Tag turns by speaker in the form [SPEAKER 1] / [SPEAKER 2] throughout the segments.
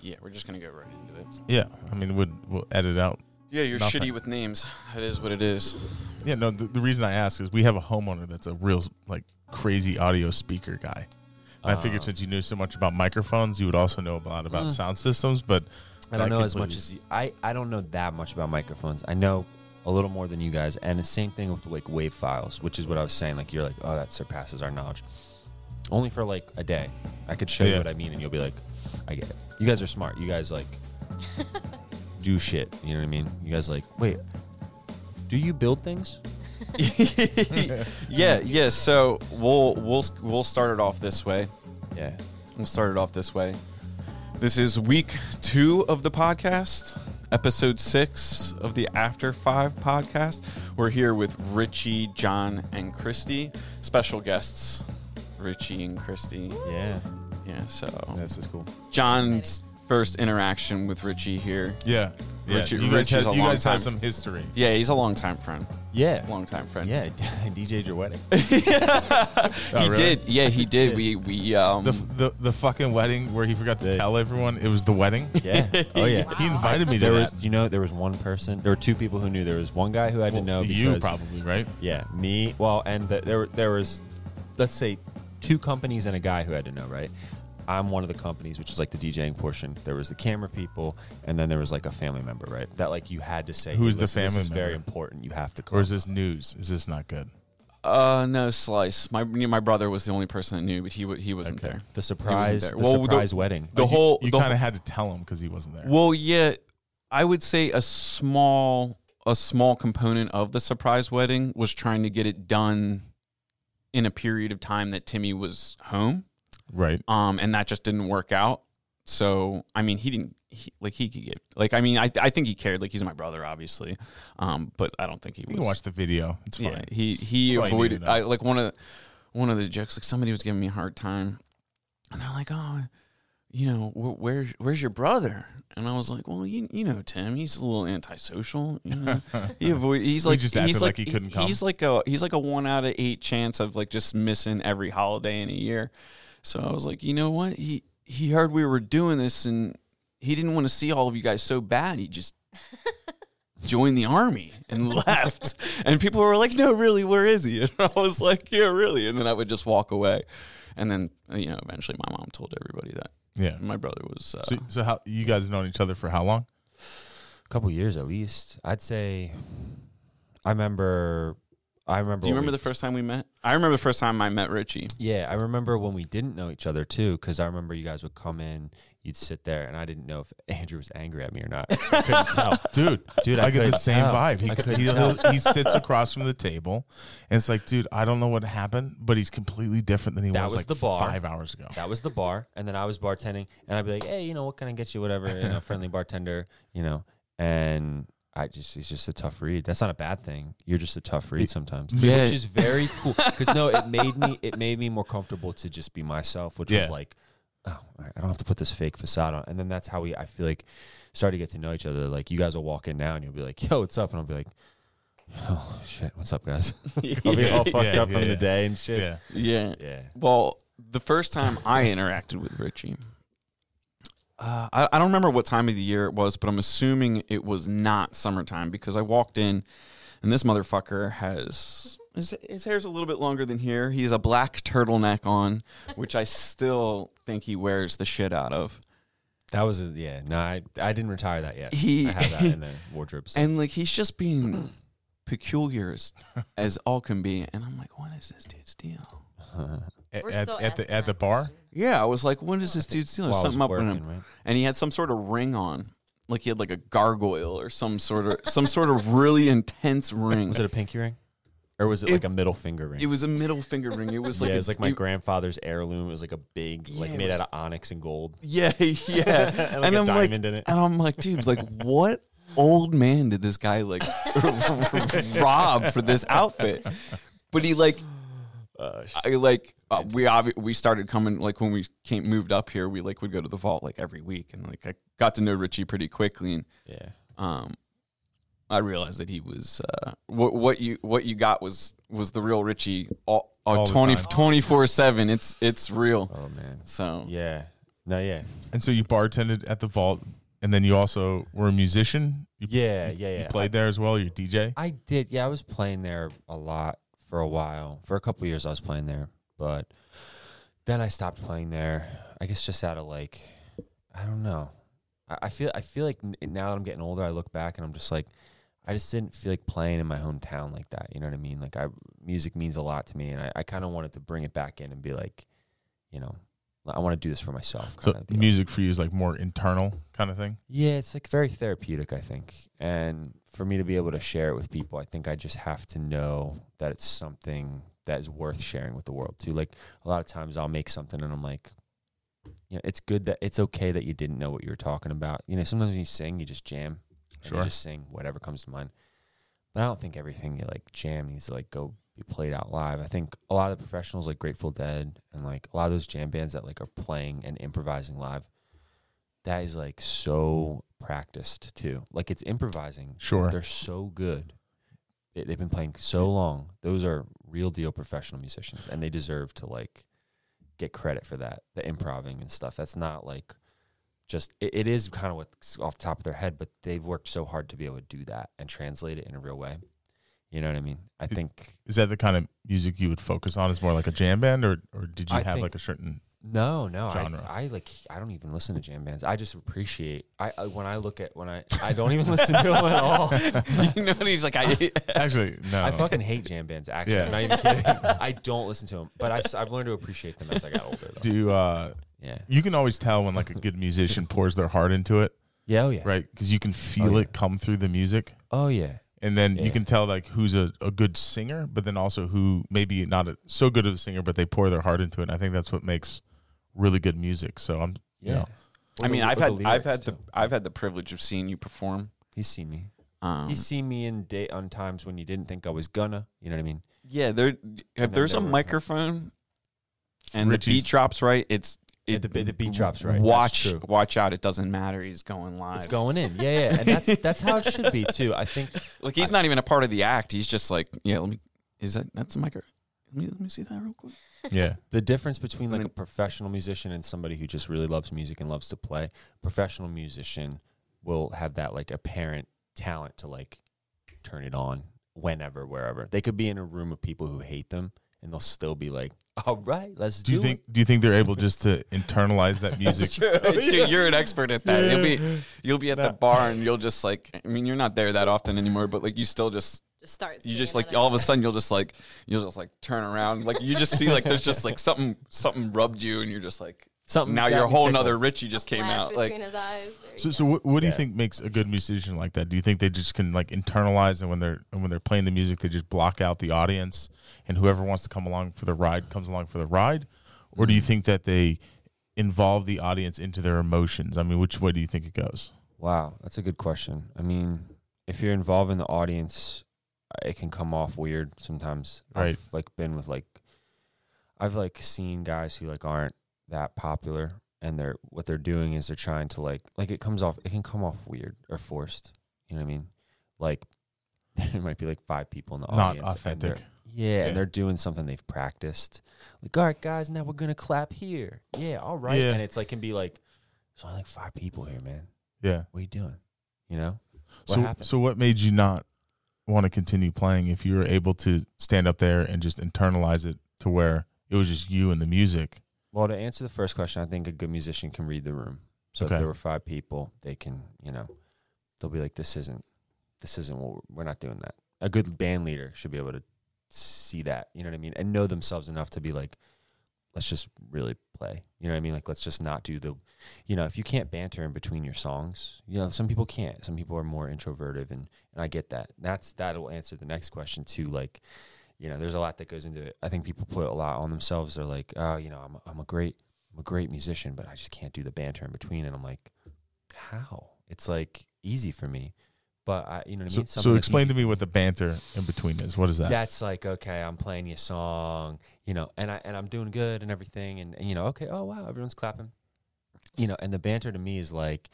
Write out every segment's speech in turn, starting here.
[SPEAKER 1] Yeah, we're just gonna go right into it.
[SPEAKER 2] Yeah, I mean, we'll, we'll edit out.
[SPEAKER 1] Yeah, you're
[SPEAKER 2] Nothing.
[SPEAKER 1] shitty with names. That is what it is.
[SPEAKER 2] Yeah, no, the, the reason I ask is we have a homeowner that's a real, like, crazy audio speaker guy. And I figured
[SPEAKER 3] Uh,
[SPEAKER 2] since you knew so much about microphones, you would also know a lot about
[SPEAKER 3] Mm.
[SPEAKER 2] sound systems, but
[SPEAKER 3] I don't
[SPEAKER 2] that
[SPEAKER 3] know as much
[SPEAKER 2] completely-
[SPEAKER 3] as you, I. I don't know that much about microphones. I know a little more than you guys, and the same thing with like wave files, which is what I was saying. Like you're like, oh, that surpasses our knowledge. Only for like a day, I could show
[SPEAKER 2] Yeah.
[SPEAKER 3] you what I mean, and you'll be like, I get it. You guys are smart. You guys like do shit. You know what I mean? You guys like wait. Do you build things?
[SPEAKER 1] yeah, yeah. So we'll we'll we'll start it off this way.
[SPEAKER 3] Yeah.
[SPEAKER 1] We'll start it off this way. This is week two of the podcast, episode six of the After Five podcast. We're here with Richie, John, and Christy. Special guests, Richie and Christy.
[SPEAKER 3] Yeah.
[SPEAKER 1] Yeah, so
[SPEAKER 4] This is cool.
[SPEAKER 1] John's first interaction with Richie here.
[SPEAKER 2] Yeah. yeah.
[SPEAKER 1] Richie-
[SPEAKER 2] you guys,
[SPEAKER 1] Richie's
[SPEAKER 2] has,
[SPEAKER 1] a
[SPEAKER 2] you
[SPEAKER 1] long
[SPEAKER 2] guys have
[SPEAKER 1] time-
[SPEAKER 2] some history.
[SPEAKER 1] Yeah, he's a longtime friend.
[SPEAKER 3] Yeah.
[SPEAKER 1] Longtime friend.
[SPEAKER 3] Yeah. I DJ'd your wedding.
[SPEAKER 1] He
[SPEAKER 2] Oh, really?
[SPEAKER 1] did. Yeah, he did. We we um
[SPEAKER 2] The, f- the, the fucking wedding where he forgot to
[SPEAKER 3] Yeah.
[SPEAKER 2] tell everyone it was the wedding.
[SPEAKER 3] Yeah. Oh yeah.
[SPEAKER 2] He invited me to
[SPEAKER 3] There
[SPEAKER 2] that.
[SPEAKER 3] was, you know, there was one person. There were two people who knew. There was one guy who I didn't know.
[SPEAKER 2] Well, you
[SPEAKER 3] because-
[SPEAKER 2] probably, right?
[SPEAKER 3] Yeah, me. Well, and the, there were- there was, let's say, two companies and a guy who had to know, right? I'm one of the companies, which is like the DJing portion. There was the camera people, and then there was like a family member, right? That like you had to say.
[SPEAKER 2] Who's
[SPEAKER 3] "Hey,
[SPEAKER 2] the
[SPEAKER 3] listen, this
[SPEAKER 2] family
[SPEAKER 3] is Very
[SPEAKER 2] member?
[SPEAKER 3] important. You have to.
[SPEAKER 2] Or
[SPEAKER 3] Call.
[SPEAKER 2] is this news? Is this not good?
[SPEAKER 1] Uh, no, Slice. My my brother was the only person that knew, but he wa- he wasn't
[SPEAKER 2] Okay.
[SPEAKER 1] there.
[SPEAKER 3] the surprise?
[SPEAKER 1] there.
[SPEAKER 3] The
[SPEAKER 1] Well, the-
[SPEAKER 3] surprise wedding.
[SPEAKER 1] The
[SPEAKER 2] Like, you-
[SPEAKER 1] whole
[SPEAKER 2] you,
[SPEAKER 1] the,
[SPEAKER 2] kind of had to tell him because he wasn't there.
[SPEAKER 1] well, yeah, I would say a small a small component of the surprise wedding was trying to get it done in a period of time that Timmy was home.
[SPEAKER 2] right.
[SPEAKER 1] Um, and that just didn't work out. So I mean, he didn't he, like he could get like I mean I I think he cared like he's my brother obviously, um, but I don't think he
[SPEAKER 2] You
[SPEAKER 1] was.
[SPEAKER 2] can watch the video. It's fine.
[SPEAKER 1] Yeah, he he
[SPEAKER 2] That's all you need
[SPEAKER 1] avoided
[SPEAKER 2] to know.
[SPEAKER 1] I, like one of the, one of the jokes. Like somebody was giving me a hard time, and they're like, "Oh, you know, wh- where's where's your brother?" And I was like, "Well, you you know Tim, he's a little antisocial. You know? he avoid, he's
[SPEAKER 2] He
[SPEAKER 1] like
[SPEAKER 2] just
[SPEAKER 1] he's
[SPEAKER 2] acted
[SPEAKER 1] like,
[SPEAKER 2] like he couldn't come.
[SPEAKER 1] He's like a he's like a one out of eight chance of like just missing every holiday in a year." So I was like, "You know what? He he heard we were doing this and." He didn't want to see all of you guys so bad. He just joined the army and left. and people were like, "No, really, where is he?" And I was like, "Yeah, really." And then I would just walk away. And then uh, you know, eventually, my mom told everybody that
[SPEAKER 2] Yeah.
[SPEAKER 1] my brother was. Uh,
[SPEAKER 2] So, so how you guys known each other for how long?
[SPEAKER 3] a couple years at least. I'd say. I remember. I remember.
[SPEAKER 1] do you
[SPEAKER 3] what we-
[SPEAKER 1] remember the first time we met? I remember the first time I met Richie.
[SPEAKER 3] Yeah, I remember when we didn't know each other too, because I remember you guys would come in, you'd sit there, and I didn't know if Andrew was angry at me or not. I couldn't tell.
[SPEAKER 2] Dude,
[SPEAKER 3] Dude, I
[SPEAKER 2] I, get the
[SPEAKER 3] couldn't
[SPEAKER 2] same
[SPEAKER 3] tell.
[SPEAKER 2] vibe. He,
[SPEAKER 3] I couldn't
[SPEAKER 2] he,
[SPEAKER 3] tell.
[SPEAKER 2] he'll- he sits across from the table, and it's like, dude, I don't know what happened, but he's completely different than he
[SPEAKER 3] That
[SPEAKER 2] was,
[SPEAKER 3] was
[SPEAKER 2] like
[SPEAKER 3] the bar.
[SPEAKER 2] five hours ago.
[SPEAKER 3] That was the bar, and then I was bartending, and I'd be like, "Hey, you know, what can I get you? Whatever, you know, friendly bartender, you know." And I just, it's just a tough read. That's not a bad thing. You're just a tough read sometimes,
[SPEAKER 1] Yeah.
[SPEAKER 3] which is very cool. Because no, it made me, it made me more comfortable to just be myself, which
[SPEAKER 2] Yeah.
[SPEAKER 3] was like, oh, all right, I don't have to put this fake facade on. And then that's how we, I feel like, started to get to know each other. Like you guys will walk in now, and you'll be like, "Yo, what's up?" And I'll be like. Oh shit! What's up, guys? I'll be all fucked
[SPEAKER 2] Yeah,
[SPEAKER 3] up from
[SPEAKER 2] yeah, yeah.
[SPEAKER 3] the day and shit.
[SPEAKER 2] Yeah.
[SPEAKER 1] yeah.
[SPEAKER 3] yeah.
[SPEAKER 1] Well, the first time I interacted with Richie, uh, I, I don't remember what time of the year it was, but I'm assuming it was not summertime because I walked in and this motherfucker has. His, his hair's a little bit longer than here. He's a black turtleneck on, which I still think he wears the shit out of.
[SPEAKER 3] That was a, yeah. No, I I didn't retire that yet.
[SPEAKER 1] He-
[SPEAKER 3] I have that in the wardrobe. still.
[SPEAKER 1] And like he's just being peculiar as, as all can be. And I'm like, what is this dude's deal?
[SPEAKER 2] At,
[SPEAKER 5] We're
[SPEAKER 2] at,
[SPEAKER 5] still
[SPEAKER 2] at
[SPEAKER 5] asking
[SPEAKER 2] the at the
[SPEAKER 5] that
[SPEAKER 2] bar,
[SPEAKER 5] question.
[SPEAKER 1] Yeah, I was like, what is this dudede's deal? There's
[SPEAKER 3] While Oh, I was
[SPEAKER 1] something up with him.
[SPEAKER 3] working, right?
[SPEAKER 1] and he had some sort of ring on like he had like a gargoyle or some sort of some sort of really intense ring
[SPEAKER 3] Was it a pinky ring, or was it,
[SPEAKER 1] It-
[SPEAKER 3] like a middle finger ring?
[SPEAKER 1] it was a middle finger ring it was like
[SPEAKER 3] yeah,
[SPEAKER 1] a-
[SPEAKER 3] it was like my
[SPEAKER 1] it-
[SPEAKER 3] grandfather's heirloom. It was like a big, like
[SPEAKER 1] Yeah, it
[SPEAKER 3] made
[SPEAKER 1] was-
[SPEAKER 3] out of onyx and gold.
[SPEAKER 1] yeah yeah
[SPEAKER 3] And, like, a
[SPEAKER 1] I'm
[SPEAKER 3] diamond in it.
[SPEAKER 1] and i'm like dude like what old man did this guy like rob for this outfit but he like I like uh, we obvi- we started coming like when we came moved up here we like would go to the vault like every week and like I got to know Richie pretty quickly and
[SPEAKER 3] Yeah,
[SPEAKER 1] um, I realized that he was uh, what what you what you got was was the real Richie all, uh, all
[SPEAKER 2] All the
[SPEAKER 1] 20,
[SPEAKER 2] time.
[SPEAKER 1] 24 seven. It's it's real.
[SPEAKER 3] Oh man.
[SPEAKER 1] So
[SPEAKER 3] Yeah, No, yeah,
[SPEAKER 2] And so you bartended at the vault, and then you also were a musician. You,
[SPEAKER 3] yeah, yeah, yeah.
[SPEAKER 2] you played there as well. You're DJ.
[SPEAKER 3] I did. Yeah, I was playing there a lot for a while. For a couple years, I was playing there, but then I stopped playing there. I guess just out of like, I don't know. I, I feel I feel like n- now that I'm getting older, I look back and I'm just like, I just didn't feel like playing in my hometown like that. You know what I mean? Like, I music means a lot to me, and I, I kind of wanted to bring it back in and be like, you know, I want to do this for myself.
[SPEAKER 2] So
[SPEAKER 3] kinda deal.
[SPEAKER 2] music for you is like more internal kind of thing.
[SPEAKER 3] Yeah, it's like very therapeutic, I think. And for me to be able to share it with people, I think I just have to know that it's something that is worth sharing with the world too. Like a lot of times I'll make something and I'm like, you know, it's good that it's okay that you didn't know what you were talking about. You know, sometimes when you sing, you just jam. and
[SPEAKER 2] Sure.
[SPEAKER 3] You just sing whatever comes to mind. But I don't think everything you like jam needs to like go be played out live. I think a lot of the professionals like Grateful Dead and like a lot of those jam bands that like are playing and improvising live, that is like so practiced too. Like it's improvising.
[SPEAKER 2] Sure.
[SPEAKER 3] They're so good. They, they've been playing so long. Those are real deal professional musicians and they deserve to like get credit for that, the improving and stuff. That's not like just it, it is kind of what's off the top of their head, but they've worked so hard to be able to do that and translate it in a real way. You know what I mean? I
[SPEAKER 2] It-
[SPEAKER 3] think
[SPEAKER 2] Is that the kind of music you would focus on? Is more like a jam band, or or did you
[SPEAKER 3] I
[SPEAKER 2] have
[SPEAKER 3] think-
[SPEAKER 2] like a certain?
[SPEAKER 3] no, no.
[SPEAKER 2] Genre.
[SPEAKER 3] I, I like I don't even listen to jam bands. I just appreciate I, I when I look at when I I don't even listen to them at all.
[SPEAKER 1] you know, he's like, I,
[SPEAKER 2] Actually, no.
[SPEAKER 3] I fucking hate jam bands. Actually,
[SPEAKER 2] Yeah.
[SPEAKER 3] I'm not even kidding. I don't listen to them, but I, have learned to appreciate them as I got older. Though.
[SPEAKER 2] do uh,
[SPEAKER 3] Yeah.
[SPEAKER 2] you can always tell when like a good musician pours their heart into it,
[SPEAKER 3] Yeah. Oh yeah. Oh,
[SPEAKER 2] right? Because you can feel
[SPEAKER 3] yeah.
[SPEAKER 2] it come through the music.
[SPEAKER 3] Oh yeah.
[SPEAKER 2] and then you
[SPEAKER 3] Yeah.
[SPEAKER 2] can tell like who's a, a good singer but then also who maybe not a, so good of a singer but they pour their heart into it and i think that's what makes really good music so i'm
[SPEAKER 3] Yeah.
[SPEAKER 2] Yeah.
[SPEAKER 1] I
[SPEAKER 3] Or
[SPEAKER 1] mean,
[SPEAKER 3] the-
[SPEAKER 1] I've
[SPEAKER 3] or
[SPEAKER 1] had, I've
[SPEAKER 3] lyrics,
[SPEAKER 1] had the,
[SPEAKER 3] too.
[SPEAKER 1] I've had the privilege of seeing you perform.
[SPEAKER 3] He's seen me.
[SPEAKER 1] Um,
[SPEAKER 3] He's seen me in day on times when you didn't think I was gonna. You know what I mean?
[SPEAKER 1] yeah, there. If
[SPEAKER 3] then
[SPEAKER 1] there's a
[SPEAKER 3] there were-
[SPEAKER 1] microphone, and the
[SPEAKER 2] Richie's-
[SPEAKER 1] beat drops right, it's
[SPEAKER 3] Yeah, the beat- the beat drops right. That's
[SPEAKER 1] Watch,
[SPEAKER 3] true.
[SPEAKER 1] watch out! It doesn't matter. He's going live.
[SPEAKER 3] It's going in. Yeah, yeah. And that's that's how it should be too. I think
[SPEAKER 1] Like he's not even a part of the act. He's just like, yeah. Let me. Is that that's a micro? Let me let me see that real quick.
[SPEAKER 2] yeah
[SPEAKER 3] the difference between like
[SPEAKER 1] mean-
[SPEAKER 3] a professional musician and somebody who just really loves music and loves to play professional musician will have that like apparent talent to like turn it on whenever wherever they could be in a room of people who hate them and they'll still be like all right let's
[SPEAKER 2] do
[SPEAKER 3] do,
[SPEAKER 2] you
[SPEAKER 3] it."
[SPEAKER 2] think do you think they're able just to internalize that music
[SPEAKER 1] Dude, you're an expert at that. You'll be you'll be at the bar and you'll just like. I mean, you're not there that often anymore, but like you still just
[SPEAKER 4] Just start.
[SPEAKER 1] you
[SPEAKER 4] singing
[SPEAKER 1] just
[SPEAKER 4] it
[SPEAKER 1] like all of a
[SPEAKER 4] out.
[SPEAKER 1] sudden you'll just like you'll just like turn around like you just see like there's just like something something rubbed you and you're just like
[SPEAKER 3] something
[SPEAKER 1] now
[SPEAKER 3] got
[SPEAKER 1] you're a
[SPEAKER 3] me
[SPEAKER 1] whole
[SPEAKER 3] tickled.
[SPEAKER 1] nother Richie just came
[SPEAKER 4] Flash
[SPEAKER 1] out
[SPEAKER 4] between
[SPEAKER 1] like
[SPEAKER 4] his eyes. There
[SPEAKER 2] so
[SPEAKER 4] you
[SPEAKER 2] so
[SPEAKER 4] go.
[SPEAKER 2] what, what do you
[SPEAKER 3] Yeah.
[SPEAKER 2] think makes a good musician like that do you think they just can like internalize and when they're and when they're playing the music they just block out the audience and whoever wants to come along for the ride comes along for the ride or
[SPEAKER 3] Mm.
[SPEAKER 2] do you think that they involve the audience into their emotions i mean which way do you think it goes
[SPEAKER 3] Wow, that's a good question. I mean, if you're involving the audience, uh, it can come off weird sometimes.
[SPEAKER 2] Right.
[SPEAKER 3] I've like been with like I've like seen guys who like aren't that popular and they're what they're doing is they're trying to like like it comes off it can come off weird or forced. You know what I mean? Like there might be like five people in the
[SPEAKER 2] not
[SPEAKER 3] audience. and they're-
[SPEAKER 2] authentic
[SPEAKER 3] yeah,
[SPEAKER 2] Yeah.
[SPEAKER 3] and they're doing something they've practiced. Like, all right, guys, now we're gonna clap here. Yeah, all right.
[SPEAKER 2] Yeah.
[SPEAKER 3] And it's like can be like, there's only like five people here, man
[SPEAKER 2] yeah
[SPEAKER 3] what are you doing? You know? What
[SPEAKER 2] so,
[SPEAKER 3] happened?
[SPEAKER 2] so what made you not want to continue playing if you were able to stand up there and just internalize it to where it was just you and the music?
[SPEAKER 3] Well, to answer the first question, I think a good musician can read the room. So
[SPEAKER 2] Okay.
[SPEAKER 3] if there were five people, they can, you know, they'll be like, this isn't, this isn't what we're, we're not doing that. A good band leader should be able to see that, you know what I mean? And know themselves enough to be like, let's just really play. You know what I mean? Like, let's just not do the, you know, if you can't banter in between your songs, you know, some people can't. Some people are more introverted, and and I get that. That's that will answer the next question too. Like, you know, there's a lot that goes into it. I think people put a lot on themselves. They're like, oh, you know, I'm I'm a great I'm a great musician, but I just can't do the banter in between. And I'm like, how? It's like easy for me, but I, you know what
[SPEAKER 2] So,
[SPEAKER 3] I mean?
[SPEAKER 2] so explain to me what the banter in between is. What is that?
[SPEAKER 3] that's like okay i'm playing your song you know and i and i'm doing good and everything and, and you know okay oh wow everyone's clapping you know and the banter to me is like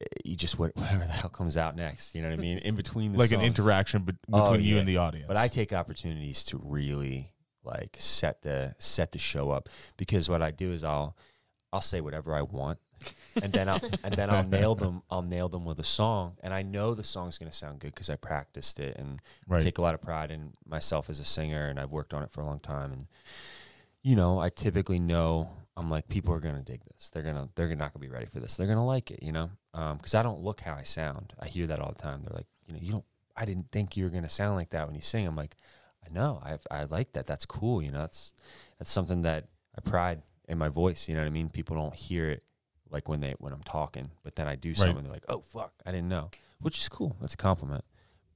[SPEAKER 3] eh, you just what- whatever the hell comes out next you know what i mean in between the
[SPEAKER 2] like an
[SPEAKER 3] songs.
[SPEAKER 2] interaction bet- between
[SPEAKER 3] Oh,
[SPEAKER 2] you
[SPEAKER 3] yeah.
[SPEAKER 2] and the audience.
[SPEAKER 3] But I take opportunities to really like set the set the show up because what I do is I'll I'll say whatever I want, and then I'll and then I'll nail them. I'll nail them with a song, and I know the song's going to sound good because I practiced it and
[SPEAKER 2] Right.
[SPEAKER 3] take a lot of pride in myself as a singer, and I've worked on it for a long time. And you know, I typically know I'm like people are going to dig this. They're gonna they're not going to be ready for this. They're going to like it, you know, because I don't look how I sound. I hear that all the time. They're like, you know, you don't. I didn't think you were going to sound like that when you sing. I'm like, I know. I I like that. That's cool. You know, that's that's something that I pride in my voice. You know what I mean? People don't hear it like when they when I'm talking, but then I do something. They're like, "Oh fuck, I didn't know," which is cool. That's a compliment.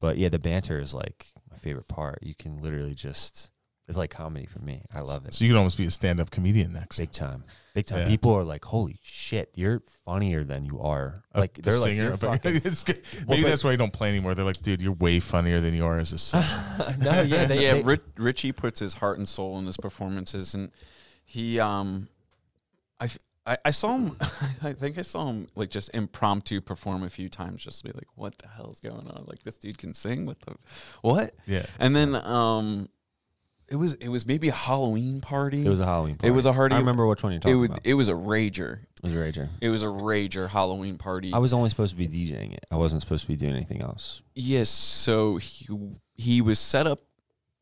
[SPEAKER 3] But yeah, the banter is like my favorite part. You can literally just it's like comedy for me. I love it.
[SPEAKER 2] So you could almost be a stand-up comedian next.
[SPEAKER 3] Big time, big time.
[SPEAKER 2] Yeah.
[SPEAKER 3] People are like, "Holy shit, you're funnier than you are."
[SPEAKER 2] A-
[SPEAKER 3] Like
[SPEAKER 2] a
[SPEAKER 3] they're like,
[SPEAKER 2] singer,
[SPEAKER 3] "You're
[SPEAKER 2] a-
[SPEAKER 3] fucking."
[SPEAKER 2] It's good. Maybe
[SPEAKER 3] Well, but-
[SPEAKER 2] that's why you don't play anymore. They're like, dude, you're way funnier than you are as a singer.
[SPEAKER 3] no, yeah, they,
[SPEAKER 1] yeah,
[SPEAKER 3] they-
[SPEAKER 1] Rich, Richie puts his heart and soul in his performances, and he, um, I, f- I, I saw him. I think I saw him like just impromptu perform a few times, just to be like, "What the hell's going on? Like this dude can sing with the what?"
[SPEAKER 2] yeah.
[SPEAKER 1] And then, um, it was it was maybe a Halloween party.
[SPEAKER 3] it was a Halloween. Party.
[SPEAKER 1] It was a hardy-
[SPEAKER 3] I remember which one you're
[SPEAKER 1] it
[SPEAKER 3] talking
[SPEAKER 1] was
[SPEAKER 3] about.
[SPEAKER 1] it was a rager.
[SPEAKER 3] It was a rager.
[SPEAKER 1] It was a rager Halloween party.
[SPEAKER 3] I was only supposed to be DJing it. I wasn't supposed to be doing anything else.
[SPEAKER 1] Yes, so he he was set up,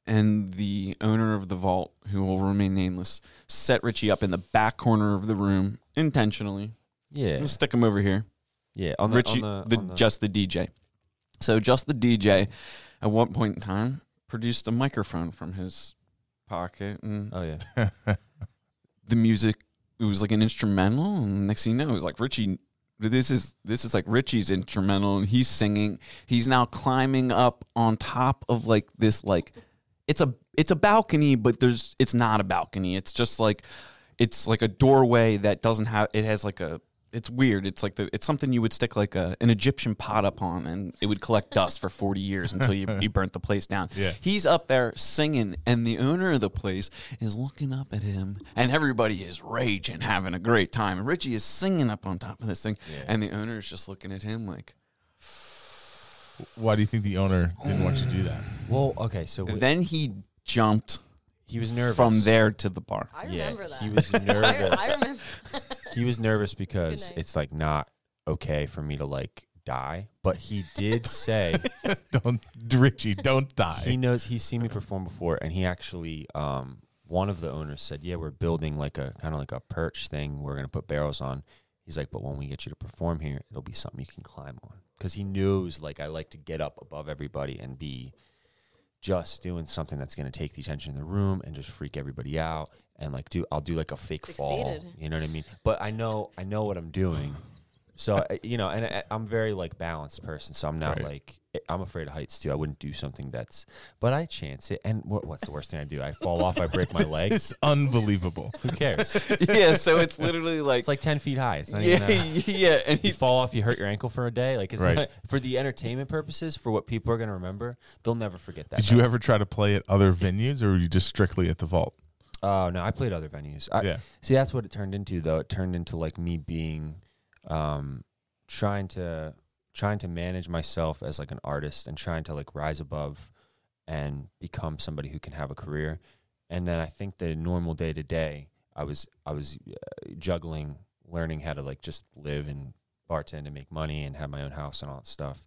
[SPEAKER 1] and the owner of the vault, who will remain nameless, set Richie up in the back corner of the room intentionally. I'm
[SPEAKER 3] Yeah,
[SPEAKER 1] gonna stick him over here.
[SPEAKER 3] yeah. On the,
[SPEAKER 1] Richie,
[SPEAKER 3] on
[SPEAKER 1] the,
[SPEAKER 3] on
[SPEAKER 1] just the DJ. So just the DJ, at one point in time, produced a microphone from his pocket, and
[SPEAKER 3] Oh yeah.
[SPEAKER 1] the music it was like an instrumental and next thing you know it was like richie this is this is like richie's instrumental and he's singing he's now climbing up on top of like this like it's a it's a balcony but there's it's not a balcony it's just like it's like a doorway that doesn't have it has like a it's weird it's like the it's something you would stick like a, an egyptian pot upon and it would collect dust for 40 years until you, you burnt the place down
[SPEAKER 2] Yeah.
[SPEAKER 1] he's up there singing and the owner of the place is looking up at him and everybody is raging having a great time and richie is singing up on top of this thing and the owner is just looking at him like
[SPEAKER 2] Why do you think the owner didn't want you to do that?
[SPEAKER 3] Well, okay. So we-
[SPEAKER 1] then he jumped
[SPEAKER 3] he was nervous
[SPEAKER 1] from there to the bar
[SPEAKER 4] I remember that.
[SPEAKER 3] He was nervous.
[SPEAKER 4] I, I remember.
[SPEAKER 3] he was nervous because
[SPEAKER 4] night.
[SPEAKER 3] it's like not okay for me to like die. But he did say
[SPEAKER 2] Don't, Richie, don't
[SPEAKER 3] he
[SPEAKER 2] die.
[SPEAKER 3] knows he's seen me perform before, and he actually um, one of the owners said, "Yeah, we're building like a kind of like a perch thing. We're gonna put barrels on." He's like, "But when we get you to perform here, it'll be something you can climb on." Because he knows like I like to get up above everybody and be just doing something that's going to take the attention in the room and just freak everybody out and like do I'll do like a fake fall,
[SPEAKER 4] Succeeded.
[SPEAKER 3] you know what I mean? But I know I know what I'm doing. So I- you know, and I, I'm very like balanced person, so I'm not
[SPEAKER 2] Uh, Right.
[SPEAKER 3] like eh, I'm afraid of heights too. I wouldn't do something that's, but I chance it. And what, what's the worst thing I do? I fall off, I break my leg.
[SPEAKER 2] It's unbelievable.
[SPEAKER 3] Who cares?
[SPEAKER 1] yeah so it's literally like,
[SPEAKER 3] It's like ten feet high. It's not even.
[SPEAKER 1] yeah
[SPEAKER 3] That high
[SPEAKER 1] yeah and
[SPEAKER 3] you
[SPEAKER 1] he
[SPEAKER 3] fall off, you hurt your ankle for a day. Like it's
[SPEAKER 2] Right.
[SPEAKER 3] not, for the entertainment purposes, for what people are gonna remember, they'll never forget that.
[SPEAKER 2] Did you ever try to play at other venues or were you just strictly at the vault?
[SPEAKER 3] Oh no, I played other venues. I,
[SPEAKER 2] Yeah.
[SPEAKER 3] See, that's what it turned into, though. It turned into like me being, um, trying to trying to manage myself as like an artist and trying to like rise above and become somebody who can have a career. And then I think the normal day to day, I was I was uh, juggling, learning how to like just live and bartend and make money and have my own house and all that stuff.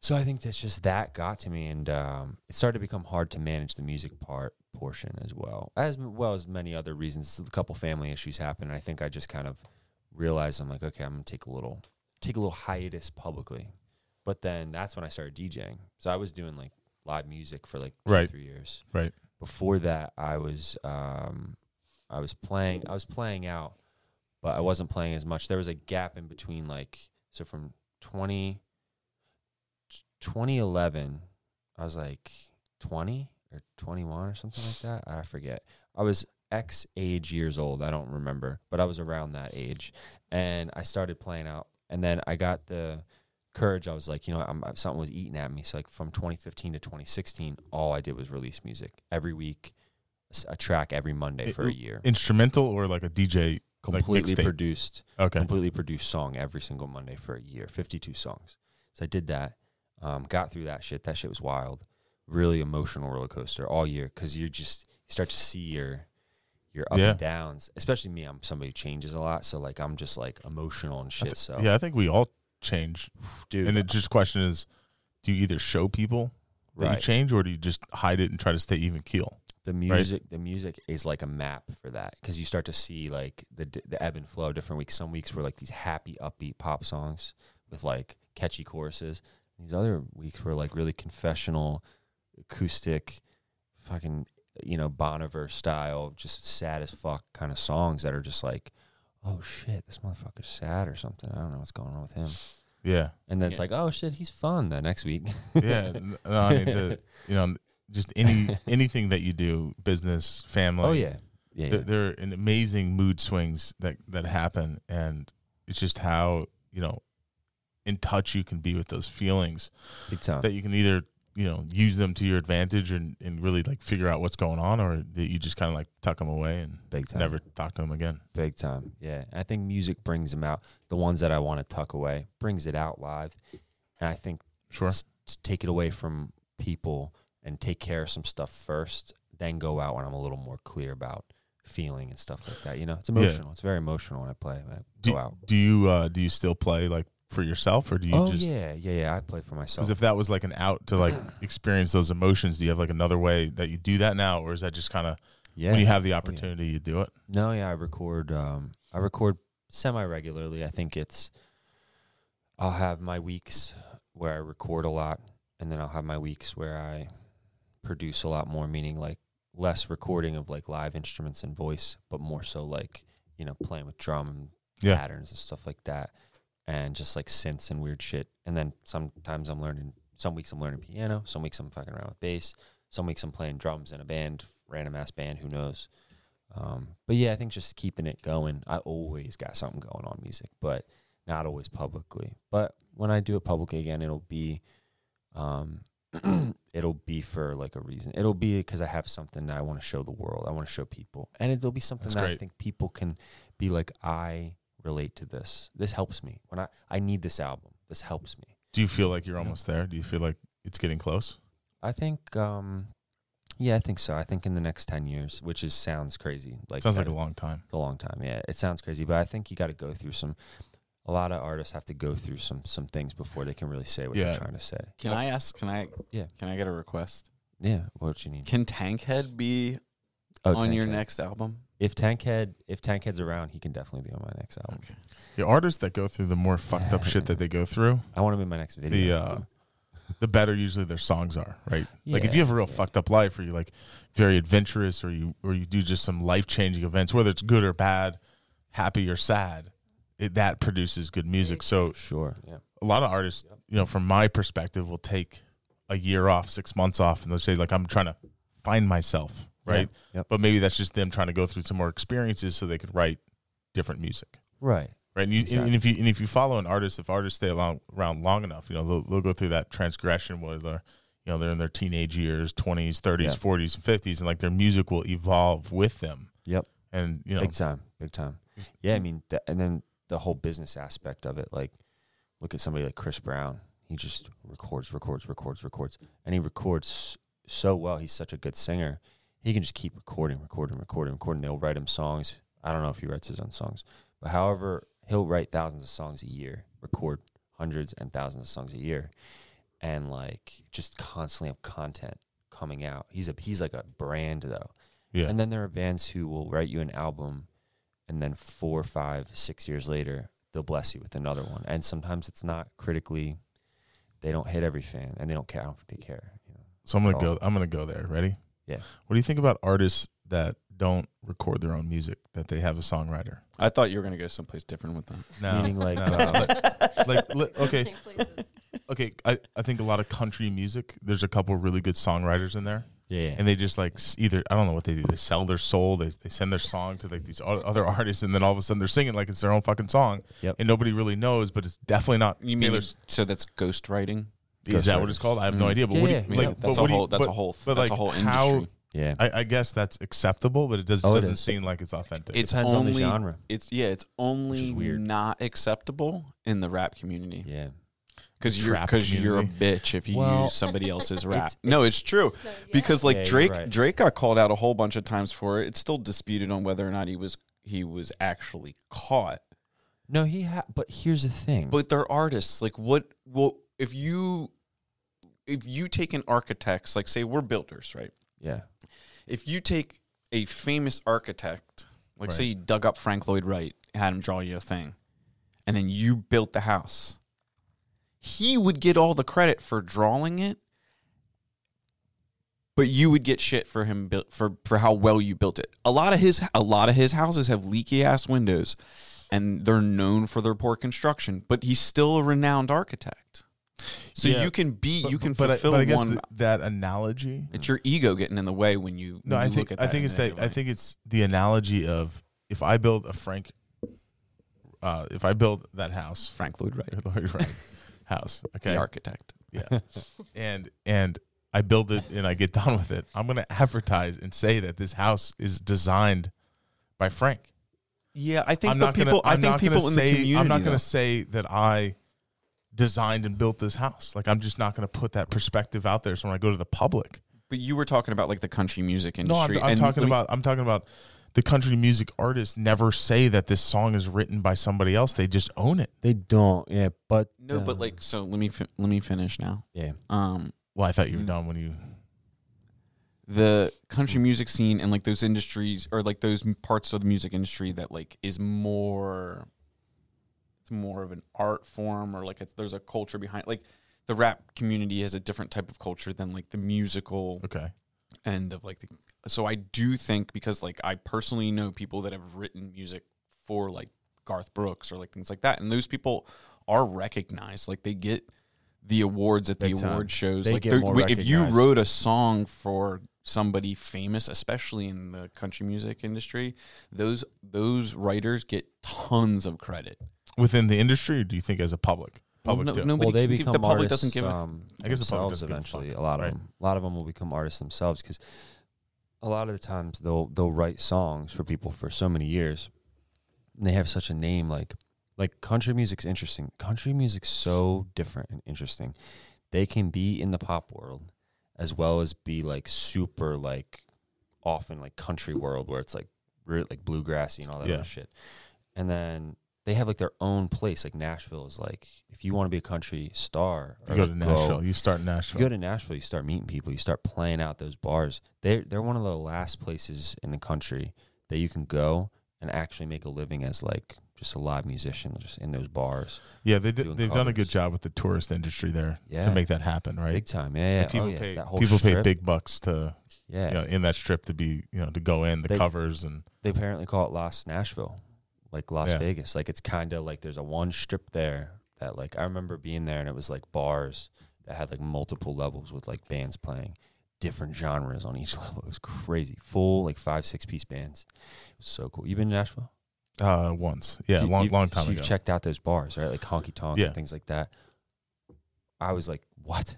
[SPEAKER 3] So I think that's just that got to me, and um, it started to become hard to manage the music part portion as well, as m- well as many other reasons. A couple family issues happened, and I think I just kind of realized I'm like, okay, I'm gonna take a little take a little hiatus publicly. But then that's when I started DJing. So I was doing like live music for like two,
[SPEAKER 2] Right.
[SPEAKER 3] three years.
[SPEAKER 2] Right.
[SPEAKER 3] Before that, I was um, I was playing I was playing out, but I wasn't playing as much. There was a gap in between like so from 20 2011 I was like 20 or 21 or something like that. I forget. I was X age years old. I don't remember, but I was around that age. And I started playing out. And then I got the courage. I was like, you know, I'm, uh, something was eating at me. So, like, from 2015 to 2016, all I did was release music every week, s- a track every Monday
[SPEAKER 2] It-
[SPEAKER 3] for a year.
[SPEAKER 2] Instrumental or like a DJ? like
[SPEAKER 3] completely
[SPEAKER 2] mixtape.
[SPEAKER 3] produced
[SPEAKER 2] Okay.
[SPEAKER 3] completely produced song every single Monday for a year, 52 songs. So I did that, um, got through that shit. That shit was wild, really emotional roller coaster all year because you just you start to see your your up
[SPEAKER 2] Yeah.
[SPEAKER 3] and downs. Especially me, I'm somebody who changes a lot, so like I'm just like emotional and shit. So
[SPEAKER 2] Yeah, I think we all change,
[SPEAKER 3] dude,
[SPEAKER 2] and the just question is, do you either show people that you
[SPEAKER 3] right.
[SPEAKER 2] change, or do you just hide it and try to stay even keel?
[SPEAKER 3] the music the music is like a map for that because you start to see like the d- the ebb and flow of different weeks some weeks were like these happy upbeat pop songs with like catchy choruses these other weeks were like really confessional acoustic fucking you know Boniver style just sad as fuck kind of songs that are just like oh shit this motherfucker's sad or something i don't know what's going on with him
[SPEAKER 2] Yeah,
[SPEAKER 3] and then it's
[SPEAKER 1] Yeah.
[SPEAKER 3] like oh shit he's fun the next week
[SPEAKER 2] yeah. n- no, I mean, the, you know, just any anything that you do, business, family.
[SPEAKER 3] oh yeah yeah,
[SPEAKER 2] there,
[SPEAKER 3] yeah.
[SPEAKER 2] there are an amazing mood swings that that happen, and it's just how you know in touch you can be with those feelings
[SPEAKER 3] big time
[SPEAKER 2] that you can either you know use them to your advantage and, and really like figure out what's going on or that you just kind of like tuck them away and
[SPEAKER 3] big time
[SPEAKER 2] never talk to them again
[SPEAKER 3] Big time. Yeah. I think music brings them out. The ones that I want to tuck away brings it out live. And I think
[SPEAKER 2] sure
[SPEAKER 3] s- to take it away from people and take care of some stuff first, then go out when I'm a little more clear about feeling and stuff like that. You know, it's
[SPEAKER 2] Yeah.
[SPEAKER 3] emotional. It's very emotional when I play. When I go out.
[SPEAKER 2] do you uh do you still play like for yourself or do you
[SPEAKER 3] oh,
[SPEAKER 2] just
[SPEAKER 3] yeah. Yeah. Yeah. I play for myself.
[SPEAKER 2] because if that was like an out to like experience those emotions do you have like another way that you do that now or is that just kind of
[SPEAKER 3] yeah.
[SPEAKER 2] when you have the opportunity you do it
[SPEAKER 3] No, yeah, I record. Um, I record semi regularly. I think it's. I'll have my weeks where I record a lot, and then I'll have my weeks where I produce a lot more, meaning like less recording of like live instruments and voice, but more so like you know playing with drum
[SPEAKER 2] Yeah.
[SPEAKER 3] patterns and stuff like that, and just like synths and weird shit. And then sometimes I'm learning. Some weeks I'm learning piano. Some weeks I'm fucking around with bass. Some weeks I'm playing drums in a band, random ass band. Who knows? Um, but yeah, I think just keeping it going. I always got something going on music, but not always publicly. But when I do it publicly again, it'll be, um, it'll be for like a reason. It'll be because I have something that I want to show the world. I want to show people, and it'll be something
[SPEAKER 2] That's
[SPEAKER 3] that I
[SPEAKER 2] great.
[SPEAKER 3] think people can be like, I relate to this. This helps me when I I need this album. This helps me.
[SPEAKER 2] do you feel like you're
[SPEAKER 3] Yeah.
[SPEAKER 2] almost there do you feel like it's getting close
[SPEAKER 3] I think, um, yeah, I think so. I think in the next ten years, which is sounds crazy. Like
[SPEAKER 2] sounds
[SPEAKER 3] that
[SPEAKER 2] like a long time
[SPEAKER 3] It's a long time. Yeah, it sounds crazy, but I think you got to go through some. A lot of artists have to go through some some things before they can really say what
[SPEAKER 2] Yeah.
[SPEAKER 3] they're trying to say.
[SPEAKER 1] Can I ask? Can I?
[SPEAKER 3] Yeah.
[SPEAKER 1] Can I get a request?
[SPEAKER 3] Yeah, what you need
[SPEAKER 1] Can Tankhead be
[SPEAKER 3] oh,
[SPEAKER 1] on your
[SPEAKER 3] Tankhead.
[SPEAKER 1] next album?
[SPEAKER 3] If Tankhead, if Tankhead's around, he can definitely be on my next album.
[SPEAKER 1] Okay.
[SPEAKER 2] The artists that go through the more fucked up shit that they go through,
[SPEAKER 3] I want him in my next
[SPEAKER 2] the
[SPEAKER 3] video.
[SPEAKER 2] uh, the better usually their songs are, right? like if you
[SPEAKER 3] Yeah,
[SPEAKER 2] have a real
[SPEAKER 3] yeah.
[SPEAKER 2] fucked up life, or you like very adventurous, or you or you do just some life changing events, whether it's good or bad, happy or sad, it, that produces good music. So
[SPEAKER 3] sure. Yeah.
[SPEAKER 2] a lot of artists, you know, from my perspective, will take a year off, six months off, and they'll say like, "I'm trying to find myself," right?
[SPEAKER 3] Yeah. Yep.
[SPEAKER 2] But maybe that's just them trying to go through some more experiences so they could write different music.
[SPEAKER 3] Right.
[SPEAKER 2] right? And, you, and,
[SPEAKER 3] Exactly.
[SPEAKER 2] and if you and if you follow an artist, if artists stay along, around long enough, you know they'll, they'll go through that transgression where they're, you know, they're in their teenage years, twenties, thirties,
[SPEAKER 3] Yeah.
[SPEAKER 2] forties, and fifties, and like their music will evolve with them.
[SPEAKER 3] Yep.
[SPEAKER 2] And you know,
[SPEAKER 3] Big time. Big time. Yeah, I mean, th- and then the whole business aspect of it. Like, look at somebody like Chris Brown. He just records, records, records, records, and he records so well. He's such a good singer. He can just keep recording, recording, recording, recording. They'll write him songs. I don't know if he writes his own songs, but however, he'll write thousands of songs a year, record hundreds and thousands of songs a year, and like just constantly have content coming out. He's a he's like a brand though.
[SPEAKER 2] yeah,
[SPEAKER 3] And then there are bands who will write you an album, and then four, five, six years later, they'll bless you with another one. And sometimes it's not critically; they don't hit every fan, and they don't care. I don't think they care. You know?
[SPEAKER 2] so I'm gonna
[SPEAKER 3] Oh.
[SPEAKER 2] go. I'm gonna go there. Ready?
[SPEAKER 3] Yeah.
[SPEAKER 2] What do you think about artists that don't record their own music that they have a songwriter?
[SPEAKER 1] I thought you were gonna go someplace different with that.
[SPEAKER 3] Meaning like,
[SPEAKER 2] no, no,
[SPEAKER 3] uh,
[SPEAKER 2] like- like li- okay,
[SPEAKER 4] Same places.
[SPEAKER 2] okay. I, I think a lot of country music. There's a couple really good songwriters in there.
[SPEAKER 3] yeah, yeah.
[SPEAKER 2] and they just like s- either I don't know what they do. They sell their soul. They they send their song to like these o- other artists, and then all of a sudden they're singing like it's their own fucking song,
[SPEAKER 3] Yep.
[SPEAKER 2] and nobody really knows. But it's definitely not.
[SPEAKER 1] You mean
[SPEAKER 2] Taylor-
[SPEAKER 1] so that's ghostwriting?
[SPEAKER 2] is that what it's called? I have no
[SPEAKER 1] Mm.
[SPEAKER 2] idea. But
[SPEAKER 3] Yeah,
[SPEAKER 2] what do you,
[SPEAKER 3] yeah,
[SPEAKER 1] I mean,
[SPEAKER 2] like,
[SPEAKER 3] yeah.
[SPEAKER 2] but
[SPEAKER 1] that's a
[SPEAKER 2] what do you-
[SPEAKER 1] whole. That's
[SPEAKER 2] but-
[SPEAKER 1] a whole.
[SPEAKER 2] but,
[SPEAKER 1] That's a
[SPEAKER 2] like,
[SPEAKER 1] whole
[SPEAKER 2] how-
[SPEAKER 1] industry.
[SPEAKER 3] yeah.
[SPEAKER 2] I, I guess that's acceptable, but it does
[SPEAKER 3] Oh, it
[SPEAKER 2] doesn't
[SPEAKER 3] is.
[SPEAKER 2] seem like it's authentic.
[SPEAKER 1] It's
[SPEAKER 3] Depends on the
[SPEAKER 1] only-
[SPEAKER 3] genre.
[SPEAKER 1] It's yeah. It's only
[SPEAKER 3] weird.
[SPEAKER 1] not acceptable in the rap community.
[SPEAKER 3] Yeah,
[SPEAKER 1] because you're
[SPEAKER 2] Trap
[SPEAKER 1] because you're a bitch if you
[SPEAKER 3] Well,
[SPEAKER 1] use somebody else's rap.
[SPEAKER 3] it's-
[SPEAKER 1] no, it's true
[SPEAKER 4] No, yeah.
[SPEAKER 1] because like
[SPEAKER 3] Yeah, you're
[SPEAKER 1] Drake
[SPEAKER 3] right.
[SPEAKER 1] Drake got called out a whole bunch of times for it. It's still disputed on whether or not he was he was actually caught.
[SPEAKER 3] No, he ha- but here's the thing.
[SPEAKER 1] But they're artists. Like what? Well, if you if you take an architect's like say we're builders, right?
[SPEAKER 3] yeah.
[SPEAKER 1] if you take a famous architect, like say
[SPEAKER 2] Right.
[SPEAKER 1] you dug up Frank Lloyd Wright, had him draw you a thing, and then you built the house, he would get all the credit for drawing it, but you would get shit for him built for for how well you built it. A lot of his a lot of his houses have leaky ass windows, and they're known for their poor construction. But he's still a renowned architect, so
[SPEAKER 2] Yeah,
[SPEAKER 1] you can be
[SPEAKER 2] But-
[SPEAKER 1] you can
[SPEAKER 2] but I-
[SPEAKER 1] fulfill
[SPEAKER 2] but I guess
[SPEAKER 1] one.
[SPEAKER 2] th- that analogy.
[SPEAKER 1] it's your ego getting in the way when you
[SPEAKER 2] No,
[SPEAKER 1] when
[SPEAKER 2] I
[SPEAKER 1] you
[SPEAKER 2] think
[SPEAKER 1] look at
[SPEAKER 2] I
[SPEAKER 1] that
[SPEAKER 2] think
[SPEAKER 1] in
[SPEAKER 2] it's that I
[SPEAKER 1] way.
[SPEAKER 2] think it's the analogy of if I build a Frank, uh, if I build that house,
[SPEAKER 1] Frank Lloyd Wright,
[SPEAKER 2] Lloyd Wright house, okay,
[SPEAKER 1] the architect.
[SPEAKER 2] yeah, and and I build it and I get done with it, I'm gonna advertise and say that this house is designed by Frank.
[SPEAKER 1] Yeah, I think
[SPEAKER 2] I'm
[SPEAKER 1] the
[SPEAKER 2] not
[SPEAKER 1] people.
[SPEAKER 2] Gonna, I'm
[SPEAKER 1] I
[SPEAKER 2] not
[SPEAKER 1] think people
[SPEAKER 2] gonna
[SPEAKER 1] in
[SPEAKER 2] say,
[SPEAKER 1] the community.
[SPEAKER 2] I'm not going
[SPEAKER 1] though.
[SPEAKER 2] to say that I designed and built this house. Like I'm just not going to put that perspective out there. So when I go to the public,
[SPEAKER 1] But you were talking about like the country music
[SPEAKER 2] no, I'm,
[SPEAKER 1] industry.
[SPEAKER 2] I'm
[SPEAKER 1] and
[SPEAKER 2] talking
[SPEAKER 1] let me-
[SPEAKER 2] about I'm talking about the country music artists never say that this song is written by somebody else. They just own it.
[SPEAKER 3] They don't. Yeah, but
[SPEAKER 1] no, but like so. Let me fi- let me finish now.
[SPEAKER 3] yeah.
[SPEAKER 1] Um,
[SPEAKER 2] Well, I thought you were done when you.
[SPEAKER 1] the country music scene and like those industries or like those m- parts of the music industry that like is more. It's more of an art form, or like it's, there's a culture behind. Like the rap community has a different type of culture than like the musical
[SPEAKER 2] Okay.
[SPEAKER 1] end of like the so I do think because like I personally know people that have written music for like Garth Brooks or like things like that and those people are recognized like they get the awards at the
[SPEAKER 3] Big time.
[SPEAKER 1] award shows
[SPEAKER 3] They
[SPEAKER 1] like
[SPEAKER 3] get
[SPEAKER 1] they're-
[SPEAKER 3] more
[SPEAKER 1] if you
[SPEAKER 3] recognized.
[SPEAKER 1] wrote a song for somebody famous especially in the country music industry those those writers get tons of credit
[SPEAKER 2] Within the industry, or do you think as a public?
[SPEAKER 1] Well,
[SPEAKER 2] Public.
[SPEAKER 1] no-
[SPEAKER 2] too?
[SPEAKER 1] nobody
[SPEAKER 3] well, they
[SPEAKER 1] can give-
[SPEAKER 3] become
[SPEAKER 1] the public
[SPEAKER 3] artists,
[SPEAKER 1] doesn't give a
[SPEAKER 3] um,
[SPEAKER 2] I guess the public
[SPEAKER 3] themselves
[SPEAKER 2] doesn't give a
[SPEAKER 3] eventually.
[SPEAKER 2] fuck,
[SPEAKER 3] a lot of
[SPEAKER 2] right.
[SPEAKER 3] them. A lot of them will become artists themselves because a lot of the times they'll they'll write songs for people for so many years, and they have such a name like like country music's interesting. Country music's so different and interesting. They can be in the pop world as well as be like super like often like country world where it's like re- like bluegrassy and all that
[SPEAKER 2] Yeah.
[SPEAKER 3] other shit. And then they have like their own place. Like Nashville is like if you want to be a country star,
[SPEAKER 2] You
[SPEAKER 3] or,
[SPEAKER 2] go to
[SPEAKER 3] like,
[SPEAKER 2] Nashville. You start in Nashville.
[SPEAKER 3] you go to Nashville, you start meeting people, you start playing out those bars. They're they're one of the last places in the country that you can go and actually make a living as like just a live musician, just in those bars,
[SPEAKER 2] yeah, they did,
[SPEAKER 3] doing
[SPEAKER 2] they've done a good
[SPEAKER 3] covers.
[SPEAKER 2] job with the tourist industry there
[SPEAKER 3] Yeah.
[SPEAKER 2] to make that happen, right?
[SPEAKER 3] big time. Yeah, yeah.
[SPEAKER 2] Like, people
[SPEAKER 3] oh, yeah.
[SPEAKER 2] pay
[SPEAKER 3] that whole
[SPEAKER 2] people pay
[SPEAKER 3] strip,
[SPEAKER 2] big bucks to
[SPEAKER 3] Yeah,
[SPEAKER 2] you know, in that strip to be you know to go in the
[SPEAKER 3] They-
[SPEAKER 2] covers and
[SPEAKER 3] they apparently call it Las Nashville, like Las
[SPEAKER 2] Yeah.
[SPEAKER 3] Vegas. Like it's kind of like there's a one strip there that like I remember being there and it was like bars that had like multiple levels with like bands playing different genres on each level. It was crazy, full like five six piece bands. It was so cool. You been to Nashville?
[SPEAKER 2] uh once yeah
[SPEAKER 3] You-
[SPEAKER 2] long
[SPEAKER 3] you've-
[SPEAKER 2] long time
[SPEAKER 3] so
[SPEAKER 2] ago
[SPEAKER 3] You've checked out those bars, right? Like honky tonk
[SPEAKER 2] Yeah.
[SPEAKER 3] and things like that. I was like, what?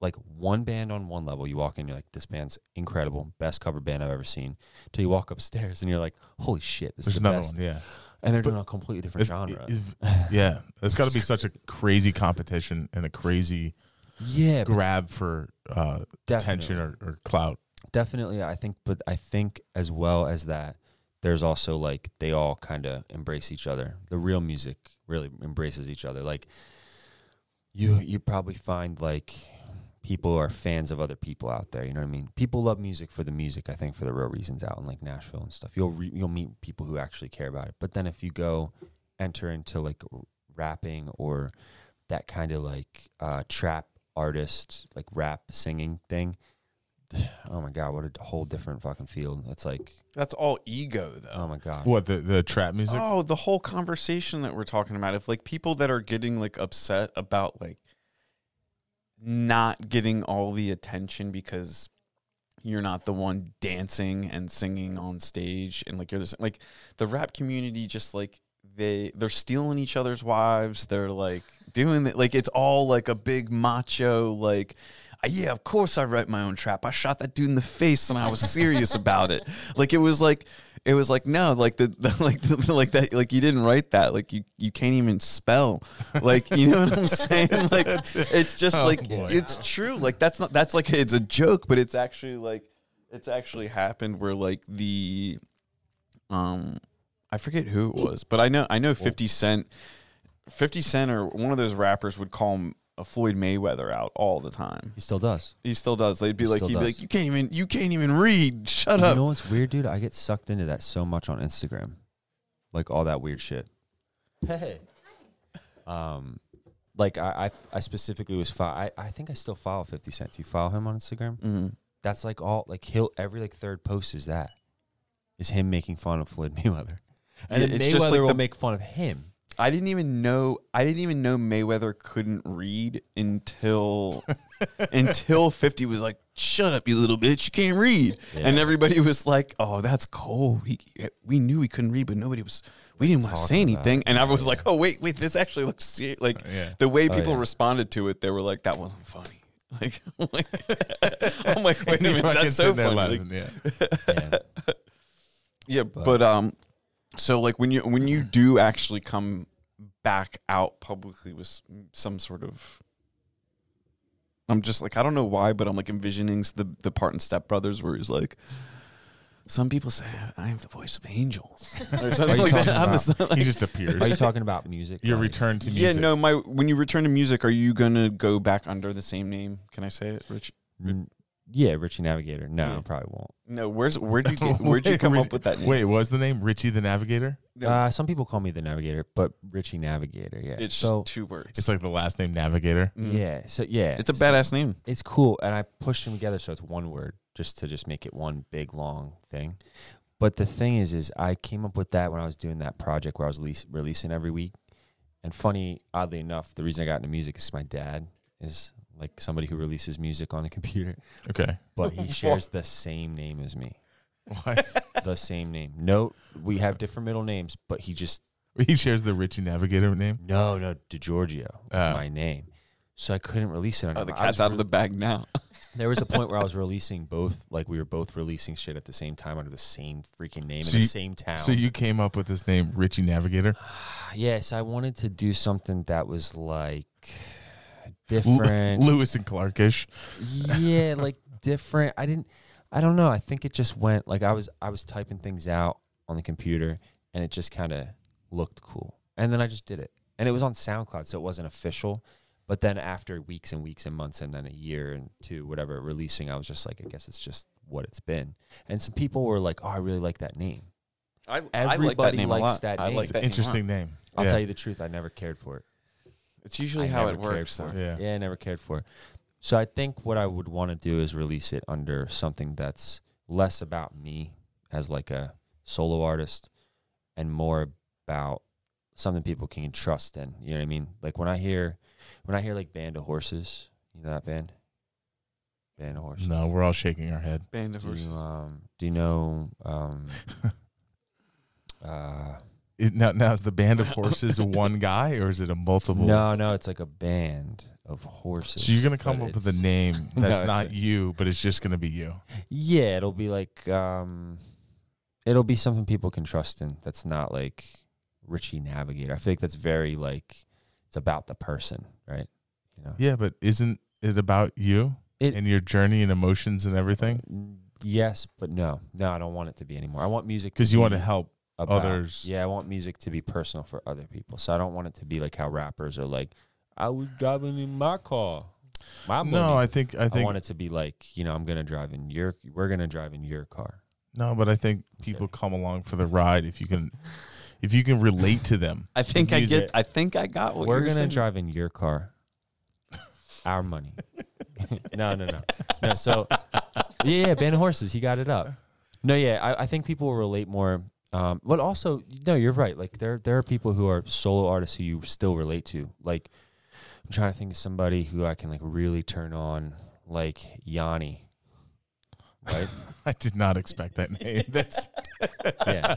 [SPEAKER 3] Like one band on one level, you walk in, you're like, this band's incredible, best cover band I've ever seen. Till you walk upstairs and you're like, holy shit, this
[SPEAKER 2] there's
[SPEAKER 3] is the
[SPEAKER 2] another
[SPEAKER 3] best.
[SPEAKER 2] one yeah
[SPEAKER 3] And they're
[SPEAKER 2] But
[SPEAKER 3] doing a completely different
[SPEAKER 2] It's-
[SPEAKER 3] genre.
[SPEAKER 2] it's- yeah it's got to be such a crazy competition and a crazy
[SPEAKER 3] yeah, but
[SPEAKER 2] grab for uh
[SPEAKER 3] definitely,
[SPEAKER 2] attention or, or clout
[SPEAKER 3] definitely. I think, but I think as well as that, there's also like they all kind of embrace each other. The real music really embraces each other. Like you, you probably find like people are fans of other people out there. You know what I mean? People love music for the music. I think for the real reasons out in like Nashville and stuff. You'll re- you'll meet people who actually care about it. But then if you go enter into like r- rapping or that kind of like uh, trap artist, like rap singing thing. Oh my god, what a d- whole different fucking field. It's like,
[SPEAKER 1] that's all ego though
[SPEAKER 3] oh my god,
[SPEAKER 2] what the the trap music
[SPEAKER 1] Oh, the whole conversation that we're talking about. If like people that are getting like upset about like not getting all the attention because you're not the one dancing and singing on stage and like you're this like the rap community just like they they're stealing each other's wives they're like doing it like it's all like a big macho like "Uh, yeah of course i write my own trap i shot that dude in the face and i was serious about it like it was like it was like no like the, the like the, like that like you didn't write that like you you can't even spell like you know what i'm saying like it's just
[SPEAKER 2] Oh,
[SPEAKER 1] like
[SPEAKER 2] boy.
[SPEAKER 1] it's true like that's not that's like it's a joke but it's actually like it's actually happened where like the um i forget who it was but i know i know 50 cent 50 cent or one of those rappers would call him a floyd mayweather out all the time
[SPEAKER 3] He still does.
[SPEAKER 1] he still does they'd be
[SPEAKER 3] He
[SPEAKER 1] like he'd
[SPEAKER 3] still
[SPEAKER 1] be
[SPEAKER 3] does.
[SPEAKER 1] like you can't even you can't even read shut up
[SPEAKER 3] You know what's weird, dude? I get sucked into that so much on Instagram, like all that weird shit. Hey. Um, like I, I, I specifically was fo- I, I think I still follow Fifty Cent. Do you follow him on Instagram?
[SPEAKER 1] mm-hmm.
[SPEAKER 3] That's like all like he'll every like third post is that is him making fun of Floyd Mayweather, and
[SPEAKER 1] Yeah,
[SPEAKER 3] then
[SPEAKER 1] it's
[SPEAKER 3] Mayweather
[SPEAKER 1] just like
[SPEAKER 3] will
[SPEAKER 1] the-
[SPEAKER 3] make fun of him.
[SPEAKER 1] I didn't even know I didn't even know Mayweather couldn't read until until 50 was like shut up you little bitch you can't read and everybody was like oh that's cold he, we knew he couldn't read but nobody was we didn't want to say
[SPEAKER 3] Talking about
[SPEAKER 1] anything and I was like oh wait wait this actually looks se- like
[SPEAKER 2] Yeah.
[SPEAKER 1] the way people
[SPEAKER 3] yeah.
[SPEAKER 1] responded to it they were like that wasn't funny like I'm like, I'm like, wait a minute
[SPEAKER 2] Fucking
[SPEAKER 1] that's so
[SPEAKER 2] sitting there
[SPEAKER 1] funny Like,
[SPEAKER 2] laughing, yeah.
[SPEAKER 3] Yeah.
[SPEAKER 1] yeah, but, um, so like when you when you do actually come back out publicly with s- some sort of, I'm just like I don't know why, but I'm like envisioning s- the the part in Step Brothers where he's like. Some people say I am the voice of angels, or something
[SPEAKER 3] you
[SPEAKER 1] like that.
[SPEAKER 3] talking
[SPEAKER 1] I'm the
[SPEAKER 3] about?
[SPEAKER 1] son- like-
[SPEAKER 2] he just appears.
[SPEAKER 3] Are you talking about music?
[SPEAKER 2] Your
[SPEAKER 3] Like,
[SPEAKER 2] return to
[SPEAKER 1] yeah,
[SPEAKER 2] music.
[SPEAKER 1] no. My when you return to music, are you gonna go back under the same name? Can I say it, Rich?
[SPEAKER 3] mm, Yeah, Richie Navigator. No,
[SPEAKER 1] Yeah.
[SPEAKER 3] I probably won't.
[SPEAKER 1] No. Where's where'd you get, where'd you
[SPEAKER 2] Wait,
[SPEAKER 1] come
[SPEAKER 2] Rich-
[SPEAKER 1] up with that name?
[SPEAKER 2] Wait, what was the name Richie the Navigator?
[SPEAKER 1] No,
[SPEAKER 3] Uh, some people call me the Navigator, but Richie Navigator. Yeah.
[SPEAKER 1] it's
[SPEAKER 3] so,
[SPEAKER 1] just two words.
[SPEAKER 2] It's like the last name Navigator.
[SPEAKER 1] Mm.
[SPEAKER 3] yeah. So yeah,
[SPEAKER 1] It's a
[SPEAKER 3] so-
[SPEAKER 1] badass name.
[SPEAKER 3] it's cool and i pushed them together so it's one word just to just make it one big long thing but the thing is is i came up with that when i was doing that project where i was leas- releasing every week and funny oddly enough the reason i got into music is my dad is like somebody who releases music on the computer
[SPEAKER 2] Okay.
[SPEAKER 3] but he shares the same name as me
[SPEAKER 2] What?
[SPEAKER 3] the same name no we have different middle names but he just
[SPEAKER 2] he shares the Richie Navigator name.
[SPEAKER 3] no no DiGiorgio
[SPEAKER 2] Oh.
[SPEAKER 3] my name so i couldn't release it on
[SPEAKER 1] Oh, the
[SPEAKER 3] I was
[SPEAKER 1] cat's out
[SPEAKER 3] re-
[SPEAKER 1] of the bag now.
[SPEAKER 3] There was a point where I was releasing both, like we were both releasing shit at the same time under the same freaking name
[SPEAKER 2] So
[SPEAKER 3] in the
[SPEAKER 2] you-
[SPEAKER 3] same town.
[SPEAKER 2] So you came up with this name Richie Navigator.
[SPEAKER 3] yes, I wanted to do something that was like
[SPEAKER 2] L-
[SPEAKER 3] different.
[SPEAKER 2] Lewis and Clarkish.
[SPEAKER 3] yeah, like different. I didn't. I don't know. I think it just went like I was. I was typing things out on the computer, and it just kind of looked cool. And then I just did it, and it was on SoundCloud, so it wasn't official. But then after weeks and weeks and months, and then a year and two, whatever, releasing, I was just like, I guess it's just what it's been. And some people were like, Oh, I really like that name.
[SPEAKER 1] I,
[SPEAKER 3] Everybody likes that name.
[SPEAKER 1] like
[SPEAKER 3] It's
[SPEAKER 1] that name a lot.
[SPEAKER 2] Interesting name.
[SPEAKER 3] I'll
[SPEAKER 2] Yeah.
[SPEAKER 3] tell you the truth, I never cared for it.
[SPEAKER 1] It's usually
[SPEAKER 3] I
[SPEAKER 1] how
[SPEAKER 3] never
[SPEAKER 1] it
[SPEAKER 3] cared
[SPEAKER 1] works.
[SPEAKER 3] for
[SPEAKER 1] though.
[SPEAKER 3] it.
[SPEAKER 2] Yeah.
[SPEAKER 3] Yeah, I never cared for. it. So I think what I would want to do is release it under something that's less about me as like a solo artist and more about something people can trust in. You know what I mean? Like when I hear when I hear like Band of Horses, you know that band? Band of Horses.
[SPEAKER 2] No, we're all shaking our head.
[SPEAKER 1] Band of
[SPEAKER 3] Do
[SPEAKER 1] horses.
[SPEAKER 3] you, um, do you know um, uh,
[SPEAKER 2] It, now, now is the band of horses one guy or is it a multiple?
[SPEAKER 3] No, no, it's like a band of horses.
[SPEAKER 2] So you're gonna come
[SPEAKER 3] but
[SPEAKER 2] up with a
[SPEAKER 3] it's-
[SPEAKER 2] name that's
[SPEAKER 3] it's
[SPEAKER 2] not
[SPEAKER 3] a-
[SPEAKER 2] you, but it's just gonna be you.
[SPEAKER 3] Yeah, it'll be like um it'll be something people can trust in that's not like Richie Navigator. I feel like that's very like it's about the person, right? You know.
[SPEAKER 2] Yeah, but isn't it about you
[SPEAKER 3] It-
[SPEAKER 2] and your journey and emotions and everything?
[SPEAKER 3] N- Yes, but no. No, I don't want it to be anymore. I want music
[SPEAKER 2] Because you want to
[SPEAKER 3] be
[SPEAKER 2] help
[SPEAKER 3] about-
[SPEAKER 2] others.
[SPEAKER 3] Yeah, I want music to be personal for other people. So I don't want it to be like how rappers are like I was driving in my car. My
[SPEAKER 2] no,
[SPEAKER 3] money."
[SPEAKER 2] I think I
[SPEAKER 3] I,
[SPEAKER 2] think
[SPEAKER 3] want it to be like, you know, I'm gonna drive in your we're gonna drive in your car.
[SPEAKER 2] no, but I think people come along for the ride if you can, if you can relate to them.
[SPEAKER 1] I think I
[SPEAKER 2] Use
[SPEAKER 1] get.
[SPEAKER 2] it.
[SPEAKER 1] I think I got what
[SPEAKER 3] we're
[SPEAKER 1] you're
[SPEAKER 3] gonna
[SPEAKER 1] saying.
[SPEAKER 3] drive in your car. Our money. no, no, no. No, so yeah, yeah, Band of Horses, he got it up. No, yeah, I, I think people will relate more. Um, but also, no, you're right. Like there there are people who are solo artists who you still relate to. Like I'm trying to think of somebody who I can like really turn on, like Yanni. Right?
[SPEAKER 2] I did not expect that name. That's
[SPEAKER 3] yeah.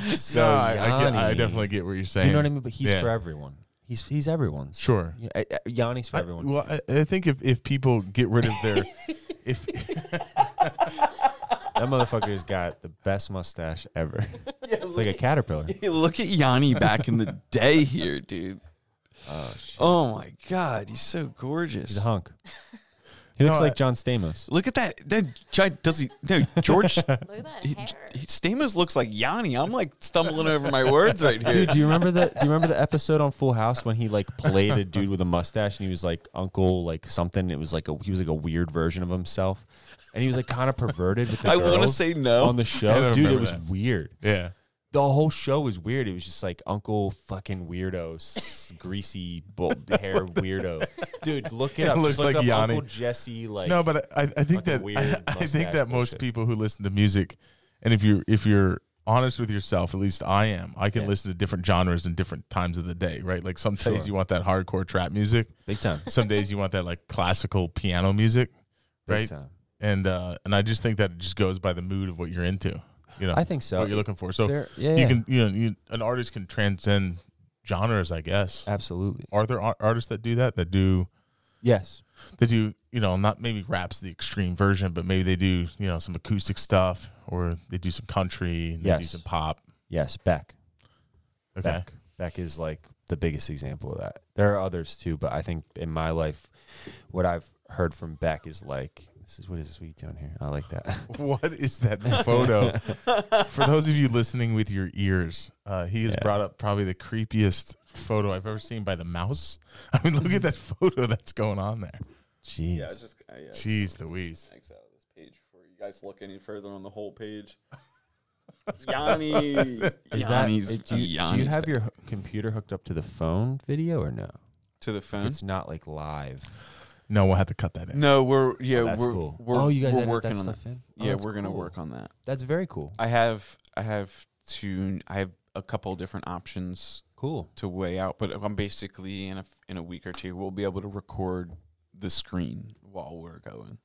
[SPEAKER 3] so
[SPEAKER 2] no, I, I, get, I
[SPEAKER 3] Yanni-
[SPEAKER 2] definitely get what you're saying.
[SPEAKER 3] You know what I mean? But he's
[SPEAKER 2] Yeah.
[SPEAKER 3] for everyone. He's he's everyone's.
[SPEAKER 2] Sure.
[SPEAKER 3] Yeah, uh, uh, Yanni's for everyone.
[SPEAKER 2] I, well, I, I think if, if people get rid of their if
[SPEAKER 3] That motherfucker's got the best mustache ever. it's like a caterpillar.
[SPEAKER 1] Look at Yanni back in the day here, dude.
[SPEAKER 3] Oh, shit.
[SPEAKER 1] Oh my God, he's so gorgeous.
[SPEAKER 3] He's a hunk. He looks
[SPEAKER 2] know,
[SPEAKER 3] like John Stamos.
[SPEAKER 1] Look at that. That giant does he? No, George.
[SPEAKER 4] Look at that
[SPEAKER 1] he,
[SPEAKER 4] hair.
[SPEAKER 1] he- Stamos looks like Yanni. I'm like stumbling over my words right here.
[SPEAKER 3] Dude, do you remember the do you remember the episode on Full House when he like played a dude with a mustache and he was like uncle like something? It was like a he was like a weird version of himself, and he was like kind of perverted with the
[SPEAKER 1] I want to
[SPEAKER 3] girls
[SPEAKER 1] say no.
[SPEAKER 3] on the
[SPEAKER 2] I
[SPEAKER 3] show.
[SPEAKER 2] don't
[SPEAKER 3] Dude, it
[SPEAKER 2] remember
[SPEAKER 3] was
[SPEAKER 2] that.
[SPEAKER 3] weird.
[SPEAKER 2] Yeah.
[SPEAKER 3] The whole show was weird. It was just like uncle fucking weirdo, s- greasy bold hair weirdo. Dude, look it,
[SPEAKER 2] It
[SPEAKER 3] up.
[SPEAKER 2] looks
[SPEAKER 3] Just look
[SPEAKER 2] like
[SPEAKER 3] up
[SPEAKER 2] Yanni.
[SPEAKER 3] Uncle Jesse. Like
[SPEAKER 2] no, but I, I think
[SPEAKER 3] fucking
[SPEAKER 2] that
[SPEAKER 3] weird
[SPEAKER 2] I, I think
[SPEAKER 3] mustache
[SPEAKER 2] that most
[SPEAKER 3] bullshit.
[SPEAKER 2] people who listen to music, and if you if you're honest with yourself, at least I am, I can
[SPEAKER 3] Yeah.
[SPEAKER 2] listen to different genres and different times of the day, right? Like some
[SPEAKER 3] Sure.
[SPEAKER 2] days you want that hardcore trap music,
[SPEAKER 3] big time,
[SPEAKER 2] some days you want that like classical piano music,
[SPEAKER 3] big
[SPEAKER 2] right?
[SPEAKER 3] time.
[SPEAKER 2] And uh, and I just think that it just goes by the mood of what you're into, you know,
[SPEAKER 3] I think so.
[SPEAKER 2] what you're looking for. So
[SPEAKER 3] There- yeah,
[SPEAKER 2] you
[SPEAKER 3] yeah.
[SPEAKER 2] can you know you, an artist can transcend genres, I guess.
[SPEAKER 3] absolutely.
[SPEAKER 2] Are there ar- artists that do that? That do
[SPEAKER 3] Yes.
[SPEAKER 2] they do you know not maybe raps the extreme version but maybe they do you know some acoustic stuff or they do some country and they do
[SPEAKER 3] Yes.
[SPEAKER 2] some pop
[SPEAKER 3] Yes, Beck.
[SPEAKER 2] okay
[SPEAKER 3] Beck. Beck is like the biggest example of that. There are others too, but I think in my life, what I've heard from Beck is like, this is what is this we doing here? I like that.
[SPEAKER 2] what is that photo for those of you listening with your ears uh, he has
[SPEAKER 3] Yeah.
[SPEAKER 2] brought up probably the creepiest photo i've ever seen by the mouse i mean look at that photo that's going on there
[SPEAKER 3] Jeez.
[SPEAKER 1] uh,
[SPEAKER 2] jeez louise
[SPEAKER 1] X out of this page before you guys look any further on the whole page. Yanni. Is
[SPEAKER 3] Is that, do, you, do you have your h- computer hooked up to the phone video or no?
[SPEAKER 1] to the phone?
[SPEAKER 3] It's not like live.
[SPEAKER 2] no we'll have to cut that in
[SPEAKER 1] No, we're yeah,
[SPEAKER 3] Oh, that's
[SPEAKER 1] we're,
[SPEAKER 3] cool.
[SPEAKER 1] we're
[SPEAKER 3] oh, you guys
[SPEAKER 1] we're
[SPEAKER 3] edit
[SPEAKER 1] working
[SPEAKER 3] that
[SPEAKER 1] on that.
[SPEAKER 3] stuff in? Oh,
[SPEAKER 1] Yeah,
[SPEAKER 3] that's
[SPEAKER 1] we're gonna
[SPEAKER 3] cool.
[SPEAKER 1] work on that.
[SPEAKER 3] That's very cool.
[SPEAKER 1] I have I have two I have a couple different options
[SPEAKER 3] Cool.
[SPEAKER 1] to weigh out, but I'm basically in a in a week or two we'll be able to record the screen while we're going,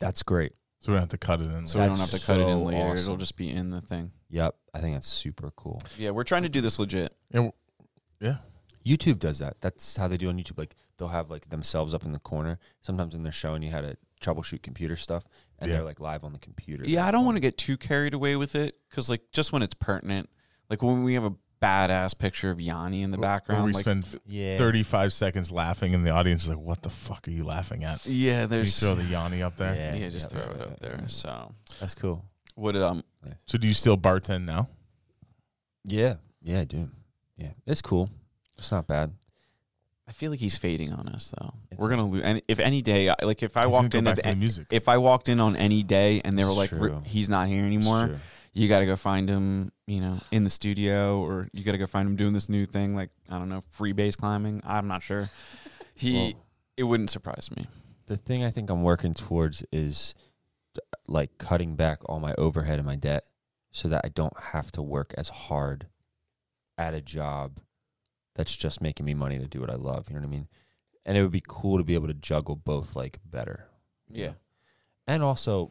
[SPEAKER 3] That's great.
[SPEAKER 2] so we don't have to cut it in
[SPEAKER 1] so
[SPEAKER 2] later.
[SPEAKER 1] we don't have
[SPEAKER 3] That's
[SPEAKER 1] to cut it in
[SPEAKER 3] so
[SPEAKER 1] later. It'll
[SPEAKER 3] awesome.
[SPEAKER 1] just be in the thing.
[SPEAKER 3] Yep. I think that's super cool.
[SPEAKER 1] Yeah, we're trying to do this legit.
[SPEAKER 2] And w- yeah
[SPEAKER 3] YouTube does that. That's how they do on YouTube. Like they'll have like themselves up in the corner. Sometimes when they're showing you how to troubleshoot computer stuff, and
[SPEAKER 2] Yeah.
[SPEAKER 3] they're like live on the computer.
[SPEAKER 1] Yeah, I don't want to get too carried away with it because, like, just when it's pertinent, like when we have a badass picture of Yanni in the
[SPEAKER 2] Where- where
[SPEAKER 1] background,
[SPEAKER 2] we
[SPEAKER 1] like,
[SPEAKER 2] spend
[SPEAKER 3] Yeah.
[SPEAKER 2] 35 seconds laughing and the audience is like what the fuck are you laughing at
[SPEAKER 1] yeah,
[SPEAKER 2] Can you
[SPEAKER 1] there's
[SPEAKER 2] throw the Yanni up there.
[SPEAKER 1] yeah,
[SPEAKER 3] Yeah,
[SPEAKER 1] just
[SPEAKER 3] yeah,
[SPEAKER 1] throw
[SPEAKER 3] right,
[SPEAKER 1] it
[SPEAKER 3] right,
[SPEAKER 1] up
[SPEAKER 3] right,
[SPEAKER 1] there.
[SPEAKER 3] right.
[SPEAKER 1] So,
[SPEAKER 3] That's cool.
[SPEAKER 1] what um,
[SPEAKER 2] So do you still bartend now?
[SPEAKER 3] Yeah. Yeah, I do. Yeah, it's cool. It's not bad.
[SPEAKER 1] I feel like he's fading on us though.
[SPEAKER 3] It's-
[SPEAKER 1] We're gonna lose. And if any day, I- like, if I
[SPEAKER 2] He's gonna
[SPEAKER 1] walked
[SPEAKER 2] go
[SPEAKER 1] in,
[SPEAKER 2] back
[SPEAKER 1] at
[SPEAKER 2] to
[SPEAKER 1] the,
[SPEAKER 2] the music.
[SPEAKER 1] if I walked in on any day and they were
[SPEAKER 3] It's
[SPEAKER 1] like, "We're-
[SPEAKER 3] true.
[SPEAKER 1] he's not here
[SPEAKER 3] It's
[SPEAKER 1] anymore,
[SPEAKER 3] true.
[SPEAKER 1] you got to go find him, you know, in the studio, or you got to go find him doing this new thing, like I don't know, free base climbing. I'm not sure. He,
[SPEAKER 3] Well-
[SPEAKER 1] it wouldn't surprise me.
[SPEAKER 3] The thing I think I'm working towards is t- like cutting back all my overhead and my debt, so that I don't have to work as hard at a job that's just making me money to do what I love. You know what I mean? And it would be cool to be able to juggle both like better. you
[SPEAKER 1] Yeah.
[SPEAKER 3] know? And also,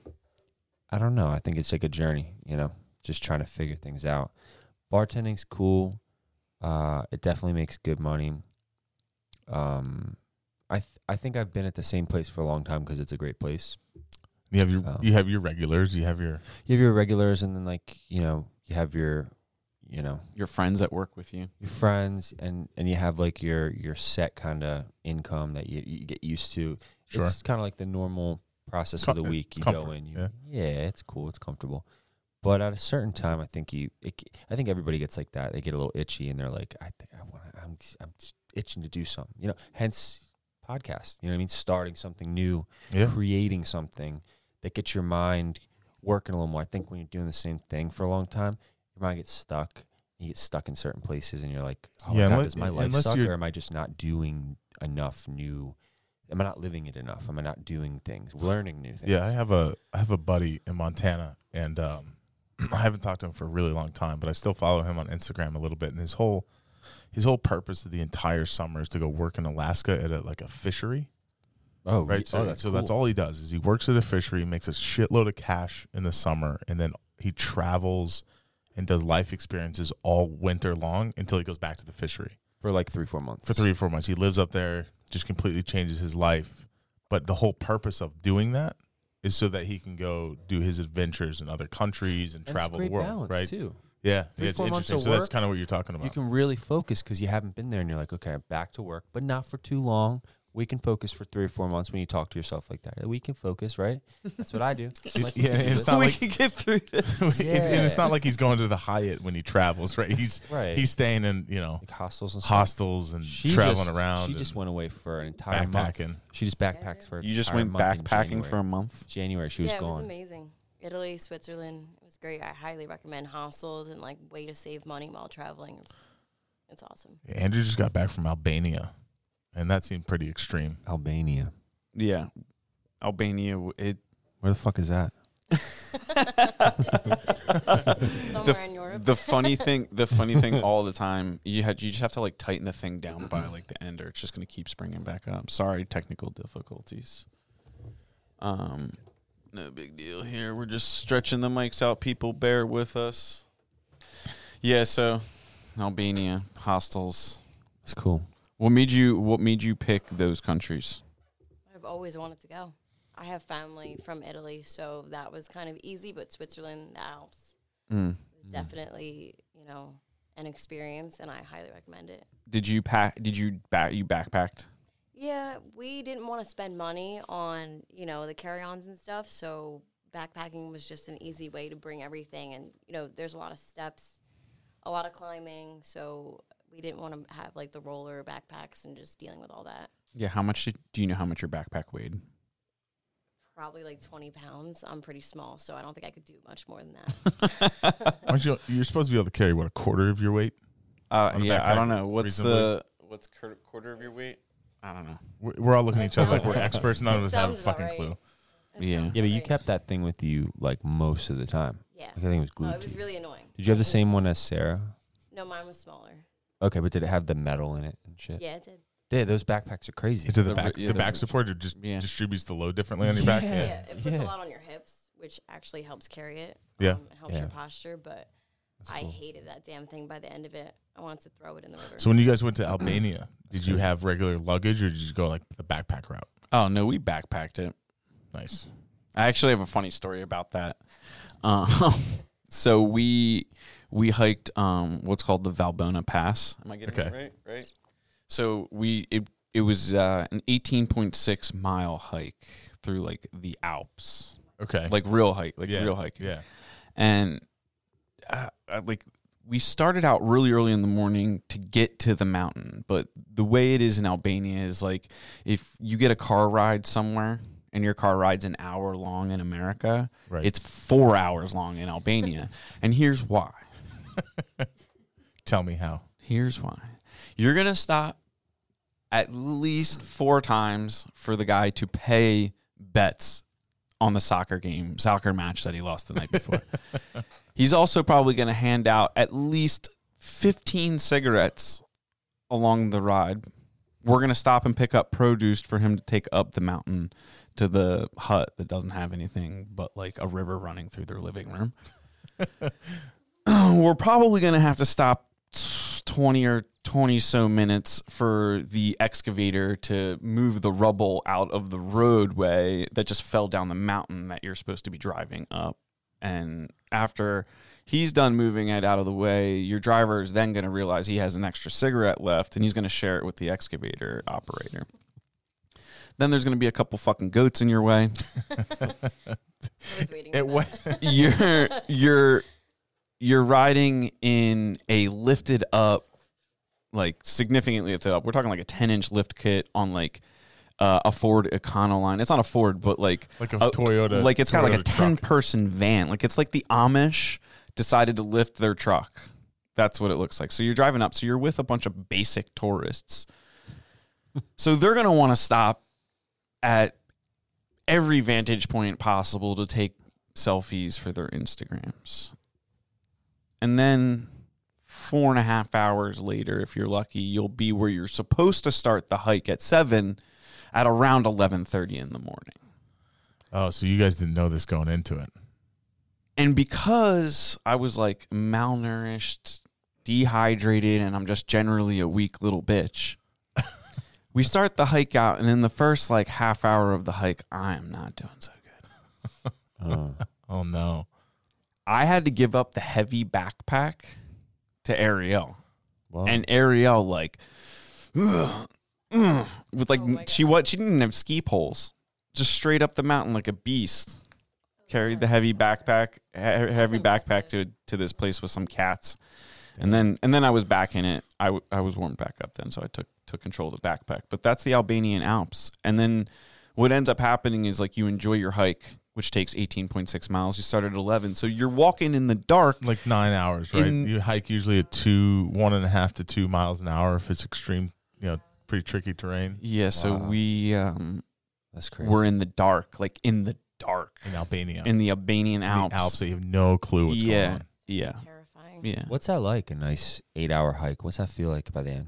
[SPEAKER 3] I don't know. I think it's like a journey, you know, just trying to figure things out. Bartending's cool. Uh, it definitely makes good money. Um, I th- I think I've been at the same place for a long time because it's a great place.
[SPEAKER 2] You have your
[SPEAKER 3] Oh.
[SPEAKER 2] you have your regulars, you have your
[SPEAKER 3] You have your regulars, and then like you know, you have your, you know,
[SPEAKER 1] Your friends that work with you.
[SPEAKER 3] your friends, and and you have like your your set kind of income that you, you get used to.
[SPEAKER 2] sure.
[SPEAKER 3] It's kind of like the normal process of
[SPEAKER 2] Com-
[SPEAKER 3] the week. You go
[SPEAKER 2] comfort,
[SPEAKER 3] in, you,
[SPEAKER 2] yeah.
[SPEAKER 3] yeah. it's cool, it's comfortable. But at a certain time, I think you, it, g- I think everybody gets like that. They get a little itchy, and they're like, I think I want to, I'm, s- I'm s- itching to do something. You know, hence podcast. You know what I mean? Starting something new,
[SPEAKER 2] yeah.
[SPEAKER 3] creating something that gets your mind working a little more. I think when you're doing the same thing for a long time, your mind gets stuck. You get stuck in certain places, and you're like, "Oh
[SPEAKER 2] Yeah,
[SPEAKER 3] my god,
[SPEAKER 2] unless-
[SPEAKER 3] does my life
[SPEAKER 2] unless
[SPEAKER 3] suck,
[SPEAKER 2] you're-
[SPEAKER 3] or am I just not doing enough new? Am I not living it enough? Am I not doing things, learning new things?
[SPEAKER 2] Yeah, I have a I have a buddy in Montana, and um, I haven't talked to him for a really long time, but I still follow him on Instagram a little bit. And his whole his whole purpose of the entire summer is to go work in Alaska at a, like a fishery,
[SPEAKER 3] oh,
[SPEAKER 2] right?
[SPEAKER 3] right.
[SPEAKER 2] so
[SPEAKER 3] oh, that's
[SPEAKER 2] so that's all he does is he works at a fishery, makes a shitload of cash in the summer, and then he travels and does life experiences all winter long until he goes back to the fishery.
[SPEAKER 3] for like three, four months.
[SPEAKER 2] for three or four months. He lives up there, just completely changes his life. But the whole purpose of doing that is so that he can go do his adventures in other countries and
[SPEAKER 3] That's
[SPEAKER 2] travel
[SPEAKER 3] great
[SPEAKER 2] the world,
[SPEAKER 3] balance,
[SPEAKER 2] right?
[SPEAKER 3] Too.
[SPEAKER 2] Yeah,
[SPEAKER 3] Three,
[SPEAKER 2] yeah, it's
[SPEAKER 3] four months
[SPEAKER 2] interesting.
[SPEAKER 3] of
[SPEAKER 2] So that's
[SPEAKER 3] work,
[SPEAKER 2] kind of what you're talking about.
[SPEAKER 3] You can really focus because you haven't been there, and you're like, okay, I'm back to work, but not for too long. We can focus for three or four months when you talk to yourself like that. We can focus, right? That's what I do. I'm like,
[SPEAKER 2] yeah, and it's not
[SPEAKER 1] we
[SPEAKER 2] like
[SPEAKER 1] can get through this.
[SPEAKER 2] it's, and it's
[SPEAKER 3] Yeah.
[SPEAKER 2] not like he's going to the Hyatt when he travels, right? He's
[SPEAKER 3] Right.
[SPEAKER 2] he's staying in you know
[SPEAKER 3] like hostels and stuff.
[SPEAKER 2] hostels and traveling
[SPEAKER 3] just,
[SPEAKER 2] around.
[SPEAKER 3] She just
[SPEAKER 2] and-
[SPEAKER 3] went away for an entire
[SPEAKER 2] backpacking.
[SPEAKER 3] month. She just backpacks for. an
[SPEAKER 1] You just
[SPEAKER 3] entire
[SPEAKER 1] went
[SPEAKER 3] month in
[SPEAKER 1] backpacking
[SPEAKER 3] January.
[SPEAKER 1] for a month.
[SPEAKER 3] January. She was
[SPEAKER 4] yeah, it was
[SPEAKER 3] gone.
[SPEAKER 4] amazing. Italy, Switzerland, it was great. I highly recommend hostels and like way to save money while traveling. It's, it's awesome.
[SPEAKER 2] Andrew just got back from Albania, and that seemed pretty extreme.
[SPEAKER 3] Albania.
[SPEAKER 1] Yeah, Albania. w- It
[SPEAKER 3] Where the fuck is that?
[SPEAKER 4] Somewhere in Europe.
[SPEAKER 1] the funny thing the funny thing all the time you had you just have to like tighten the thing down by like the end or it's just going to keep springing back up sorry technical difficulties um no big deal here we're just stretching the mics out people bear with us yeah so albania hostels
[SPEAKER 3] It's cool.
[SPEAKER 1] what made you what made you pick those countries
[SPEAKER 4] I've always wanted to go. I have family from Italy, so that was kind of easy, but Switzerland, the Alps
[SPEAKER 1] mm.
[SPEAKER 4] was definitely, you know, an experience and I highly recommend it.
[SPEAKER 1] did you pack did you back you backpacked
[SPEAKER 4] Yeah, we didn't want to spend money on, you know, the carry-ons and stuff, so backpacking was just an easy way to bring everything and, you know, there's a lot of steps, a lot of climbing, so we didn't want to have like the roller backpacks and just dealing with all that.
[SPEAKER 1] yeah how much did, do you know how much your backpack weighed
[SPEAKER 4] Probably like 20 pounds. I'm pretty small, so I don't think I could do much more than that.
[SPEAKER 2] Aren't you? You're supposed to be able to carry what a quarter of your weight.
[SPEAKER 1] Uh,
[SPEAKER 2] on a
[SPEAKER 1] yeah, I
[SPEAKER 2] backpack
[SPEAKER 1] don't know. What's
[SPEAKER 2] reasonably?
[SPEAKER 1] the what's cur- quarter of your weight? I don't know.
[SPEAKER 2] We're, we're all looking at each other like we're
[SPEAKER 4] Sounds-
[SPEAKER 2] experts. None of us have a
[SPEAKER 4] sounds about
[SPEAKER 2] fucking
[SPEAKER 4] right.
[SPEAKER 2] clue.
[SPEAKER 4] That
[SPEAKER 1] Yeah.
[SPEAKER 4] sounds
[SPEAKER 3] Yeah, but you
[SPEAKER 4] great.
[SPEAKER 3] kept that thing with you like most of the time.
[SPEAKER 4] Yeah.
[SPEAKER 3] Like, I think it was glued
[SPEAKER 4] No,
[SPEAKER 3] to
[SPEAKER 4] it was
[SPEAKER 3] you.
[SPEAKER 4] really annoying.
[SPEAKER 3] Did you have the same one as Sarah?
[SPEAKER 4] No, mine was smaller.
[SPEAKER 3] Okay, but did it have the metal in it and shit?
[SPEAKER 4] Yeah, it did.
[SPEAKER 3] Yeah, those backpacks are crazy.
[SPEAKER 2] Into the,
[SPEAKER 1] The
[SPEAKER 2] back,
[SPEAKER 1] ri- yeah,
[SPEAKER 2] the
[SPEAKER 1] the
[SPEAKER 2] back
[SPEAKER 1] ri-
[SPEAKER 2] support it just
[SPEAKER 1] yeah.
[SPEAKER 2] distributes the load differently on your back.
[SPEAKER 3] Yeah.
[SPEAKER 2] Yeah.
[SPEAKER 4] Yeah, it puts
[SPEAKER 3] Yeah.
[SPEAKER 4] a lot on your hips, which actually helps carry it.
[SPEAKER 2] Yeah.
[SPEAKER 4] Um, it helps
[SPEAKER 3] Yeah.
[SPEAKER 4] your posture, but
[SPEAKER 3] That's
[SPEAKER 4] I
[SPEAKER 3] cool.
[SPEAKER 4] hated that damn thing by the end of it. I wanted to throw it in the river.
[SPEAKER 2] So when you guys went to Albania, did you
[SPEAKER 3] crazy.
[SPEAKER 2] have regular luggage or did you go like the backpack route?
[SPEAKER 1] Oh no, we backpacked it.
[SPEAKER 2] Nice.
[SPEAKER 1] I actually have a funny story about that. Um, so we we hiked um, what's called the Valbona Pass. Am I getting
[SPEAKER 2] Okay.
[SPEAKER 1] it right? Right. So we it it was uh, an eighteen point six mile hike through like the Alps,
[SPEAKER 2] Okay.
[SPEAKER 1] like real hike, like
[SPEAKER 2] yeah.
[SPEAKER 1] real hike.
[SPEAKER 2] Yeah.
[SPEAKER 1] and uh, uh, like we started out really early in the morning to get to the mountain but the way it is in albania is like if you get a car ride somewhere and your car ride's an hour long in america
[SPEAKER 2] Right.
[SPEAKER 1] it's four hours long in albania and here's why
[SPEAKER 2] Tell me how.
[SPEAKER 1] here's why you're gonna stop at least four times for the guy to pay bets on the soccer game soccer match that he lost the night before he's also probably gonna hand out at least 15 cigarettes along the ride we're gonna stop and pick up produce for him to take up the mountain to the hut that doesn't have anything but like a river running through their living room we're probably going to have to stop 20 or 20 so minutes for the excavator to move the rubble out of the roadway that just fell down the mountain that you're supposed to be driving up. And after he's done moving it out of the way, your driver is then going to realize he has an extra cigarette left and he's going to share it with the excavator operator. Then there's going to be a couple fucking goats in your way.
[SPEAKER 4] I was waiting.
[SPEAKER 2] It
[SPEAKER 4] for
[SPEAKER 2] was
[SPEAKER 4] that.
[SPEAKER 1] you're you're you're riding in a lifted up like significantly lifted up we're talking like a 10 inch lift kit on like uh, a ford econoline it's not a ford but like
[SPEAKER 2] Like a Toyota-
[SPEAKER 1] Uh, like it's got like a
[SPEAKER 2] Toyota truck.
[SPEAKER 1] 10 person van like it's like the amish decided to lift their truck that's what it looks like so you're driving up so you're with a bunch of basic tourists so they're going to want to stop at every vantage point possible to take selfies for their Instagrams. And then four and a half hours later, if you're lucky, you'll be where you're supposed to start the hike at seven at around eleven thirty in the morning.
[SPEAKER 2] Oh, so you guys didn't know this going into it.
[SPEAKER 1] And because I was like malnourished, dehydrated, and I'm just generally a weak little bitch, we start the hike out. And in the first like half hour of the hike, I am not doing so good.
[SPEAKER 3] Oh.
[SPEAKER 2] Oh no.
[SPEAKER 1] I had to give up the heavy backpack to Ariel.
[SPEAKER 3] Well,
[SPEAKER 1] Oh. and Ariel like "Ugh, ugh," with like
[SPEAKER 4] Oh my
[SPEAKER 1] she what she didn't have ski poles, just straight up the mountain like a beast. Carried the heavy backpack, he- heavy backpack to to this place with some cats, and then and then I was back in it. I, w- I was warmed back up then, so I took took control of the backpack. But that's the Albanian Alps, and then what ends up happening is like you enjoy your hike, which takes eighteen point six miles. You start at eleven, so you're walking in the dark.
[SPEAKER 2] Like nine hours, right?
[SPEAKER 1] In-
[SPEAKER 2] you hike usually at two, one and a half to two miles an hour if it's extreme, you know, pretty tricky terrain
[SPEAKER 1] Yeah, so
[SPEAKER 3] Wow.
[SPEAKER 1] we um,
[SPEAKER 3] that's crazy.
[SPEAKER 1] we're in the dark, like in the dark
[SPEAKER 2] in Albania.
[SPEAKER 1] in the Albanian
[SPEAKER 2] In the
[SPEAKER 1] Alps.
[SPEAKER 2] Alps, that you have no clue what's
[SPEAKER 1] yeah,
[SPEAKER 2] going on.
[SPEAKER 1] yeah,
[SPEAKER 4] Terrifying.
[SPEAKER 1] yeah.
[SPEAKER 3] What's that like? A nice eight-hour hike. What's that feel like by the end?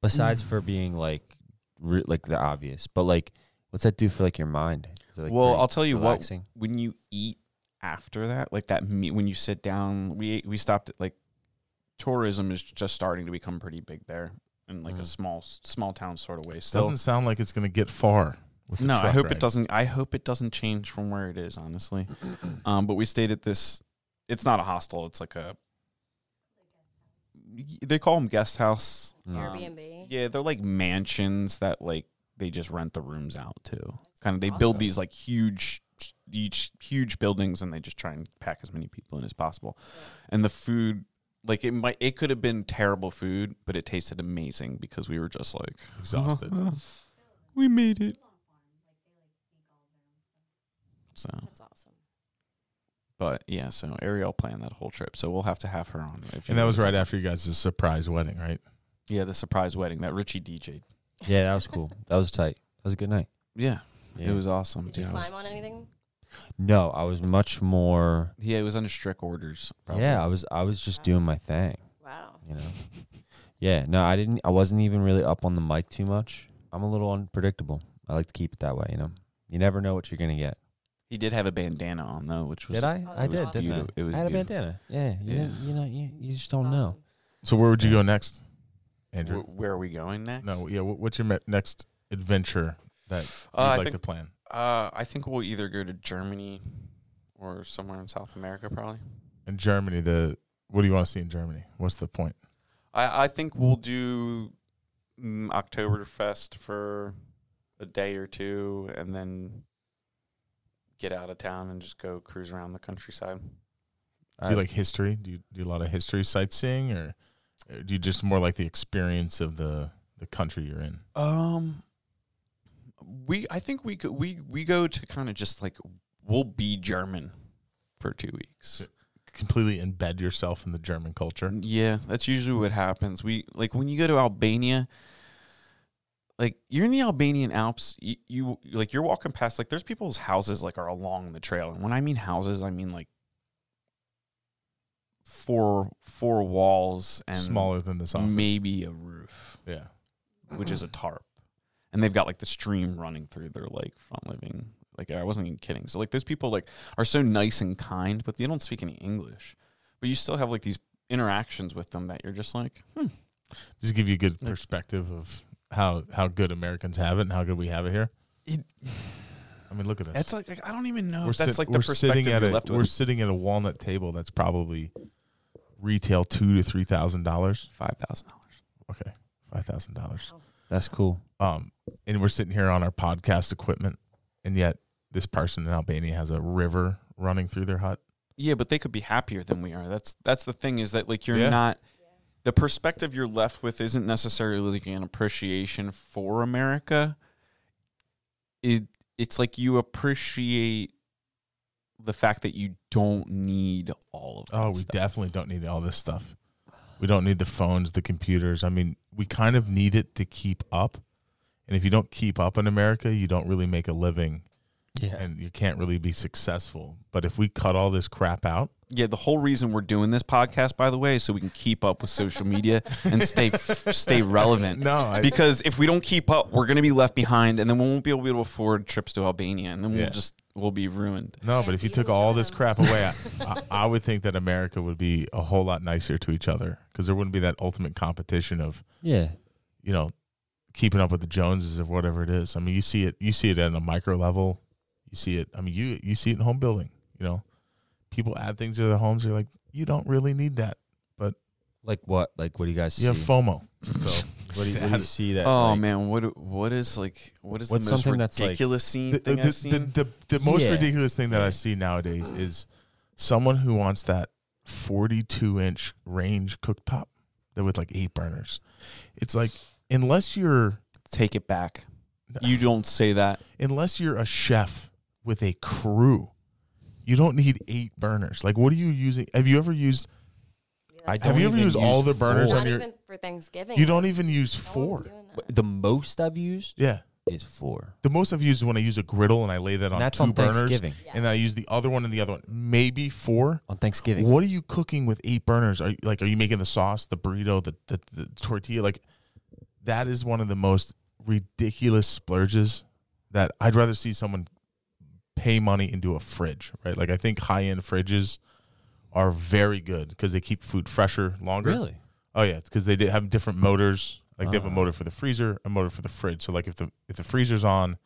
[SPEAKER 3] Besides
[SPEAKER 1] Mm.
[SPEAKER 3] for being like, re- like the obvious, but like, what's that do for like your mind? Is it, like,
[SPEAKER 1] well,
[SPEAKER 3] very
[SPEAKER 1] I'll tell you
[SPEAKER 3] relaxing?
[SPEAKER 1] what. When you eat after that, like that, meat, when you sit down, we ate- we stopped at like tourism is just starting to become pretty big there, in like a
[SPEAKER 3] Mm.
[SPEAKER 1] small small town sort of way. Still,
[SPEAKER 2] Doesn't sound like it's going to get far. With the
[SPEAKER 1] no, I
[SPEAKER 2] truck
[SPEAKER 1] hope
[SPEAKER 2] ride.
[SPEAKER 1] it doesn't. I hope it doesn't change from where it is, honestly. um, but we stayed at this. It's not a hostel. It's like a. They call them guest house.
[SPEAKER 3] Mm.
[SPEAKER 1] um,
[SPEAKER 4] Airbnb.
[SPEAKER 1] Yeah, they're like mansions that like they just rent the rooms out to. Kind of they build these like huge each huge buildings and they just try and pack as many people in as possible. And the food like it might it could have been terrible food, but it tasted amazing because we were just like
[SPEAKER 2] Exhausted.
[SPEAKER 1] Uh-huh. we made it. So,
[SPEAKER 4] That's awesome.
[SPEAKER 1] but yeah, so Ariel planned that whole trip. So we'll have to have her on. If
[SPEAKER 2] And that was
[SPEAKER 1] want
[SPEAKER 2] right
[SPEAKER 1] to.
[SPEAKER 2] after you guys' surprise wedding, right?
[SPEAKER 1] Yeah, the surprise wedding that Richie DJ'd.
[SPEAKER 3] Yeah, that was cool. That was tight. That was a good night.
[SPEAKER 1] Yeah,
[SPEAKER 3] Yeah.
[SPEAKER 1] it was awesome.
[SPEAKER 4] Did you
[SPEAKER 1] dude. I was-
[SPEAKER 4] climb on anything?
[SPEAKER 3] No, I was much more.
[SPEAKER 1] yeah, it was under strict orders.
[SPEAKER 3] Yeah, I was. I was just doing my thing.
[SPEAKER 4] Wow.
[SPEAKER 3] You know. Yeah. No, I didn't. I wasn't even really up on the mic too much. I'm a little unpredictable. I like to keep it that way. You know. You never know what you're gonna get.
[SPEAKER 1] He did have a bandana on though, which was
[SPEAKER 3] Did I?
[SPEAKER 4] Oh,
[SPEAKER 3] I
[SPEAKER 4] it was
[SPEAKER 3] did, didn't
[SPEAKER 1] beautiful.
[SPEAKER 3] I?
[SPEAKER 1] It was
[SPEAKER 3] I had a
[SPEAKER 1] beautiful.
[SPEAKER 3] bandana. Yeah. You,
[SPEAKER 1] Yeah.
[SPEAKER 3] didn't- you know, you, you just don't
[SPEAKER 4] Awesome.
[SPEAKER 3] know.
[SPEAKER 2] So where would you go next, Andrew?
[SPEAKER 1] Wh- where are we going next?
[SPEAKER 2] No, yeah. wh- What's your me- next adventure that you'd
[SPEAKER 1] Uh, I
[SPEAKER 2] like
[SPEAKER 1] think
[SPEAKER 2] to plan?
[SPEAKER 1] uh, I think we'll either go to Germany or somewhere in South America, probably.
[SPEAKER 2] In Germany, the what do you want to see in Germany? What's the point?
[SPEAKER 1] I I think we'll do mm, Oktoberfest for a day or two, and then get out of town and just go cruise around the countryside.
[SPEAKER 2] Do
[SPEAKER 3] I-
[SPEAKER 2] you like history? Do you do a lot of history sightseeing, or or do you just more like the experience of the the country you're in?
[SPEAKER 1] Um, we I think we could we we go to kind of just like we'll be German for two weeks.
[SPEAKER 2] Completely embed yourself in the German culture.
[SPEAKER 1] Yeah, that's usually what happens. We like when you go to Albania, like you're in the Albanian Alps, you, you like you're walking past like there's people's houses like are along the trail. And when I mean houses, I mean like four four walls and
[SPEAKER 2] Smaller than this office,
[SPEAKER 1] maybe a roof,
[SPEAKER 2] Yeah,
[SPEAKER 1] which is a
[SPEAKER 2] Uh-huh.
[SPEAKER 1] tarp. And they've got like the stream running through their like front living. Like I wasn't even kidding. So like those people like are so nice and kind, but they don't speak any English. But you still have like these interactions with them that you're just like
[SPEAKER 2] just give you a good
[SPEAKER 1] Like-
[SPEAKER 2] perspective of how how good Americans have it and how good we have it here.
[SPEAKER 1] It-
[SPEAKER 2] I mean, look at us.
[SPEAKER 1] That's like, like, I don't even know if
[SPEAKER 2] sit-
[SPEAKER 1] that's like the
[SPEAKER 2] we're
[SPEAKER 1] perspective
[SPEAKER 2] at
[SPEAKER 1] you're
[SPEAKER 2] a,
[SPEAKER 1] left
[SPEAKER 2] we're
[SPEAKER 1] with.
[SPEAKER 2] sitting at a walnut table that's probably retail two to three thousand dollars.
[SPEAKER 1] Five thousand dollars.
[SPEAKER 2] Okay, five thousand dollars.
[SPEAKER 3] That's cool.
[SPEAKER 2] Um, and we're sitting here on our podcast equipment, and yet this person in Albania has a river running through their hut.
[SPEAKER 1] Yeah, but they could be happier than we are. That's that's the thing is that like you're
[SPEAKER 2] Yeah.
[SPEAKER 1] not the perspective you're left with isn't necessarily like an appreciation for America. It it's like you appreciate the fact that you don't need all of that
[SPEAKER 2] Oh, we
[SPEAKER 1] stuff.
[SPEAKER 2] definitely don't need all this stuff. We don't need the phones, the computers. I mean, we kind of need it to keep up. And if you don't keep up in America, you don't really make a living
[SPEAKER 3] Yeah.
[SPEAKER 2] and you can't really be successful. But if we cut all this crap out,
[SPEAKER 1] Yeah, the whole reason we're doing this podcast, by the way, is so we can keep up with social media and stay stay relevant.
[SPEAKER 2] no, I,
[SPEAKER 1] because if we don't keep up, we're gonna be left behind, and then we won't be able to afford trips to Albania, and then
[SPEAKER 2] Yeah.
[SPEAKER 1] we'll just we'll be ruined.
[SPEAKER 2] No, but if you took all this crap away, I, I, I would think that America would be a whole lot nicer to each other because there wouldn't be that ultimate competition of
[SPEAKER 3] Yeah.
[SPEAKER 2] you know keeping up with the Joneses or whatever it is. I mean, you see it, you see it at a micro level, You see it. I mean, you you see it in home building. You know, people add things to their homes. You're like, you don't really need that.
[SPEAKER 3] Like what? Like what do you guys
[SPEAKER 2] You have
[SPEAKER 3] see?
[SPEAKER 2] FOMO. So
[SPEAKER 3] What do you, what do you see that?
[SPEAKER 1] Oh
[SPEAKER 3] like-
[SPEAKER 2] Um,
[SPEAKER 1] man, what what is like what is
[SPEAKER 3] What's
[SPEAKER 1] the most
[SPEAKER 3] something that's, like-
[SPEAKER 1] ridiculous scene
[SPEAKER 2] the,
[SPEAKER 1] thing
[SPEAKER 2] the,
[SPEAKER 1] I've
[SPEAKER 2] the,
[SPEAKER 1] seen?
[SPEAKER 2] the, the most
[SPEAKER 3] Yeah.
[SPEAKER 2] ridiculous thing that I see nowadays is someone who wants that 42 inch range cooktop that with like eight burners. It's like unless you're
[SPEAKER 1] Take it back. You don't say that.
[SPEAKER 2] unless you're a chef with a crew, you don't need eight burners. Like, what are you using? Have you ever used?
[SPEAKER 3] I
[SPEAKER 2] Have
[SPEAKER 3] don't
[SPEAKER 2] you ever
[SPEAKER 3] even
[SPEAKER 2] used
[SPEAKER 3] use
[SPEAKER 2] all the burners
[SPEAKER 3] four.
[SPEAKER 4] Not
[SPEAKER 2] on your?
[SPEAKER 4] even for Thanksgiving.
[SPEAKER 2] You don't even use
[SPEAKER 4] No
[SPEAKER 2] four.
[SPEAKER 4] one's doing that.
[SPEAKER 3] The most I've used
[SPEAKER 2] Yeah,
[SPEAKER 3] is four.
[SPEAKER 2] the most I've used is when I use a griddle and I lay that on
[SPEAKER 3] And that's
[SPEAKER 2] two
[SPEAKER 3] on
[SPEAKER 2] burners,
[SPEAKER 3] Thanksgiving.
[SPEAKER 4] Yeah.
[SPEAKER 2] and then I use the other one and the other one, maybe four.
[SPEAKER 3] On Thanksgiving.
[SPEAKER 2] What are you cooking with eight burners? Are you, like, are you making the sauce, the burrito, the, the the tortilla? Like, that is one of the most ridiculous splurges that I'd rather see someone pay money into a fridge, right? Like, I think high end fridges are very good because they keep food fresher longer.
[SPEAKER 3] Really?
[SPEAKER 2] Oh yeah, because they did have different motors. Like they have a
[SPEAKER 3] Ah.
[SPEAKER 2] motor for the freezer, a motor for the fridge. So like if the if the freezer's on,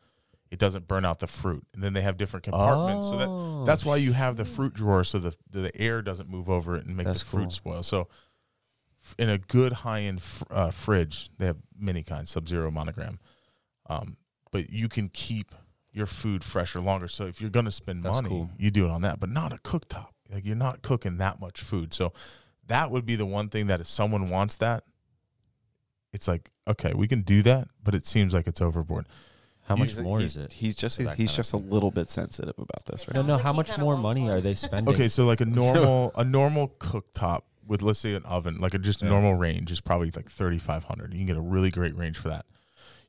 [SPEAKER 2] it doesn't burn out the fruit. And then they have different compartments. So that
[SPEAKER 3] Oh,
[SPEAKER 2] that's why you have the fruit drawer so the the air doesn't move over it and make
[SPEAKER 3] That's
[SPEAKER 2] the fruit
[SPEAKER 3] cool.
[SPEAKER 2] spoil. So f- in a good high end fr- uh, fridge, they have many kinds, Sub Zero, Monogram, um, but you can keep your food fresher longer. So if you're going to spend
[SPEAKER 3] That's
[SPEAKER 2] money,
[SPEAKER 3] cool.
[SPEAKER 2] you do it on that, but not a cooktop. Like you're not cooking that much food. So that would be the one thing that if someone wants that, it's like okay, we can do that, but it seems like it's overboard.
[SPEAKER 3] How much
[SPEAKER 1] He's-
[SPEAKER 3] more
[SPEAKER 1] he's-
[SPEAKER 3] is it?
[SPEAKER 1] He's just
[SPEAKER 3] for that
[SPEAKER 1] he's
[SPEAKER 3] kind of
[SPEAKER 1] just a
[SPEAKER 3] thing?
[SPEAKER 1] little bit sensitive about this,
[SPEAKER 3] No,
[SPEAKER 1] right?
[SPEAKER 4] Sounds
[SPEAKER 3] no.
[SPEAKER 4] like
[SPEAKER 3] How
[SPEAKER 4] he
[SPEAKER 3] much
[SPEAKER 4] kinda
[SPEAKER 3] more
[SPEAKER 4] wants
[SPEAKER 3] money
[SPEAKER 4] one.
[SPEAKER 3] are they spending?
[SPEAKER 2] Okay, so like a normal a normal cooktop with let's say an oven, like a just
[SPEAKER 3] Yeah.
[SPEAKER 2] normal range is probably like thirty five hundred. You can get a really great range for that.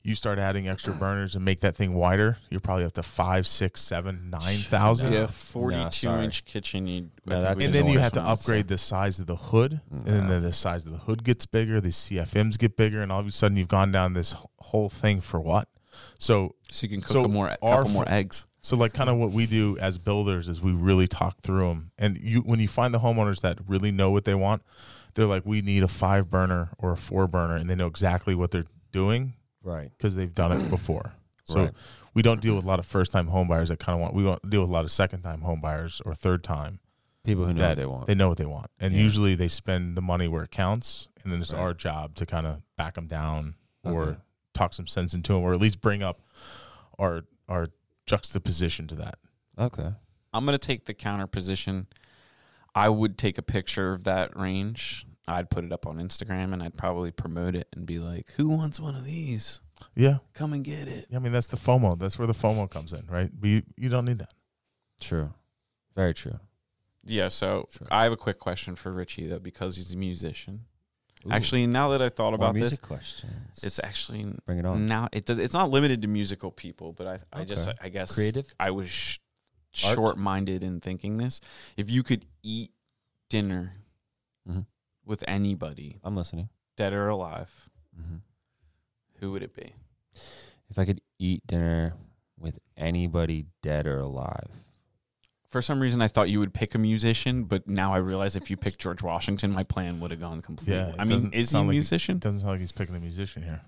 [SPEAKER 2] You start adding extra burners and make that thing wider, you're probably up to five, six, seven, nine thousand.
[SPEAKER 1] Yeah,
[SPEAKER 3] No,
[SPEAKER 1] forty-two
[SPEAKER 3] sorry.
[SPEAKER 1] inch kitchen. You,
[SPEAKER 3] No,
[SPEAKER 1] I think
[SPEAKER 3] that's-
[SPEAKER 1] we
[SPEAKER 2] And
[SPEAKER 1] just
[SPEAKER 2] then you
[SPEAKER 1] ordered
[SPEAKER 2] have to
[SPEAKER 1] from outside.
[SPEAKER 2] upgrade the size of the hood, and
[SPEAKER 3] Nah.
[SPEAKER 2] then the size of the hood gets bigger. The CFMs get bigger, and all of a sudden you've gone down this wh- whole thing for what? So
[SPEAKER 1] so you can cook
[SPEAKER 2] so
[SPEAKER 1] a more couple
[SPEAKER 2] our
[SPEAKER 1] more
[SPEAKER 2] fr-
[SPEAKER 1] eggs.
[SPEAKER 2] So like kind of what we do as builders is we really talk through them. And you when you find the homeowners that really know what they want, they're like we need a 5 burner or a 4 burner and they know exactly what they're doing
[SPEAKER 3] Right.
[SPEAKER 2] cuz they've done it before. So
[SPEAKER 3] Right.
[SPEAKER 2] we don't deal with a lot of first time home buyers that kind of want we don't deal with a lot of second time home buyers or third time.
[SPEAKER 3] People who know
[SPEAKER 2] that
[SPEAKER 3] what they want.
[SPEAKER 2] They know what they want. And
[SPEAKER 3] Yeah.
[SPEAKER 2] usually they spend the money where it counts and then it's
[SPEAKER 3] Right.
[SPEAKER 2] our job to kind of back them down or
[SPEAKER 3] Okay.
[SPEAKER 2] talk some sense into them or at least bring up our our juxtaposition to that.
[SPEAKER 3] okay.
[SPEAKER 1] I'm gonna take the counter position. I would take a picture of that range. I'd put it up on Instagram and I'd probably promote it and be like, "Who wants one of these?
[SPEAKER 2] Yeah.
[SPEAKER 1] Come and get it."
[SPEAKER 2] Yeah, I mean that's the FOMO. That's where the FOMO comes in, right? But you, you don't need that.
[SPEAKER 3] True. Very true.
[SPEAKER 1] Yeah. So
[SPEAKER 3] Sure.
[SPEAKER 1] I have a quick question for Richie though, because he's a musician.
[SPEAKER 3] Ooh,
[SPEAKER 1] Actually, now that I thought
[SPEAKER 3] more
[SPEAKER 1] about this,
[SPEAKER 3] music questions.
[SPEAKER 1] it's actually
[SPEAKER 3] bring it on.
[SPEAKER 1] now it does. It's not limited to musical people, but I I just
[SPEAKER 3] Okay.
[SPEAKER 1] I guess
[SPEAKER 3] Creative.
[SPEAKER 1] I was sh-
[SPEAKER 3] Art?
[SPEAKER 1] short-minded in thinking this. If you could eat dinner
[SPEAKER 3] Mhm.
[SPEAKER 1] with anybody,
[SPEAKER 3] I'm listening.
[SPEAKER 1] dead or alive,
[SPEAKER 3] hmm
[SPEAKER 1] who would it be?
[SPEAKER 3] If I could eat dinner with anybody dead or alive,
[SPEAKER 1] For some reason, I thought you would pick a musician, but now I realize if you picked George Washington, my plan would have gone completely.
[SPEAKER 2] Yeah, it
[SPEAKER 1] I mean,
[SPEAKER 2] doesn't
[SPEAKER 1] is he a
[SPEAKER 2] sound like-
[SPEAKER 1] musician?
[SPEAKER 2] It doesn't sound like he's picking a musician here.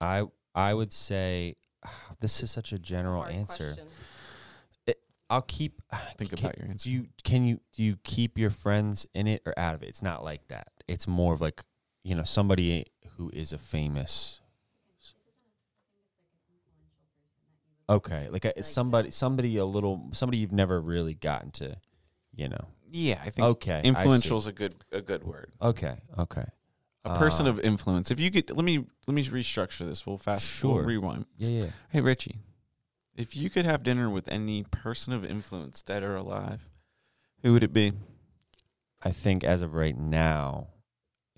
[SPEAKER 3] I I would say this is such a general
[SPEAKER 4] Hard
[SPEAKER 3] answer.
[SPEAKER 4] question.
[SPEAKER 3] I'll keep.
[SPEAKER 1] Think
[SPEAKER 3] can,
[SPEAKER 1] about your answer.
[SPEAKER 3] Do you can you do you keep your friends in it or out of it? It's not like that. It's more of like you know somebody who is a famous. Okay, like a, somebody somebody a little somebody you've never really gotten to, you know.
[SPEAKER 1] yeah, I think
[SPEAKER 3] Okay, I see.
[SPEAKER 1] influential is a good a good word.
[SPEAKER 3] Okay, okay.
[SPEAKER 1] A person
[SPEAKER 3] Uh,
[SPEAKER 1] of influence. If you could, let me let me restructure this. We'll fast. Sure.
[SPEAKER 3] Sure.
[SPEAKER 1] rewind.
[SPEAKER 3] yeah, yeah.
[SPEAKER 1] Hey Richie, if you could have dinner with any person of influence, dead or alive, who would it be?
[SPEAKER 3] I think as of right now,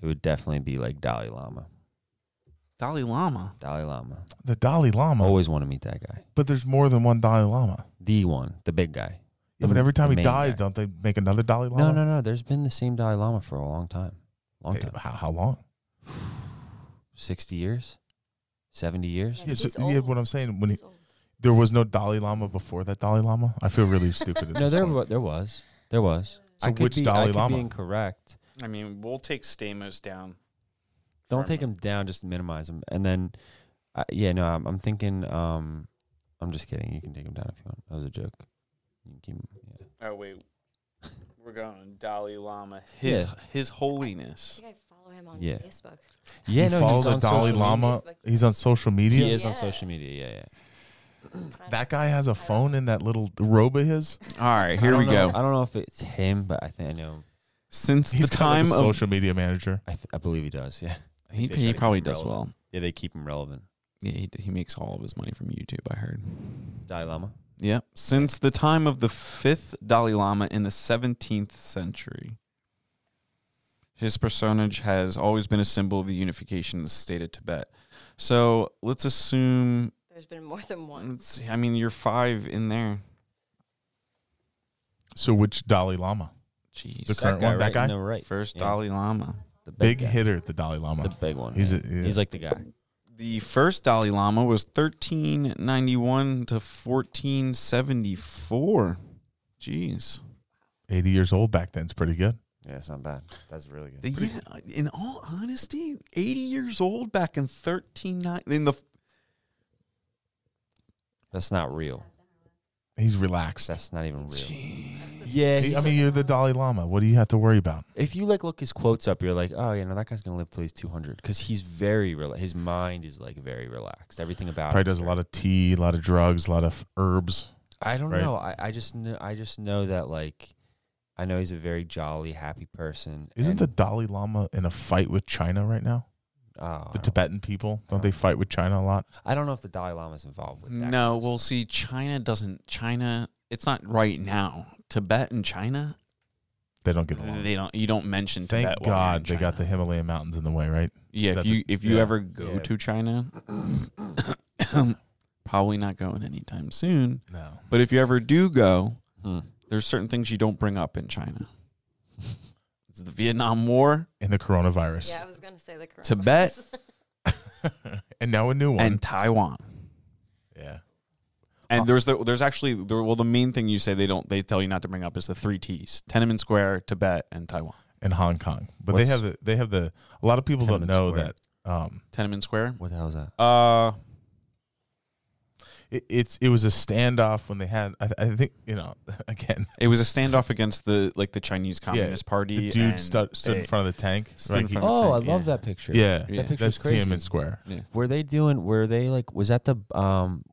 [SPEAKER 3] it would definitely be like Dalai Lama.
[SPEAKER 1] Dalai Lama.
[SPEAKER 3] Dalai Lama.
[SPEAKER 2] The Dalai Lama.
[SPEAKER 3] Always want to meet that guy.
[SPEAKER 2] But there's more than one Dalai Lama.
[SPEAKER 3] The one, the big guy.
[SPEAKER 2] Yeah, but
[SPEAKER 3] The-
[SPEAKER 2] every time
[SPEAKER 3] the
[SPEAKER 2] he
[SPEAKER 3] main
[SPEAKER 2] dies,
[SPEAKER 3] guy.
[SPEAKER 2] don't they make another Dalai Lama?
[SPEAKER 3] No, no, no. There's been the same Dalai Lama for a long time. Long
[SPEAKER 2] Hey,
[SPEAKER 3] time.
[SPEAKER 2] how, how long?
[SPEAKER 3] 60 years? 70 years?
[SPEAKER 4] Yeah,
[SPEAKER 2] Yeah, so,
[SPEAKER 4] he's
[SPEAKER 2] yeah,
[SPEAKER 4] old.
[SPEAKER 2] what I'm saying when he,
[SPEAKER 4] He's old.
[SPEAKER 2] there was no Dalai Lama before that Dalai Lama. I feel really stupid. At
[SPEAKER 3] No,
[SPEAKER 2] this
[SPEAKER 3] there,
[SPEAKER 2] point.
[SPEAKER 3] wa- there was. There was.
[SPEAKER 2] So
[SPEAKER 3] I could
[SPEAKER 2] which
[SPEAKER 3] be, I
[SPEAKER 2] Dalai
[SPEAKER 3] could
[SPEAKER 2] Lama?
[SPEAKER 3] be incorrect.
[SPEAKER 1] I mean, we'll take Stamos down.
[SPEAKER 3] Don't
[SPEAKER 1] Right.
[SPEAKER 3] take him down. Just minimize him. And then, uh, yeah, no, I'm, I'm thinking um, I'm just kidding. You can take them down if you want. That was a joke. You can keep 'em- Yeah.
[SPEAKER 1] Oh wait, we're going Dalai Lama. His
[SPEAKER 3] Yeah.
[SPEAKER 1] His Holiness.
[SPEAKER 4] I think I follow him on
[SPEAKER 3] Yeah.
[SPEAKER 4] Facebook.
[SPEAKER 3] Yeah,
[SPEAKER 2] you
[SPEAKER 3] no,
[SPEAKER 2] follow
[SPEAKER 3] he's
[SPEAKER 2] the
[SPEAKER 3] on
[SPEAKER 2] Dalai
[SPEAKER 3] social
[SPEAKER 2] Lama.
[SPEAKER 4] media.
[SPEAKER 2] He's on social
[SPEAKER 3] Media.
[SPEAKER 2] media.
[SPEAKER 3] He is on
[SPEAKER 4] Yeah.
[SPEAKER 3] social media. Yeah, yeah.
[SPEAKER 4] Kinda.
[SPEAKER 2] That guy has a phone in that little robe of his.
[SPEAKER 1] All right, here
[SPEAKER 3] I
[SPEAKER 1] we
[SPEAKER 3] don't know-
[SPEAKER 1] go.
[SPEAKER 3] I don't know if it's him, but I think I know.
[SPEAKER 1] Since
[SPEAKER 2] He's
[SPEAKER 1] the
[SPEAKER 2] got, like,
[SPEAKER 1] time
[SPEAKER 2] a
[SPEAKER 1] of
[SPEAKER 2] social media manager.
[SPEAKER 3] I, th- I believe he does. Yeah.
[SPEAKER 1] he,
[SPEAKER 3] they
[SPEAKER 1] he
[SPEAKER 3] try to
[SPEAKER 1] probably
[SPEAKER 3] keep
[SPEAKER 1] does
[SPEAKER 3] relevant.
[SPEAKER 1] well.
[SPEAKER 3] Yeah, they keep him relevant.
[SPEAKER 1] Yeah, he, he makes all of his money from YouTube. I heard.
[SPEAKER 3] Dalai Lama.
[SPEAKER 1] Yep. Since the time of the fifth Dalai Lama in the 17th century, his personage has always been a symbol of the unification of the state of Tibet. So let's assume,
[SPEAKER 4] There's been more than one.
[SPEAKER 1] let's see, I mean, you're five in there.
[SPEAKER 2] So which Dalai Lama?
[SPEAKER 1] Jeez.
[SPEAKER 2] The current one, that
[SPEAKER 3] right
[SPEAKER 2] guy?
[SPEAKER 3] in the right.
[SPEAKER 1] First
[SPEAKER 3] yeah.
[SPEAKER 1] Dalai Lama.
[SPEAKER 3] The
[SPEAKER 2] Big
[SPEAKER 3] big, guy.
[SPEAKER 2] hitter, the Dalai Lama.
[SPEAKER 3] The big one.
[SPEAKER 2] He's
[SPEAKER 3] yeah.
[SPEAKER 2] a- yeah.
[SPEAKER 3] he's like the guy.
[SPEAKER 1] The first Dalai Lama was 1391 to 1474. Jeez.
[SPEAKER 2] 80 years old back then. It's pretty good.
[SPEAKER 3] Yeah, it's not bad. That's really good.
[SPEAKER 1] The year, in all honesty, 80 years old back in 139 in the
[SPEAKER 3] That's not real.
[SPEAKER 2] He's relaxed.
[SPEAKER 3] That's not even real.
[SPEAKER 2] I
[SPEAKER 3] Yeah, he's-
[SPEAKER 2] mean, you're the Dalai Lama. What do you have to worry about?
[SPEAKER 3] if you like look his quotes up, you're like, oh, you know, that guy's gonna live till he's 200 because he's very rela- His mind is like very relaxed. Everything about
[SPEAKER 2] Probably
[SPEAKER 3] him is
[SPEAKER 2] does a
[SPEAKER 3] very-
[SPEAKER 2] lot of tea, a lot of drugs, a lot of herbs.
[SPEAKER 3] I don't
[SPEAKER 2] right?
[SPEAKER 3] know. I, I just know. I just know that like, I know he's a very jolly, happy person.
[SPEAKER 2] Isn't
[SPEAKER 3] and-
[SPEAKER 2] the Dalai Lama in a fight with China right now?
[SPEAKER 3] oh, I
[SPEAKER 2] The
[SPEAKER 3] don't-
[SPEAKER 2] Tibetan people, don't
[SPEAKER 3] Oh.
[SPEAKER 2] they fight with China a lot?
[SPEAKER 3] I don't know if the Dalai Lama's involved with that.
[SPEAKER 1] No,
[SPEAKER 3] kind of
[SPEAKER 1] well,
[SPEAKER 3] stuff.
[SPEAKER 1] see, China doesn't. China, it's not right now. Tibet and China,
[SPEAKER 2] They don't get along.
[SPEAKER 1] they don't. You don't mention.
[SPEAKER 2] Thank
[SPEAKER 1] Tibet while you're in
[SPEAKER 2] God they got the
[SPEAKER 1] China.
[SPEAKER 2] Himalayan mountains in the way, right?
[SPEAKER 1] Yeah, if
[SPEAKER 2] that
[SPEAKER 1] you if you
[SPEAKER 2] yeah,
[SPEAKER 1] ever go
[SPEAKER 3] yeah.
[SPEAKER 1] to China, probably not going anytime soon.
[SPEAKER 2] No.
[SPEAKER 1] But if you ever do go,
[SPEAKER 3] Hmm.
[SPEAKER 1] there's certain things you don't bring up in China. It's the Vietnam War
[SPEAKER 2] In the coronavirus.
[SPEAKER 4] Yeah, I was gonna say the coronavirus.
[SPEAKER 1] Tibet?
[SPEAKER 2] and now a new one.
[SPEAKER 1] and Taiwan.
[SPEAKER 2] yeah.
[SPEAKER 1] And there's the there's actually there, well the main thing you say they don't they tell you not to bring up is the three T's Tiananmen Square Tibet and Taiwan
[SPEAKER 2] And Hong Kong. But
[SPEAKER 3] What's-
[SPEAKER 2] they have the they have the a lot of people don't
[SPEAKER 3] Tiananmen
[SPEAKER 2] know
[SPEAKER 3] Square.
[SPEAKER 2] that um
[SPEAKER 1] Tiananmen Square
[SPEAKER 3] What the hell is that?
[SPEAKER 1] uh
[SPEAKER 2] it, it's it was a standoff when they had I, I think you know again
[SPEAKER 1] It was a standoff against the like the Chinese Communist Party.
[SPEAKER 2] the dude
[SPEAKER 1] and
[SPEAKER 2] stood, stood in
[SPEAKER 1] they-
[SPEAKER 2] front of the tank
[SPEAKER 1] stood in
[SPEAKER 2] right He-
[SPEAKER 1] front of
[SPEAKER 3] Oh, I
[SPEAKER 1] tank,
[SPEAKER 3] love
[SPEAKER 1] yeah.
[SPEAKER 3] that picture.
[SPEAKER 2] yeah,
[SPEAKER 1] Yeah.
[SPEAKER 3] that picture's
[SPEAKER 2] that's
[SPEAKER 3] crazy.
[SPEAKER 2] Tiananmen Square
[SPEAKER 3] Were they doing? Were they like? Was that the um?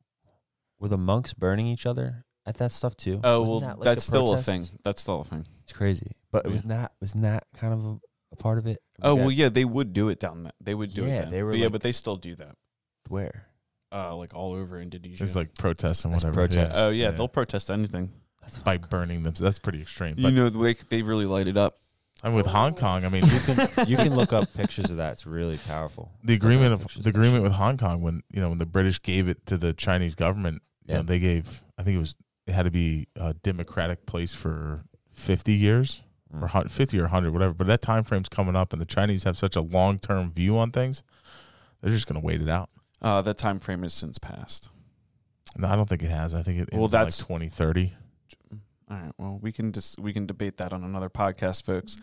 [SPEAKER 3] Were the monks burning each other at that stuff too?
[SPEAKER 1] Oh
[SPEAKER 3] Wasn't
[SPEAKER 1] well,
[SPEAKER 3] that, like, the
[SPEAKER 1] that's still a
[SPEAKER 3] protest?
[SPEAKER 1] thing. That's still a thing.
[SPEAKER 3] It's crazy, but it
[SPEAKER 1] Yeah.
[SPEAKER 3] was not. Was not kind of a, a part of it.
[SPEAKER 1] Oh
[SPEAKER 3] Yeah.
[SPEAKER 1] well, yeah, they would do it down there. They would do it.
[SPEAKER 3] Yeah,
[SPEAKER 1] Down.
[SPEAKER 3] they were
[SPEAKER 1] But yeah,
[SPEAKER 3] like-
[SPEAKER 1] but they still do that.
[SPEAKER 3] where?
[SPEAKER 1] Uh, like all over Indonesia.
[SPEAKER 2] it's like protests and
[SPEAKER 3] That's
[SPEAKER 2] whatever
[SPEAKER 3] protest.
[SPEAKER 1] oh yeah, they'll protest anything.
[SPEAKER 3] That's
[SPEAKER 2] by
[SPEAKER 3] fucking
[SPEAKER 2] burning them that's pretty extreme but
[SPEAKER 1] You know, like they really light it up.
[SPEAKER 2] I
[SPEAKER 1] Oh.
[SPEAKER 2] mean, with Hong Kong I mean
[SPEAKER 3] crazy. You can look up pictures of that. It's really powerful.
[SPEAKER 2] the agreement of
[SPEAKER 3] Pictures
[SPEAKER 2] the
[SPEAKER 3] that
[SPEAKER 2] agreement
[SPEAKER 3] shit.
[SPEAKER 2] with Hong Kong when you know when the British gave it to the Chinese government you know,
[SPEAKER 3] Yeah.
[SPEAKER 2] they gave I think it was it had to be a democratic place for 50 years or
[SPEAKER 3] Mm.
[SPEAKER 2] hun- 50 or 100 whatever but that time frame's coming up and the Chinese have such a long-term view on things they're just going to wait it out
[SPEAKER 1] Uh, that time frame has since passed.
[SPEAKER 2] No, I don't think it has. I think it
[SPEAKER 1] Well,
[SPEAKER 2] well, that's
[SPEAKER 1] that's-
[SPEAKER 2] like 2030.
[SPEAKER 1] All right. Well, we can dis- we can debate that on another podcast, folks.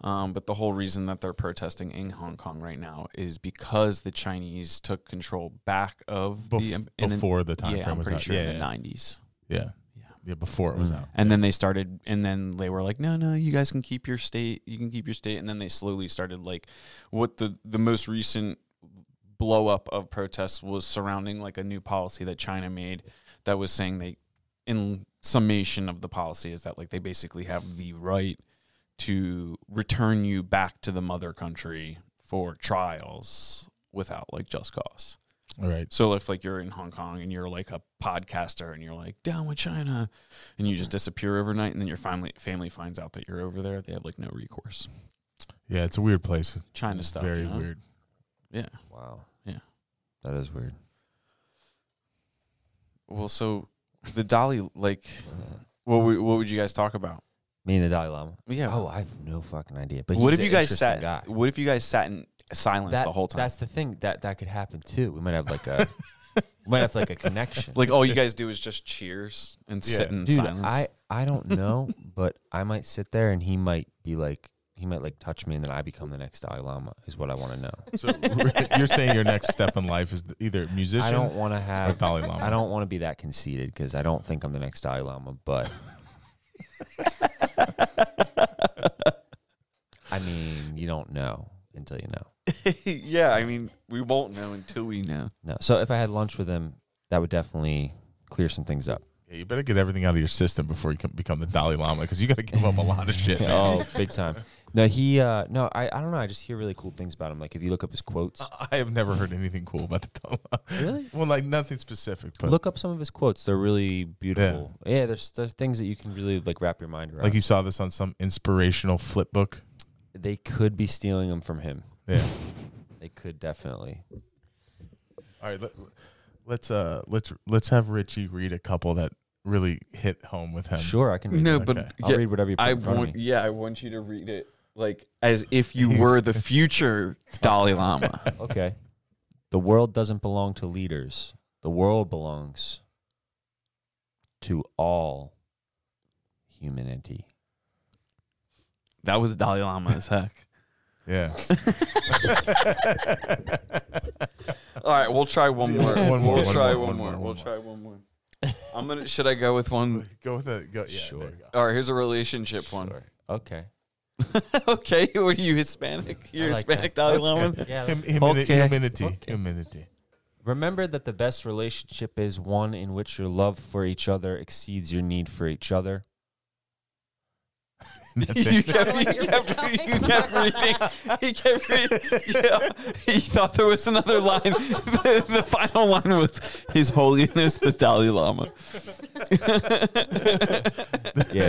[SPEAKER 1] Um, but the whole reason that they're protesting in Hong Kong right now is because the Chinese took control back of
[SPEAKER 2] Bef-
[SPEAKER 1] the in the-
[SPEAKER 2] before the time
[SPEAKER 1] yeah,
[SPEAKER 2] frame
[SPEAKER 1] I'm
[SPEAKER 2] was
[SPEAKER 1] pretty
[SPEAKER 2] out.
[SPEAKER 1] sure
[SPEAKER 2] yeah,
[SPEAKER 1] in the
[SPEAKER 2] yeah,
[SPEAKER 1] nineties.
[SPEAKER 2] yeah.
[SPEAKER 1] Yeah.
[SPEAKER 2] Yeah, before it was
[SPEAKER 3] Mm.
[SPEAKER 2] out.
[SPEAKER 1] And then they started, and then they were like, "No, no, you guys can keep your state. You can keep your state." And then they slowly started like, what the the most recent blow up of protests was surrounding like a new policy that China made that was saying they, in summation of the policy, is that like they basically have the right to return you back to the mother country for trials without like just cause.
[SPEAKER 2] All right.
[SPEAKER 1] So if like you're in Hong Kong and you're like a podcaster and you're like down with China, and you just disappear overnight, and then your family family finds out that you're over there, they have like no recourse.
[SPEAKER 2] Yeah, it's a weird place.
[SPEAKER 1] China
[SPEAKER 2] It's
[SPEAKER 1] stuff,
[SPEAKER 2] Very
[SPEAKER 1] you know?
[SPEAKER 2] weird.
[SPEAKER 1] Yeah.
[SPEAKER 3] Wow.
[SPEAKER 1] Yeah.
[SPEAKER 3] That is weird.
[SPEAKER 1] Well, so the Dolly, like, what would, what would you guys talk about?
[SPEAKER 3] Me and the Dalai Lama.
[SPEAKER 1] Yeah.
[SPEAKER 3] Oh, I have no fucking idea. But
[SPEAKER 1] what
[SPEAKER 3] he's
[SPEAKER 1] if you
[SPEAKER 3] an
[SPEAKER 1] guys
[SPEAKER 3] interesting
[SPEAKER 1] sat?
[SPEAKER 3] Guy.
[SPEAKER 1] What if you guys sat in silence
[SPEAKER 3] That-
[SPEAKER 1] the whole time?
[SPEAKER 3] That's the thing that that could happen too. We might have like a we might have like a connection.
[SPEAKER 1] Like all you guys do is just cheers and sit
[SPEAKER 2] Yeah.
[SPEAKER 1] in
[SPEAKER 3] dude,
[SPEAKER 1] silence.
[SPEAKER 3] I I don't know, but I might sit there and he might be like, he might like touch me and then I become the next Dalai Lama is what I want to know.
[SPEAKER 2] So you're saying your next step in life is either musician
[SPEAKER 3] I don't want to
[SPEAKER 2] or
[SPEAKER 3] have
[SPEAKER 2] Dalai Lama.
[SPEAKER 3] I don't want to be that conceited because I don't think I'm the next Dalai Lama, but I mean, you don't know until you know.
[SPEAKER 1] yeah, I mean, we won't know until we know.
[SPEAKER 3] No. So if I had lunch with him, that would definitely clear some things up.
[SPEAKER 2] Yeah, you better get everything out of your system before you can become the Dalai Lama because you got to give up a lot of shit. man.
[SPEAKER 3] Oh, big time. No, he uh no, I, I don't know, I just hear really cool things about him. Like if you look up his quotes,
[SPEAKER 1] Oh.
[SPEAKER 2] I have never heard anything cool about the Dalai Lama.
[SPEAKER 3] Really?
[SPEAKER 2] Well, like nothing specific, but
[SPEAKER 3] look up some of his quotes. They're really beautiful. Yeah, there's there's things that you can really like wrap your mind around.
[SPEAKER 2] like you saw this on some inspirational flip book.
[SPEAKER 3] they could be stealing them from him.
[SPEAKER 2] Yeah.
[SPEAKER 3] They could definitely.
[SPEAKER 2] All right, let, let's uh let's let's have Richie read a couple that really hit home with him.
[SPEAKER 3] Sure, I can read.
[SPEAKER 1] No,
[SPEAKER 3] it.
[SPEAKER 1] but
[SPEAKER 2] Okay.
[SPEAKER 3] I'll
[SPEAKER 1] yeah,
[SPEAKER 3] read whatever you put
[SPEAKER 1] I
[SPEAKER 3] in front
[SPEAKER 1] want.
[SPEAKER 3] of me.
[SPEAKER 1] Yeah, I want you to read it like as if you were the future Dalai Lama.
[SPEAKER 3] Okay. The world doesn't belong to leaders. The world belongs to all humanity.
[SPEAKER 1] That was Dalai Lama as heck.
[SPEAKER 2] Yeah.
[SPEAKER 1] All right, we'll try one more.
[SPEAKER 2] One more,
[SPEAKER 1] We'll
[SPEAKER 2] one
[SPEAKER 1] try one
[SPEAKER 2] more,
[SPEAKER 1] more.
[SPEAKER 2] one more, one
[SPEAKER 1] We'll
[SPEAKER 2] more.
[SPEAKER 1] try one more. I'm gonna. Should I go with one?
[SPEAKER 2] go with a go. Yeah,
[SPEAKER 3] Sure.
[SPEAKER 2] there you go.
[SPEAKER 1] All right, here's a relationship one.
[SPEAKER 3] Okay.
[SPEAKER 1] okay, are you Hispanic? You're
[SPEAKER 3] I like that.
[SPEAKER 1] Hispanic Dalai Lama.
[SPEAKER 3] Yeah.
[SPEAKER 2] Hum- humani-
[SPEAKER 1] Okay.
[SPEAKER 2] Humanity. Humanity.
[SPEAKER 3] Remember that the best relationship is one in which your love for each other exceeds your need for each other.
[SPEAKER 2] That's
[SPEAKER 1] You
[SPEAKER 2] it.
[SPEAKER 1] kept, you, kept, re- you kept reading. He kept reading. Yeah, he thought there was another line. The, the final line was His Holiness the Dalai Lama.
[SPEAKER 3] Yeah,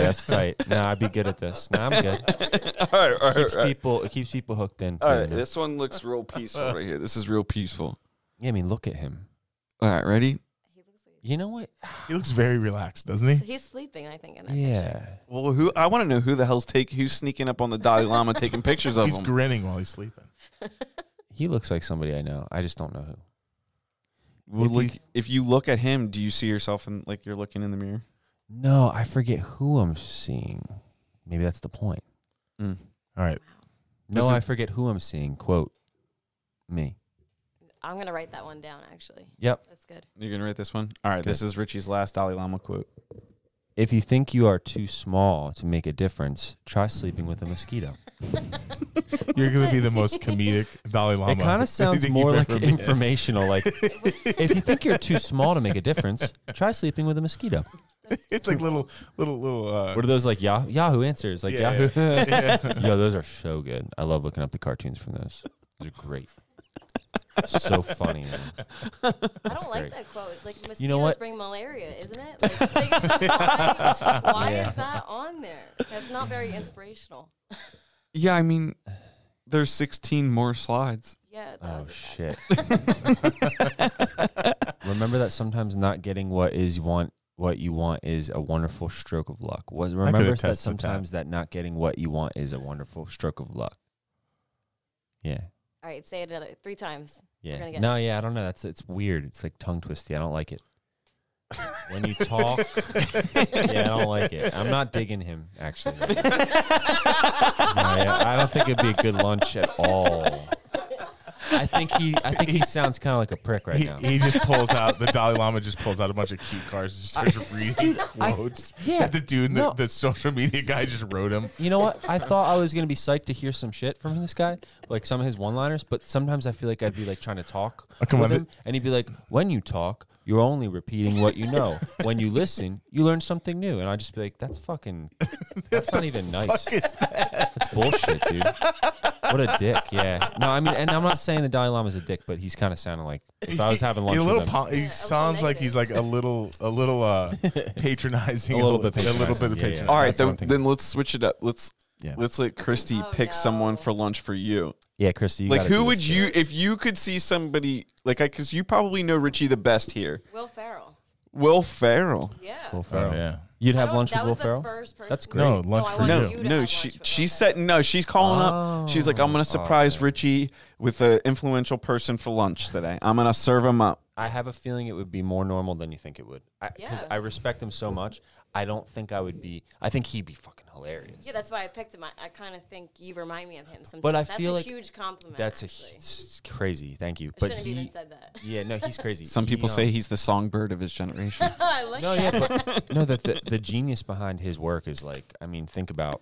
[SPEAKER 3] that's tight. no, I'd be good at this. No, I'm good.
[SPEAKER 1] All right, all right,
[SPEAKER 3] Keeps
[SPEAKER 1] all right.
[SPEAKER 3] people. It keeps people hooked in.
[SPEAKER 1] All right,
[SPEAKER 3] too.
[SPEAKER 1] this one looks real peaceful right here. This is real peaceful.
[SPEAKER 3] yeah, I mean, look at him.
[SPEAKER 1] All right, ready?
[SPEAKER 4] He looks like
[SPEAKER 3] You know what?
[SPEAKER 2] He looks very relaxed, doesn't he?
[SPEAKER 4] he's sleeping. I think. In that
[SPEAKER 3] Yeah.
[SPEAKER 1] Well, who I want to know who the hell's take who's sneaking up on the Dalai Lama taking pictures of
[SPEAKER 2] He's
[SPEAKER 1] him.
[SPEAKER 2] grinning while he's sleeping.
[SPEAKER 3] He looks like somebody I know. I just don't know who.
[SPEAKER 1] Well,
[SPEAKER 3] If you-
[SPEAKER 1] look, if you look at him, do you see yourself in like you're looking in the mirror?
[SPEAKER 3] No, I forget who I'm seeing. Maybe that's the point.
[SPEAKER 2] All right.
[SPEAKER 3] No,
[SPEAKER 2] This is-
[SPEAKER 3] I forget who I'm seeing. Quote me.
[SPEAKER 4] I'm gonna write that one down. Actually,
[SPEAKER 3] Yep.
[SPEAKER 4] that's good.
[SPEAKER 1] You're gonna write this one. All right, this is Richie's last Dalai Lama quote.
[SPEAKER 3] If you think you are too small to make a difference, try sleeping with a mosquito.
[SPEAKER 2] You're going to be the most comedic Dalai Lama.
[SPEAKER 3] It kind
[SPEAKER 2] I
[SPEAKER 3] of sounds
[SPEAKER 2] think
[SPEAKER 3] more
[SPEAKER 2] you've
[SPEAKER 3] like
[SPEAKER 2] ever been.
[SPEAKER 3] informational. Like, if you think you're too small to make a difference, try sleeping with a mosquito.
[SPEAKER 2] It's like little, little, little. Uh,
[SPEAKER 3] What are those like Yahoo, Yahoo answers? Like
[SPEAKER 2] Yeah,
[SPEAKER 3] Yahoo. Yo, those are so good. I love looking up the cartoons from those. Those are great. so funny. Man.
[SPEAKER 4] I don't like
[SPEAKER 3] great.
[SPEAKER 4] that quote. Like mosquitoes
[SPEAKER 3] know what?
[SPEAKER 4] bring malaria, isn't it? Like, like, it's like, why why
[SPEAKER 3] Yeah.
[SPEAKER 4] is that on there? That's not very inspirational.
[SPEAKER 1] Yeah, I mean, there's 16 more slides.
[SPEAKER 4] Yeah. that
[SPEAKER 3] Oh
[SPEAKER 4] was a bad-
[SPEAKER 3] shit. remember that sometimes not getting what is want what you want is a wonderful stroke of luck. What, remember
[SPEAKER 2] attest to
[SPEAKER 3] that
[SPEAKER 2] that.
[SPEAKER 3] sometimes that not getting what you want is a wonderful stroke of luck. Yeah.
[SPEAKER 4] All right, say it another three times.
[SPEAKER 3] Yeah.
[SPEAKER 4] gonna get
[SPEAKER 3] No, yeah, I don't know. That's it's weird. It's like tongue twisty. I don't like it. when you talk Yeah, I don't like it. I'm not digging him actually. No, yeah, I don't think it'd be a good lunch at all. I think he I think he sounds kinda like a prick right
[SPEAKER 2] he,
[SPEAKER 3] now.
[SPEAKER 2] he just pulls out the Dalai Lama just pulls out a bunch of cute cards and just starts reading quotes.
[SPEAKER 3] yeah,
[SPEAKER 2] that the dude,
[SPEAKER 3] no.
[SPEAKER 2] the, the social media guy, just wrote him.
[SPEAKER 3] You know what? I thought I was gonna be psyched to hear some shit from this guy, like some of his one-liners. But sometimes I feel like I'd be like trying to talk
[SPEAKER 2] come
[SPEAKER 3] with
[SPEAKER 2] on,
[SPEAKER 3] him, and he'd be like, "When you talk, you're only repeating what you know. When you listen, you learn something new." And I'd just be like, "That's fucking. That's not even nice. That's bullshit, dude. What a dick. Yeah. No, I mean, and I'm not saying the Dalai Lama's a dick, but he's kind of sounding like if I was having lunch
[SPEAKER 2] He, a little
[SPEAKER 3] with him.
[SPEAKER 2] po- he
[SPEAKER 4] Yeah, a
[SPEAKER 2] sounds
[SPEAKER 4] little
[SPEAKER 2] like he's like a little, a little uh, patronizing,
[SPEAKER 3] A little bit
[SPEAKER 2] a little bit of
[SPEAKER 3] patronizing, yeah,
[SPEAKER 2] patronizing.
[SPEAKER 3] yeah.
[SPEAKER 1] All right,
[SPEAKER 3] That's what I'm
[SPEAKER 1] then,
[SPEAKER 3] thinking.
[SPEAKER 1] then let's switch it up. Let's
[SPEAKER 3] Yeah.
[SPEAKER 1] let's let Christy
[SPEAKER 4] Oh,
[SPEAKER 1] pick someone
[SPEAKER 4] no.
[SPEAKER 1] for lunch for you.
[SPEAKER 3] yeah, Christy. You
[SPEAKER 1] like,
[SPEAKER 3] gotta
[SPEAKER 1] who
[SPEAKER 3] do
[SPEAKER 1] would
[SPEAKER 3] this
[SPEAKER 1] you
[SPEAKER 3] shit.
[SPEAKER 1] if you could see somebody like I? Because you probably know Richie the best here.
[SPEAKER 4] Will Ferrell.
[SPEAKER 1] Will Ferrell.
[SPEAKER 4] Yeah.
[SPEAKER 3] Will Ferrell.
[SPEAKER 2] Oh, yeah.
[SPEAKER 3] You'd
[SPEAKER 4] I
[SPEAKER 3] have
[SPEAKER 4] don't-
[SPEAKER 3] lunch with
[SPEAKER 4] that
[SPEAKER 3] Will
[SPEAKER 4] was the
[SPEAKER 3] Ferrell.
[SPEAKER 4] first person. Oh,
[SPEAKER 3] That's great.
[SPEAKER 2] No, lunch
[SPEAKER 4] I
[SPEAKER 2] for you.
[SPEAKER 4] want
[SPEAKER 1] No,
[SPEAKER 4] you to
[SPEAKER 1] no,
[SPEAKER 4] have
[SPEAKER 1] she
[SPEAKER 4] lunch with
[SPEAKER 1] she
[SPEAKER 4] Will
[SPEAKER 1] said no. She's calling up. She's like, I'm
[SPEAKER 3] Oh,
[SPEAKER 1] gonna
[SPEAKER 3] oh,
[SPEAKER 1] surprise
[SPEAKER 3] man.
[SPEAKER 1] Richie with an influential person for lunch today. I'm gonna serve him up.
[SPEAKER 3] I have a feeling it would be more normal than you think it would. Because I,
[SPEAKER 4] Yeah.
[SPEAKER 3] respect him so much. I don't think I would be. I think he'd be fucking hilarious.
[SPEAKER 4] Yeah, that's why I picked him. I, I kind of think you remind me of him sometimes.
[SPEAKER 3] But I
[SPEAKER 4] that's
[SPEAKER 3] feel
[SPEAKER 4] a
[SPEAKER 3] like
[SPEAKER 4] huge compliment.
[SPEAKER 3] that's a
[SPEAKER 4] actually.
[SPEAKER 3] h- crazy. Thank you.
[SPEAKER 4] I
[SPEAKER 3] But
[SPEAKER 4] shouldn't
[SPEAKER 3] he,
[SPEAKER 4] have even said that.
[SPEAKER 3] yeah, no, he's crazy.
[SPEAKER 1] Some
[SPEAKER 3] He,
[SPEAKER 1] people
[SPEAKER 3] um,
[SPEAKER 1] say he's the songbird of his generation.
[SPEAKER 4] I like
[SPEAKER 3] no,
[SPEAKER 4] that.
[SPEAKER 3] yeah, but no, the, the the genius behind his work is like, I mean, think about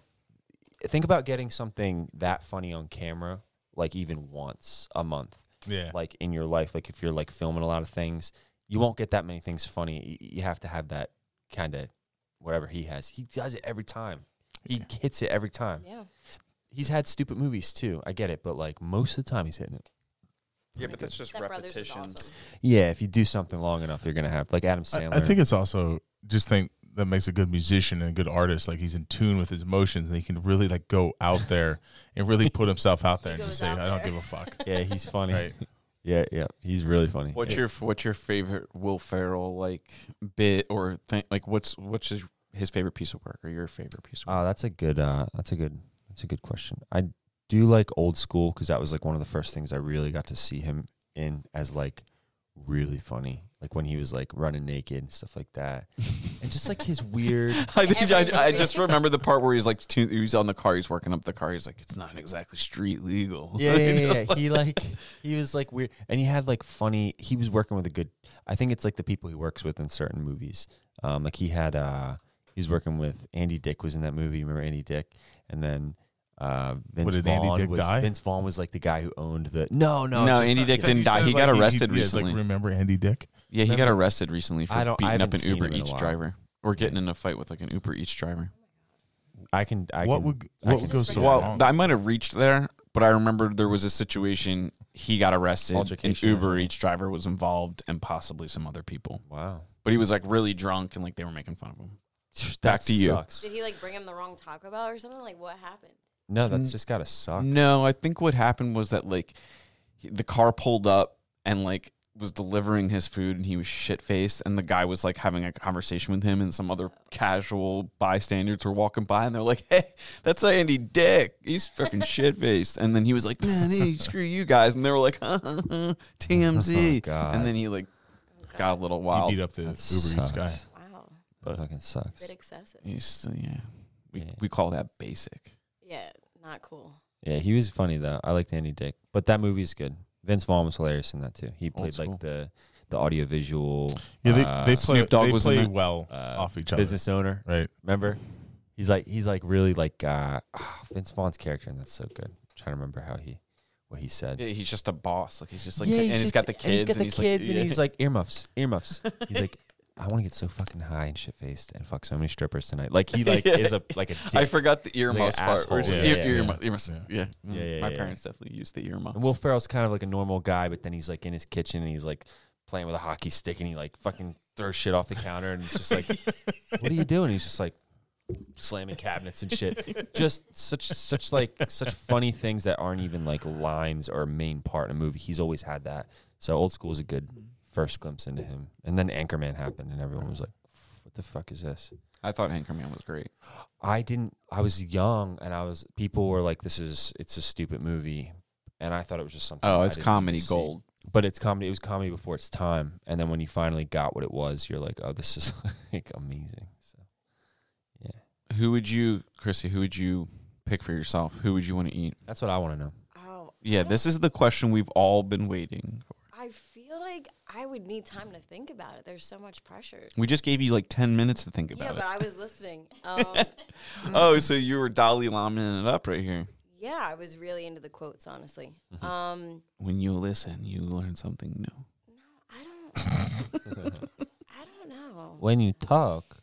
[SPEAKER 3] think about getting something that funny on camera, like even once a month,
[SPEAKER 2] Yeah.
[SPEAKER 3] like in your life. Like if you're like filming a lot of things, you won't get that many things funny. You, you have to have that kind of whatever he has. He does it every time. He
[SPEAKER 2] Yeah.
[SPEAKER 3] hits it every time.
[SPEAKER 4] Yeah.
[SPEAKER 3] He's had stupid movies too. I get it, but like most of the time, he's hitting it.
[SPEAKER 1] yeah, but that's just
[SPEAKER 4] Step Brothers was
[SPEAKER 1] repetitions.
[SPEAKER 4] awesome.
[SPEAKER 3] Yeah, if you do something long enough, you're gonna have like Adam Sandler.
[SPEAKER 2] I, I think it's also just think that makes a good musician and a good artist. Like he's in tune with his emotions and he can really like go out there and really put himself out there
[SPEAKER 4] He
[SPEAKER 2] and just
[SPEAKER 4] goes
[SPEAKER 2] say,
[SPEAKER 4] out
[SPEAKER 2] I don't
[SPEAKER 4] there."
[SPEAKER 2] give a fuck.
[SPEAKER 3] yeah, he's funny.
[SPEAKER 2] Right.
[SPEAKER 3] Yeah, yeah, he's really funny.
[SPEAKER 1] What's your what's your favorite Will Ferrell like bit or thing? Like what's what's his, his favorite piece of work or your favorite piece of work?
[SPEAKER 3] Oh, that's a good. Uh, that's a good. That's a good question. I do like old school because that was like one of the first things I really got to see him in as like really funny, like when he was like running naked and stuff like that, and just like his weird.
[SPEAKER 1] I, think
[SPEAKER 4] Every
[SPEAKER 1] I, I
[SPEAKER 4] movie.
[SPEAKER 1] just remember the part where he's like, tu- he's on the car, he's working up the car. He's like, it's not exactly street legal.
[SPEAKER 3] Yeah, yeah, yeah, yeah. he like he was like weird, and he had like funny. He was working with a good. I think it's like the people he works with in certain movies. Um, like he had uh, he was working with Andy Dick was in that movie. Remember Andy Dick? And then uh, Vince
[SPEAKER 2] did
[SPEAKER 3] Vaughn
[SPEAKER 2] Andy Dick
[SPEAKER 3] was
[SPEAKER 2] die?
[SPEAKER 3] Vince Vaughn was like the guy who owned the. No, no,
[SPEAKER 1] No,
[SPEAKER 3] just
[SPEAKER 1] Andy
[SPEAKER 3] like-
[SPEAKER 1] Dick
[SPEAKER 3] if-
[SPEAKER 1] didn't die. He
[SPEAKER 2] said,
[SPEAKER 1] got
[SPEAKER 2] like,
[SPEAKER 1] arrested
[SPEAKER 2] he- he's like,
[SPEAKER 1] recently.
[SPEAKER 2] remember Andy Dick?
[SPEAKER 1] Yeah, he got
[SPEAKER 3] Remember-
[SPEAKER 1] arrested recently
[SPEAKER 3] I
[SPEAKER 1] for
[SPEAKER 3] don't-
[SPEAKER 1] beating
[SPEAKER 3] I
[SPEAKER 1] up
[SPEAKER 3] haven't
[SPEAKER 1] an
[SPEAKER 3] seen
[SPEAKER 1] Uber
[SPEAKER 3] him in a
[SPEAKER 1] Eats
[SPEAKER 3] while.
[SPEAKER 1] driver or getting in a fight with like an Uber Eats driver.
[SPEAKER 3] I can. I
[SPEAKER 2] what
[SPEAKER 3] can,
[SPEAKER 2] would
[SPEAKER 3] I
[SPEAKER 2] what
[SPEAKER 3] can
[SPEAKER 2] would go so
[SPEAKER 3] explain
[SPEAKER 1] well,
[SPEAKER 3] that.
[SPEAKER 2] wrong?
[SPEAKER 1] I might have reached there, but I remember there was a situation he got arrested. An
[SPEAKER 3] Altercation or
[SPEAKER 1] Uber
[SPEAKER 3] something.
[SPEAKER 1] Eats driver was involved and possibly some other people.
[SPEAKER 3] Wow.
[SPEAKER 1] But he was like really drunk and like they were making fun of him. Back
[SPEAKER 3] That
[SPEAKER 1] to you.
[SPEAKER 3] sucks.
[SPEAKER 4] Did he like bring him the wrong Taco Bell or something? Like what happened?
[SPEAKER 3] No, that's just gotta suck.
[SPEAKER 1] No, I think what happened was that like he- the car pulled up and like was delivering his food and he was shit faced and the guy was like having a conversation with him and some other casual bystanders were walking by and they're like, Hey, that's Andy Dick. He's fucking shit faced and then he was like, nah, nah, screw you guys and they were like,
[SPEAKER 3] Oh,
[SPEAKER 1] TMZ
[SPEAKER 3] God.
[SPEAKER 1] and then he like got a little wild.
[SPEAKER 2] He beat up the
[SPEAKER 3] That
[SPEAKER 2] Uber Eats
[SPEAKER 3] sucks.
[SPEAKER 2] guy.
[SPEAKER 4] Wow,
[SPEAKER 3] That fucking
[SPEAKER 4] a
[SPEAKER 3] sucks.
[SPEAKER 4] bit excessive.
[SPEAKER 1] He's still yeah. We
[SPEAKER 3] Yeah.
[SPEAKER 1] we call that basic.
[SPEAKER 4] Yeah, not cool.
[SPEAKER 3] Yeah, he was funny though. I liked Andy Dick, but that movie's good. Vince Vaughn was hilarious in that too. He played
[SPEAKER 1] school.
[SPEAKER 3] like the the audio visual.
[SPEAKER 2] Yeah, they,
[SPEAKER 3] uh,
[SPEAKER 2] they play
[SPEAKER 1] Snoop Dogg
[SPEAKER 2] they
[SPEAKER 1] was in
[SPEAKER 2] play
[SPEAKER 1] that.
[SPEAKER 2] well
[SPEAKER 3] uh,
[SPEAKER 2] off each other.
[SPEAKER 3] business owner.
[SPEAKER 2] Right.
[SPEAKER 3] Remember, he's like he's like really like uh, Vince Vaughn's character, and that's so good. I'm trying to remember how he what he said.
[SPEAKER 1] Yeah, he's just a boss. Like he's just like
[SPEAKER 3] Yeah,
[SPEAKER 1] and
[SPEAKER 3] he's
[SPEAKER 1] he's
[SPEAKER 3] just-
[SPEAKER 1] got the
[SPEAKER 3] And he's
[SPEAKER 1] kids
[SPEAKER 3] got the
[SPEAKER 1] he's, like,
[SPEAKER 3] kids, and
[SPEAKER 1] yeah.
[SPEAKER 3] he's like earmuffs, earmuffs. He's like, I want to get so fucking high and shit faced and fuck so many strippers tonight. Like he like is a like a dick.
[SPEAKER 1] I forgot the earmuffs
[SPEAKER 3] Like an
[SPEAKER 1] part. Or
[SPEAKER 3] asshole.
[SPEAKER 1] yeah,
[SPEAKER 3] Yeah,
[SPEAKER 1] ear,
[SPEAKER 3] yeah,
[SPEAKER 1] ear-
[SPEAKER 3] yeah.
[SPEAKER 1] earmuffs- earmuffs.
[SPEAKER 2] Yeah.
[SPEAKER 1] Yeah. Mm.
[SPEAKER 3] Yeah, yeah,
[SPEAKER 1] My
[SPEAKER 3] yeah.
[SPEAKER 1] parents definitely used the earmuffs.
[SPEAKER 3] And Will Ferrell's kind of like a normal guy, but then he's like in his kitchen and he's like playing with a hockey stick and he like fucking throws shit off the counter and it's just like, what are you doing? he's just like slamming cabinets and shit. Just such such like such funny things that aren't even like lines or a main part in a movie. He's always had that. So old school is a good first glimpse into him. And then Anchorman happened and everyone was like, what the fuck is this?
[SPEAKER 1] I thought Anchorman was great.
[SPEAKER 3] I didn't. I was young, and I was. People were like, "This is it's a stupid movie," and I thought it was just something.
[SPEAKER 1] Oh,
[SPEAKER 3] I
[SPEAKER 1] it's
[SPEAKER 3] didn't need to
[SPEAKER 1] comedy
[SPEAKER 3] see.
[SPEAKER 1] gold.
[SPEAKER 3] But it's comedy. It was comedy before its time, and then when you finally got what it was, you're like, "Oh, this is like amazing." So, yeah,
[SPEAKER 1] Who would you, Chrissy? Who would you pick for yourself? Who would you want to eat?
[SPEAKER 3] that's what I want to know.
[SPEAKER 4] Oh,
[SPEAKER 1] Yeah, this is the question we've all been waiting for.
[SPEAKER 4] I feel like I would need time to think about it. There's so much pressure.
[SPEAKER 1] We just gave you like ten minutes to think
[SPEAKER 4] Yeah,
[SPEAKER 1] about
[SPEAKER 4] but I was listening. Um,
[SPEAKER 1] it. Oh, so you were Dalai Lamaing it up right here.
[SPEAKER 4] yeah, I was really into the quotes, honestly.
[SPEAKER 2] Mm-hmm.
[SPEAKER 4] Um,
[SPEAKER 1] When you listen, you learn something new.
[SPEAKER 4] I don't. I don't know.
[SPEAKER 3] When you talk,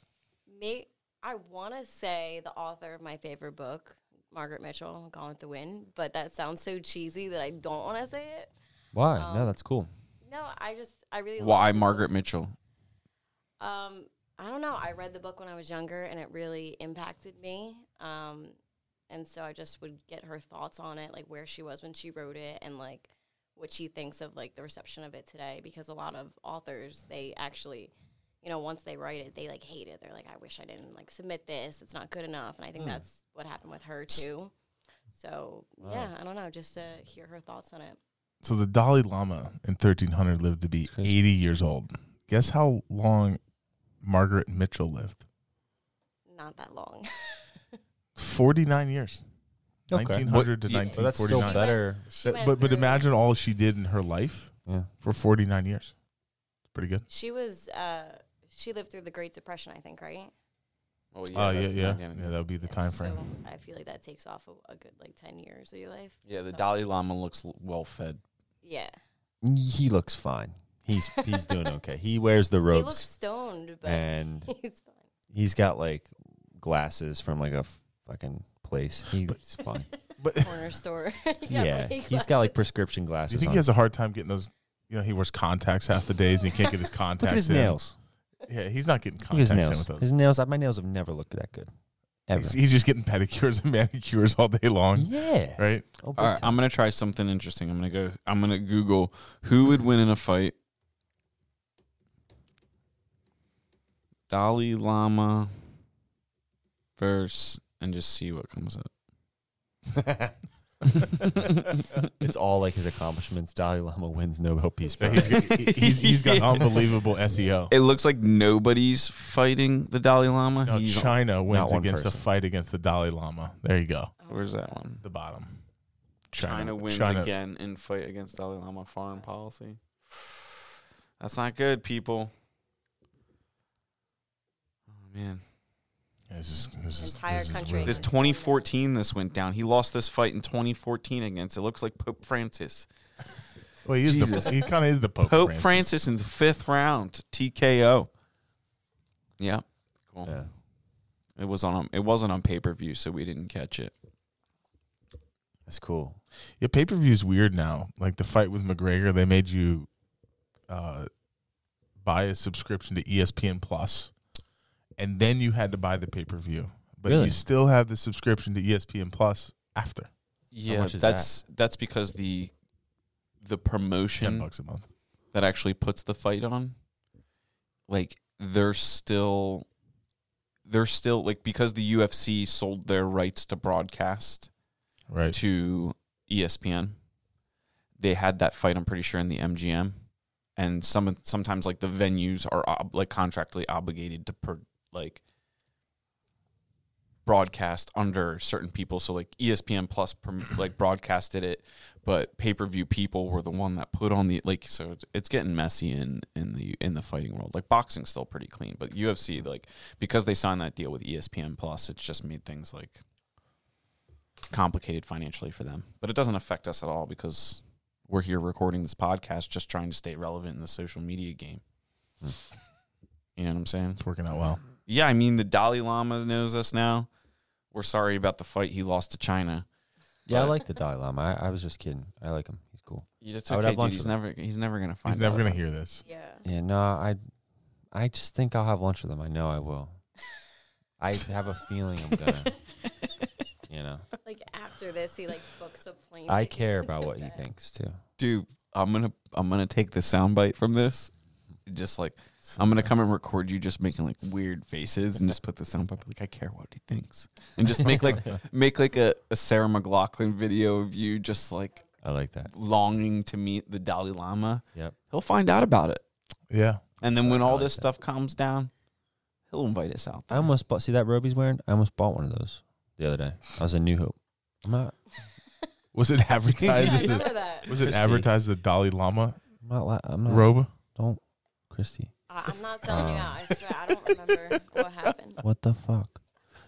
[SPEAKER 4] May, I want to say the author of my favorite book, Margaret Mitchell, Gone with the Wind, but that sounds so cheesy that I don't want to say it.
[SPEAKER 3] why? no, that's cool.
[SPEAKER 4] No, I just I really love
[SPEAKER 1] Why
[SPEAKER 4] the book.
[SPEAKER 1] Margaret Mitchell?
[SPEAKER 4] Um, I don't know. I read the book when I was younger, and it really impacted me. Um, and so I just would get her thoughts on it, like where she was when she wrote it, and like what she thinks of like the reception of it today. Because a lot of authors, they actually, you know, once they write it, they like hate it. They're like, I wish I didn't like submit this. It's not good enough. And I
[SPEAKER 2] Hmm.
[SPEAKER 4] think that's what happened with her too. So yeah, I don't know. Just to hear her thoughts on it.
[SPEAKER 2] So the Dalai Lama in 1300 lived to be
[SPEAKER 3] It's crazy.
[SPEAKER 2] 80 years old. Guess how long Margaret Mitchell lived?
[SPEAKER 4] Not that long.
[SPEAKER 2] 49 years.
[SPEAKER 3] Okay.
[SPEAKER 2] 1900 to
[SPEAKER 1] What- yeah,
[SPEAKER 3] Well, that's still
[SPEAKER 2] 1949.
[SPEAKER 3] better.
[SPEAKER 4] She went
[SPEAKER 2] but but
[SPEAKER 4] through-
[SPEAKER 2] imagine all she did in her life
[SPEAKER 3] Yeah.
[SPEAKER 2] for 49 years. Pretty good.
[SPEAKER 4] She was. Uh, she lived through the Great Depression, I think, right?
[SPEAKER 1] Oh
[SPEAKER 2] Oh yeah,
[SPEAKER 1] that's
[SPEAKER 2] yeah,
[SPEAKER 1] not
[SPEAKER 2] yeah.
[SPEAKER 1] gonna-
[SPEAKER 2] That would be the
[SPEAKER 4] Yeah,
[SPEAKER 2] time frame.
[SPEAKER 4] So I feel like that takes off a, a good like ten years of your life.
[SPEAKER 1] Yeah, the
[SPEAKER 4] So-
[SPEAKER 1] Dalai Lama looks well fed.
[SPEAKER 4] Yeah.
[SPEAKER 3] He looks fine. He's he's doing okay. He wears the
[SPEAKER 4] He looks
[SPEAKER 3] robes
[SPEAKER 4] stoned, but
[SPEAKER 3] and
[SPEAKER 4] he's fine.
[SPEAKER 3] he's got like glasses from like a f- fucking place. He's fine.
[SPEAKER 2] But
[SPEAKER 4] Corner store.
[SPEAKER 3] Yeah, he's got like prescription
[SPEAKER 2] do you
[SPEAKER 3] glasses.
[SPEAKER 2] think
[SPEAKER 3] on.
[SPEAKER 2] he has a hard time getting those? You know, he wears contacts half the days and he can't get his contacts
[SPEAKER 3] Look at his
[SPEAKER 2] in.
[SPEAKER 3] nails.
[SPEAKER 2] Yeah, he's not getting
[SPEAKER 3] Look at
[SPEAKER 2] contacts
[SPEAKER 3] his
[SPEAKER 2] in
[SPEAKER 3] nails.
[SPEAKER 2] with those.
[SPEAKER 3] His nails. My nails have never looked that good. Ever.
[SPEAKER 2] He's, he's just getting pedicures and manicures all day long,
[SPEAKER 3] yeah.
[SPEAKER 2] right?
[SPEAKER 3] Oh, big
[SPEAKER 1] All right,
[SPEAKER 3] time.
[SPEAKER 1] I'm gonna try something interesting. I'm gonna go. I'm gonna Google who would win in a fight. Dalai Lama verse, and just see what comes up.
[SPEAKER 3] it's all like his accomplishments. Dalai Lama wins Nobel Peace
[SPEAKER 2] But
[SPEAKER 3] Prize.
[SPEAKER 2] he's, got- he- he's, he's got unbelievable E SEO.
[SPEAKER 1] It looks like nobody's fighting the Dalai Lama.
[SPEAKER 2] No,
[SPEAKER 1] He's-
[SPEAKER 2] China wins
[SPEAKER 3] one
[SPEAKER 2] against a
[SPEAKER 3] person.
[SPEAKER 2] fight against the Dalai Lama. There you go.
[SPEAKER 4] Oh.
[SPEAKER 1] where's that one?
[SPEAKER 2] The bottom.
[SPEAKER 1] China, wins again in fight against Dalai Lama foreign policy. That's not good, people. Oh man.
[SPEAKER 2] This is, this is,
[SPEAKER 4] Entire
[SPEAKER 2] this is
[SPEAKER 4] country.
[SPEAKER 2] really-
[SPEAKER 1] This 2014, this went down. He lost this fight in 2014 against. It looks like Pope Francis.
[SPEAKER 2] well, he, is
[SPEAKER 1] Jesus.
[SPEAKER 2] the, he kind of is the Pope.
[SPEAKER 1] Pope
[SPEAKER 2] Francis.
[SPEAKER 1] Francis, in the fifth round, TKO. Yeah, cool.
[SPEAKER 3] Yeah.
[SPEAKER 1] It was on. It wasn't on pay per view, so we didn't catch it.
[SPEAKER 3] That's cool.
[SPEAKER 2] Yeah, pay per view is weird now. Like the fight with McGregor, they made you uh, buy a subscription to E ESPN Plus, and then you had to buy the pay per view. But
[SPEAKER 3] Really?
[SPEAKER 2] you still have the subscription to E ESPN Plus after
[SPEAKER 1] Yeah,
[SPEAKER 3] much is
[SPEAKER 1] that's that's because the the
[SPEAKER 2] ten
[SPEAKER 3] Mm.
[SPEAKER 1] promotion
[SPEAKER 2] bucks a month.
[SPEAKER 1] that actually puts the fight on, like they're still they're still like because the UFC sold their rights to broadcast
[SPEAKER 2] Right.
[SPEAKER 1] to E ESPN. They had that fight, I'm pretty sure, in the MGM, and some sometimes like the venues are ob- like contractually obligated to per, like broadcast under certain people. So like E ESPN Plus prom- like broadcasted it, but pay per view people were the one that put on the like. So it's- it's getting messy in in the in the fighting world. Like boxing's still pretty clean, but UFC like because they signed that deal with E ESPN Plus, it's just made things like complicated financially for them. But it doesn't affect us at all because we're here recording this podcast just trying to stay relevant in the social media game.
[SPEAKER 3] Hmm.
[SPEAKER 1] You know what I'm saying?
[SPEAKER 2] It's working out well.
[SPEAKER 1] Yeah, I mean the Dalai Lama knows us now. We're sorry about the fight he lost to China.
[SPEAKER 3] Yeah, I
[SPEAKER 1] But-
[SPEAKER 3] like the Dalai Lama. I, I was just kidding. I like him. He's cool.
[SPEAKER 1] It's
[SPEAKER 3] I would
[SPEAKER 1] okay,
[SPEAKER 3] have lunch
[SPEAKER 1] dude. He's
[SPEAKER 3] with
[SPEAKER 1] never he's never gonna find
[SPEAKER 2] He's never
[SPEAKER 1] out
[SPEAKER 2] going
[SPEAKER 1] about
[SPEAKER 2] to hear this.
[SPEAKER 4] Yeah.
[SPEAKER 3] Yeah, no, I, I just think I'll have lunch with him. I know I will. I have a feeling I'm gonna. You know,
[SPEAKER 4] Like after this, he like books a plane.
[SPEAKER 3] I
[SPEAKER 4] ticket
[SPEAKER 3] care
[SPEAKER 4] to
[SPEAKER 3] about what he
[SPEAKER 4] Tibet.
[SPEAKER 3] thinks too.
[SPEAKER 1] it. Dude, I'm gonna I'm gonna take the soundbite from this. Just like I'm gonna come and record you just making like weird faces and just put this on public. Like I care what he thinks, and just make like make like a, a Sarah McLaughlin video of you just like
[SPEAKER 3] I like that.
[SPEAKER 1] longing to meet the Dalai Lama.
[SPEAKER 3] Yep.
[SPEAKER 1] He'll find out about it,
[SPEAKER 2] Yeah.
[SPEAKER 1] and then when
[SPEAKER 3] I
[SPEAKER 1] all
[SPEAKER 3] like
[SPEAKER 1] this
[SPEAKER 3] that.
[SPEAKER 1] stuff calms down, he'll invite us out.
[SPEAKER 3] I almost bought. See that robe he's wearing? I almost bought one of those the other day. I was in New Hope. I'm not.
[SPEAKER 2] Was it advertised?
[SPEAKER 4] Yeah, I
[SPEAKER 2] as a,
[SPEAKER 4] remember that.
[SPEAKER 2] was it
[SPEAKER 3] Christy.
[SPEAKER 2] advertised as a Dalai Lama
[SPEAKER 3] I'm not. li- I'm not.
[SPEAKER 2] robe?
[SPEAKER 3] Don't, Christy.
[SPEAKER 4] I, I'm not selling
[SPEAKER 3] Um.
[SPEAKER 4] you out. I swear, I don't remember what happened.
[SPEAKER 3] What the fuck?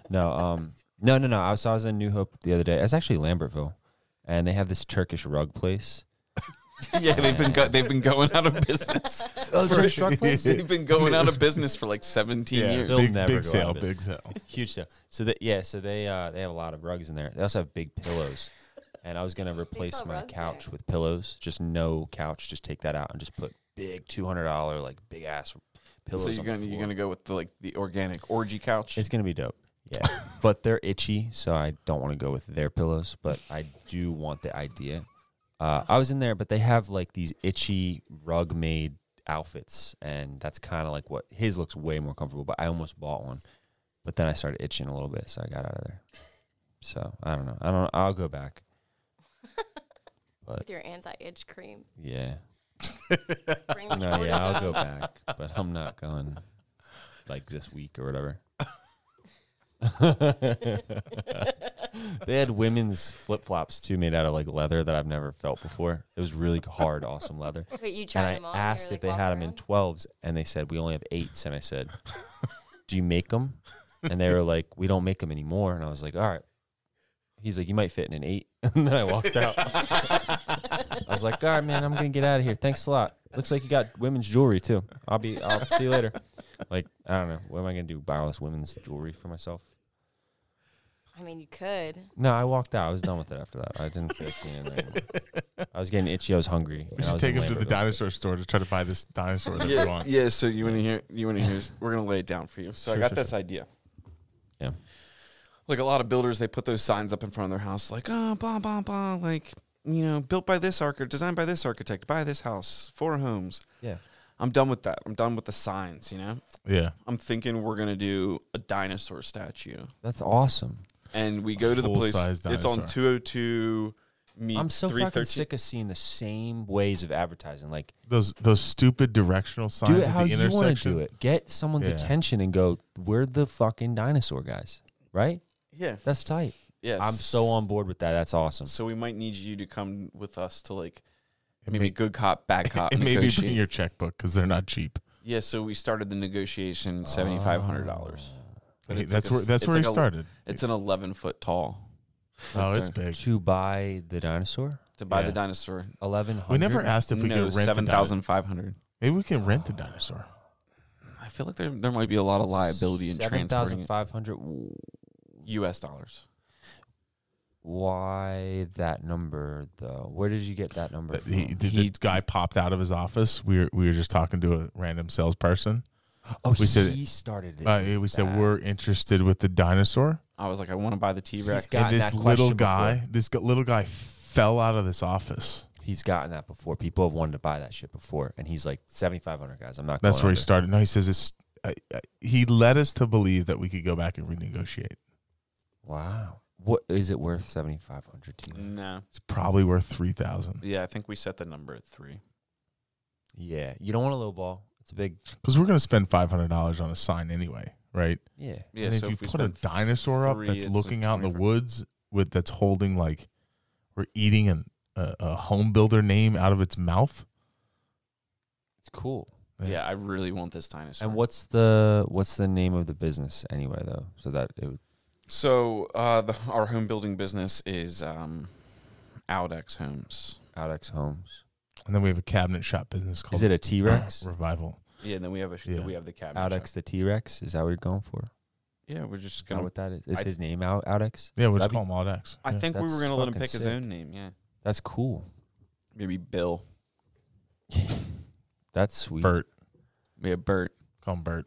[SPEAKER 3] No. Um. No. No. No. I was. I was in New Hope the other day. It's actually Lambertville, and they have this Turkish rug place.
[SPEAKER 1] yeah, they've been go- they've been going out of business.
[SPEAKER 3] Oh,
[SPEAKER 1] For-
[SPEAKER 3] Turkish rug place.
[SPEAKER 1] they've been going out of business for like 17
[SPEAKER 2] Yeah,
[SPEAKER 1] years.
[SPEAKER 3] They'll
[SPEAKER 2] Big,
[SPEAKER 3] never
[SPEAKER 2] big
[SPEAKER 3] go out
[SPEAKER 2] sale.
[SPEAKER 3] of
[SPEAKER 2] Big sale.
[SPEAKER 3] Huge deal. So that yeah, so they uh they have a lot of rugs in there. They also have big pillows. And I was gonna replace
[SPEAKER 4] sell
[SPEAKER 3] my
[SPEAKER 4] rugs
[SPEAKER 3] couch
[SPEAKER 4] there.
[SPEAKER 3] with pillows. Just no couch. Just take that out and just put big two hundred dollar like big ass pillows.
[SPEAKER 1] So you're
[SPEAKER 3] on
[SPEAKER 1] gonna
[SPEAKER 3] the
[SPEAKER 1] you're
[SPEAKER 3] floor.
[SPEAKER 1] gonna go with the like the organic orgy couch.
[SPEAKER 3] It's gonna be dope. Yeah, but they're itchy, so I don't want to go with their pillows. But I do want the idea. Uh, I was in there, but they have like these itchy rug made outfits, and that's kind of like what his looks way more comfortable. But I almost bought one, but then I started itching a little bit, so I got out of there. So I don't know. I don't. I'll go back. But
[SPEAKER 4] with your anti-itch cream.
[SPEAKER 3] yeah,
[SPEAKER 4] Bring the
[SPEAKER 3] no, yeah, I'll go
[SPEAKER 4] cortisone.
[SPEAKER 3] back, but I'm not going like this week or whatever. they had women's flip flops too, made out of like leather that I've never felt before. It was really hard, awesome leather.
[SPEAKER 4] But you
[SPEAKER 3] and
[SPEAKER 4] tried
[SPEAKER 3] I
[SPEAKER 4] them on. you were,
[SPEAKER 3] asked
[SPEAKER 4] like,
[SPEAKER 3] if they
[SPEAKER 4] walking
[SPEAKER 3] had them in
[SPEAKER 4] around?
[SPEAKER 3] 12s, and they said, We only have eights. And I said, Do you make them? And they were like, We don't make them anymore. And I was like, All right. He's like, You might fit in an eight. And then I walked out. I was like, All right, man, I'm going to get out of here. Thanks a lot. Looks like you got women's jewelry too. I'll be, I'll see you later. Like, I don't know. What am I going to do? Buy all this women's jewelry for myself?
[SPEAKER 4] I mean, you could.
[SPEAKER 3] No, I walked out. I was done with it after that. I didn't feel like being in there anymore. I was getting itchy. I was hungry.
[SPEAKER 2] We should take him to the dinosaur store to try to buy this dinosaur that we
[SPEAKER 1] yeah,
[SPEAKER 2] want.
[SPEAKER 1] yeah. So you want to hear? You want to hear? We're gonna lay it down for you. So
[SPEAKER 3] Sure,
[SPEAKER 1] I got
[SPEAKER 3] sure,
[SPEAKER 1] this
[SPEAKER 3] sure.
[SPEAKER 1] idea.
[SPEAKER 3] Yeah.
[SPEAKER 1] Like a lot of builders, they put those signs up in front of their house, like oh, blah blah blah, like you know, built by this architect, designed by this architect, by this house, four homes.
[SPEAKER 3] Yeah.
[SPEAKER 1] I'm done with that. I'm done with the signs. You know,
[SPEAKER 2] Yeah.
[SPEAKER 1] I'm thinking we're gonna do a dinosaur statue,
[SPEAKER 3] That's awesome.
[SPEAKER 1] and we go to the place.
[SPEAKER 2] full-size
[SPEAKER 1] It's on
[SPEAKER 2] dinosaur.
[SPEAKER 1] 202. Meets
[SPEAKER 3] I'm so fucking
[SPEAKER 1] 313.
[SPEAKER 3] sick of seeing the same ways of advertising. Like,
[SPEAKER 2] Those those stupid directional signs
[SPEAKER 3] do it
[SPEAKER 2] at
[SPEAKER 3] how
[SPEAKER 2] the
[SPEAKER 3] you want to
[SPEAKER 2] intersection.
[SPEAKER 3] do it. Get someone's
[SPEAKER 2] Yeah.
[SPEAKER 3] attention and go, "We're the fucking dinosaur guys," right?
[SPEAKER 1] Yeah,
[SPEAKER 3] That's tight.
[SPEAKER 1] yeah.
[SPEAKER 3] I'm so on board with that. That's awesome.
[SPEAKER 1] So we might need you to come with us to like
[SPEAKER 2] It
[SPEAKER 1] maybe
[SPEAKER 2] may-
[SPEAKER 1] good cop, bad cop.
[SPEAKER 2] And maybe
[SPEAKER 1] negotiate.
[SPEAKER 2] bring your checkbook because they're not cheap.
[SPEAKER 1] Yeah, so we started the negotiation
[SPEAKER 2] Ah.
[SPEAKER 1] seventy five hundred dollars.
[SPEAKER 3] Ah.
[SPEAKER 2] Hey, that's where that's where he started.
[SPEAKER 1] It's an eleven foot tall
[SPEAKER 2] oh, it's
[SPEAKER 1] uh,
[SPEAKER 2] big.
[SPEAKER 3] to buy the dinosaur,
[SPEAKER 1] to buy
[SPEAKER 2] Yeah.
[SPEAKER 1] the dinosaur.
[SPEAKER 3] eleven hundred.
[SPEAKER 2] We never asked if we
[SPEAKER 1] no,
[SPEAKER 2] could rent
[SPEAKER 1] seven
[SPEAKER 2] the dinosaur.
[SPEAKER 1] thousand five hundred.
[SPEAKER 2] Maybe we can rent the dinosaur.
[SPEAKER 1] I feel like there there might be a lot of liability in
[SPEAKER 3] seven
[SPEAKER 1] transporting
[SPEAKER 3] thousand
[SPEAKER 1] it.
[SPEAKER 3] five hundred.
[SPEAKER 1] U.S. dollars.
[SPEAKER 3] Why that number though? Where did you get that number?
[SPEAKER 2] But
[SPEAKER 3] From?
[SPEAKER 2] he, the, the guy popped out of his office. We were we were just talking to a random salesperson.
[SPEAKER 3] oh,
[SPEAKER 2] we said-
[SPEAKER 3] he started it.
[SPEAKER 2] Uh, we said
[SPEAKER 3] That-
[SPEAKER 2] we're interested with the dinosaur.
[SPEAKER 1] I was like, I want to buy the T Rex.
[SPEAKER 3] got-
[SPEAKER 2] And
[SPEAKER 3] Gotten
[SPEAKER 2] this
[SPEAKER 3] that
[SPEAKER 2] little
[SPEAKER 3] question
[SPEAKER 2] guy, this g- little guy, fell out of this office.
[SPEAKER 3] He's gotten that before. People have wanted to buy that shit before, and he's like seventy five hundred guys. I'm not.
[SPEAKER 2] That's
[SPEAKER 3] going
[SPEAKER 2] where he
[SPEAKER 3] under."
[SPEAKER 2] started. No, he says it's. I, I, he led us to believe that we could go back and renegotiate.
[SPEAKER 3] Wow. What is it worth seventy five hundred to you?
[SPEAKER 1] No,
[SPEAKER 2] It's probably worth three thousand
[SPEAKER 1] yeah, I think we set the number at three.
[SPEAKER 3] Yeah. You don't want a low ball. It's a big
[SPEAKER 2] because we're going to spend five hundred dollars on a sign anyway, right?
[SPEAKER 3] yeah.
[SPEAKER 1] Yeah,
[SPEAKER 2] and if you
[SPEAKER 1] we
[SPEAKER 2] put a
[SPEAKER 1] spend
[SPEAKER 2] dinosaur up
[SPEAKER 1] three,
[SPEAKER 2] that's
[SPEAKER 1] it's
[SPEAKER 2] looking out in the
[SPEAKER 1] 25.
[SPEAKER 2] woods with that's holding like we're eating an, a, a home builder name out of its mouth.
[SPEAKER 3] It's cool.
[SPEAKER 1] yeah, I really want this dinosaur.
[SPEAKER 3] And what's the what's the name of the business anyway though? So that it would
[SPEAKER 1] So uh, the, our home building business is um, Aldex Homes.
[SPEAKER 3] Alex Homes.
[SPEAKER 2] And then we have a cabinet shop business called
[SPEAKER 3] Is it a T Rex?
[SPEAKER 2] Revival.
[SPEAKER 1] Yeah, and then we have a sh-
[SPEAKER 2] Yeah.
[SPEAKER 1] we have the cabinet. shop.
[SPEAKER 3] Alex the T Rex? Is that what you're going for?
[SPEAKER 1] Yeah, we're just
[SPEAKER 3] Is that
[SPEAKER 1] gonna
[SPEAKER 3] what that is? Is
[SPEAKER 1] I-
[SPEAKER 3] his name out Alex?
[SPEAKER 2] Yeah, we'll just
[SPEAKER 3] That'd
[SPEAKER 2] call them all X.
[SPEAKER 1] I
[SPEAKER 2] Yeah.
[SPEAKER 1] think we were
[SPEAKER 3] That's
[SPEAKER 1] gonna let him
[SPEAKER 3] fucking
[SPEAKER 1] pick his
[SPEAKER 3] sick.
[SPEAKER 1] own name. Yeah,
[SPEAKER 3] That's cool.
[SPEAKER 1] maybe Bill.
[SPEAKER 3] That's sweet.
[SPEAKER 2] Bert.
[SPEAKER 1] Yeah, Bert.
[SPEAKER 2] Call him Bert.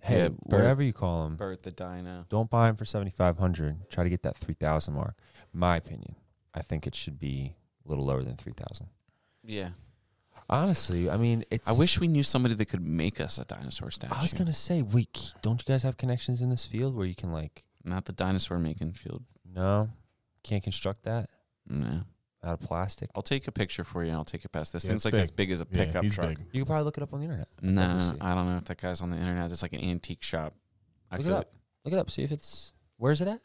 [SPEAKER 3] Hey,
[SPEAKER 1] Yeah, Bert.
[SPEAKER 3] whatever you call him,
[SPEAKER 1] Bert the Dino.
[SPEAKER 3] don't buy him for seventy five hundred. Try to get that three thousand mark. My opinion. I think it should be a little lower than three thousand.
[SPEAKER 1] Yeah.
[SPEAKER 3] Honestly, I mean, it's.
[SPEAKER 1] I wish we knew somebody that could make us a dinosaur statue.
[SPEAKER 3] I was gonna say, wait, c- don't you guys have connections in this field where you can like,
[SPEAKER 1] Not the dinosaur making field.
[SPEAKER 3] no, can't construct that
[SPEAKER 1] No.
[SPEAKER 3] out of plastic?
[SPEAKER 1] I'll take a picture for you and I'll take it past. This
[SPEAKER 2] Yeah,
[SPEAKER 1] thing's
[SPEAKER 2] it's
[SPEAKER 1] like
[SPEAKER 2] big.
[SPEAKER 1] as big as a
[SPEAKER 2] Yeah,
[SPEAKER 1] pickup
[SPEAKER 2] he's
[SPEAKER 1] truck.
[SPEAKER 2] big.
[SPEAKER 3] You can probably look it up on the internet. Let me
[SPEAKER 1] No,
[SPEAKER 3] see.
[SPEAKER 1] I don't know if that guy's on the internet. It's like an antique shop. I
[SPEAKER 3] Look it
[SPEAKER 1] feel
[SPEAKER 3] up. Look it up. See if it's where's it at.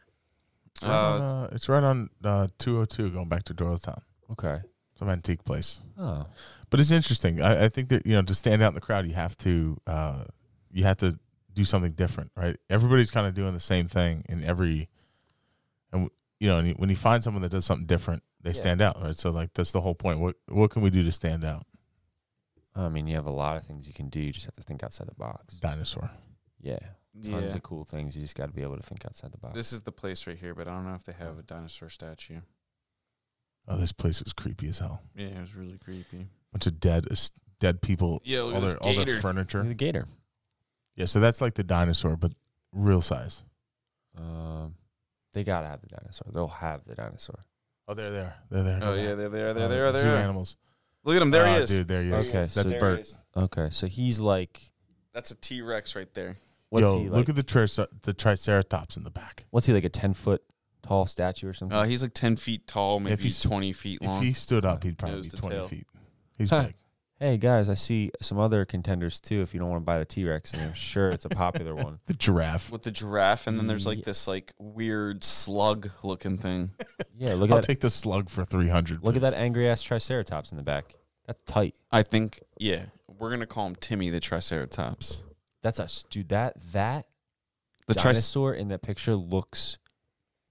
[SPEAKER 2] It's
[SPEAKER 1] Uh,
[SPEAKER 2] right on, uh, it's right on uh, 202 going back to Doylestown.
[SPEAKER 3] Okay.
[SPEAKER 2] Some antique place.
[SPEAKER 3] Oh,
[SPEAKER 2] But it's interesting. I, I think that, you know, to stand out in the crowd, you have to, uh, you have to do something different, right? Everybody's kind of doing the same thing in every, and w- you know, and you, when you find someone that does something different, they
[SPEAKER 3] Yeah.
[SPEAKER 2] stand out, right? So like, that's the whole point. What, what can we do to stand out?
[SPEAKER 3] I mean, you have a lot of things you can do. You just have to think outside the box.
[SPEAKER 2] Dinosaur.
[SPEAKER 3] Yeah, tons
[SPEAKER 1] Yeah.
[SPEAKER 3] of cool things. You just got to be able to think outside the box.
[SPEAKER 1] This is the place right here, but I don't know if they have a dinosaur statue.
[SPEAKER 2] Oh, this place was creepy as hell.
[SPEAKER 1] Yeah, it was really creepy.
[SPEAKER 2] Bunch of dead, dead people.
[SPEAKER 1] Yeah, look
[SPEAKER 2] all
[SPEAKER 1] at this
[SPEAKER 2] their, all their
[SPEAKER 1] gator.
[SPEAKER 2] furniture.
[SPEAKER 3] Look at the gator.
[SPEAKER 2] Yeah, so that's like the dinosaur, but real size.
[SPEAKER 3] Um, they gotta have the dinosaur. They'll have the dinosaur.
[SPEAKER 2] Oh, they're there. They're there.
[SPEAKER 1] oh yeah, there they are. There
[SPEAKER 2] Uh,
[SPEAKER 1] they are.
[SPEAKER 2] zoo
[SPEAKER 1] There. Are.
[SPEAKER 2] animals.
[SPEAKER 1] Look at him. There
[SPEAKER 2] Ah,
[SPEAKER 1] he is.
[SPEAKER 2] Dude, there he is.
[SPEAKER 3] Okay,
[SPEAKER 2] Okay,
[SPEAKER 3] so
[SPEAKER 2] that's
[SPEAKER 1] There he
[SPEAKER 2] Bert.
[SPEAKER 1] is.
[SPEAKER 3] Okay, so he's like,
[SPEAKER 1] That's a T Rex right there.
[SPEAKER 3] what's
[SPEAKER 2] Yo,
[SPEAKER 3] he like?
[SPEAKER 2] look at the, tricer- the triceratops in the back.
[SPEAKER 3] what's he like a ten foot tall statue or something?
[SPEAKER 1] Uh, he's like ten feet tall, maybe
[SPEAKER 2] he's-
[SPEAKER 1] twenty feet
[SPEAKER 2] If
[SPEAKER 1] long.
[SPEAKER 2] he stood up, he'd probably
[SPEAKER 1] Nose
[SPEAKER 2] be
[SPEAKER 1] to
[SPEAKER 2] 20
[SPEAKER 1] tail.
[SPEAKER 2] feet. He's
[SPEAKER 3] Huh.
[SPEAKER 2] big.
[SPEAKER 3] hey guys, I see some other contenders too. If you don't want to buy the T Rex, and I'm sure it's a popular one.
[SPEAKER 2] The giraffe.
[SPEAKER 1] with the giraffe, and then there's like
[SPEAKER 3] Yeah.
[SPEAKER 1] this like weird slug looking thing.
[SPEAKER 3] Yeah, look
[SPEAKER 2] I'll
[SPEAKER 3] at that,
[SPEAKER 2] take the slug for 300.
[SPEAKER 3] look at
[SPEAKER 2] please.
[SPEAKER 3] that angry ass Triceratops in the back. That's tight.
[SPEAKER 1] I think, yeah, we're gonna call him Timmy the Triceratops.
[SPEAKER 3] That's us, dude. That that
[SPEAKER 1] The triceratops.
[SPEAKER 3] dinosaur in that picture looks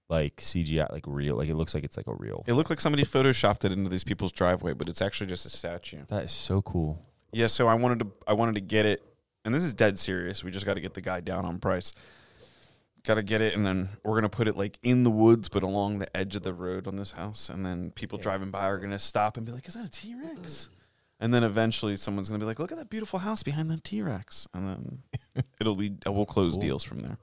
[SPEAKER 3] like CGI, like real. Like it looks like it's like a real.
[SPEAKER 1] It looked like somebody photoshopped it into these people's driveway, but it's actually just a statue.
[SPEAKER 3] That is so cool.
[SPEAKER 1] Yeah, so I wanted to I wanted to get it, and this is dead serious. We just got to get the guy down on price. Got to get it, and then we're gonna put it like in the woods, but along the edge of the road on this house, and then people driving by are gonna stop and be like, "Is that a T Rex?" And then eventually someone's gonna be like, "Look at that beautiful house behind that T Rex," and then it'll lead. We'll close
[SPEAKER 3] Cool.
[SPEAKER 1] deals from there.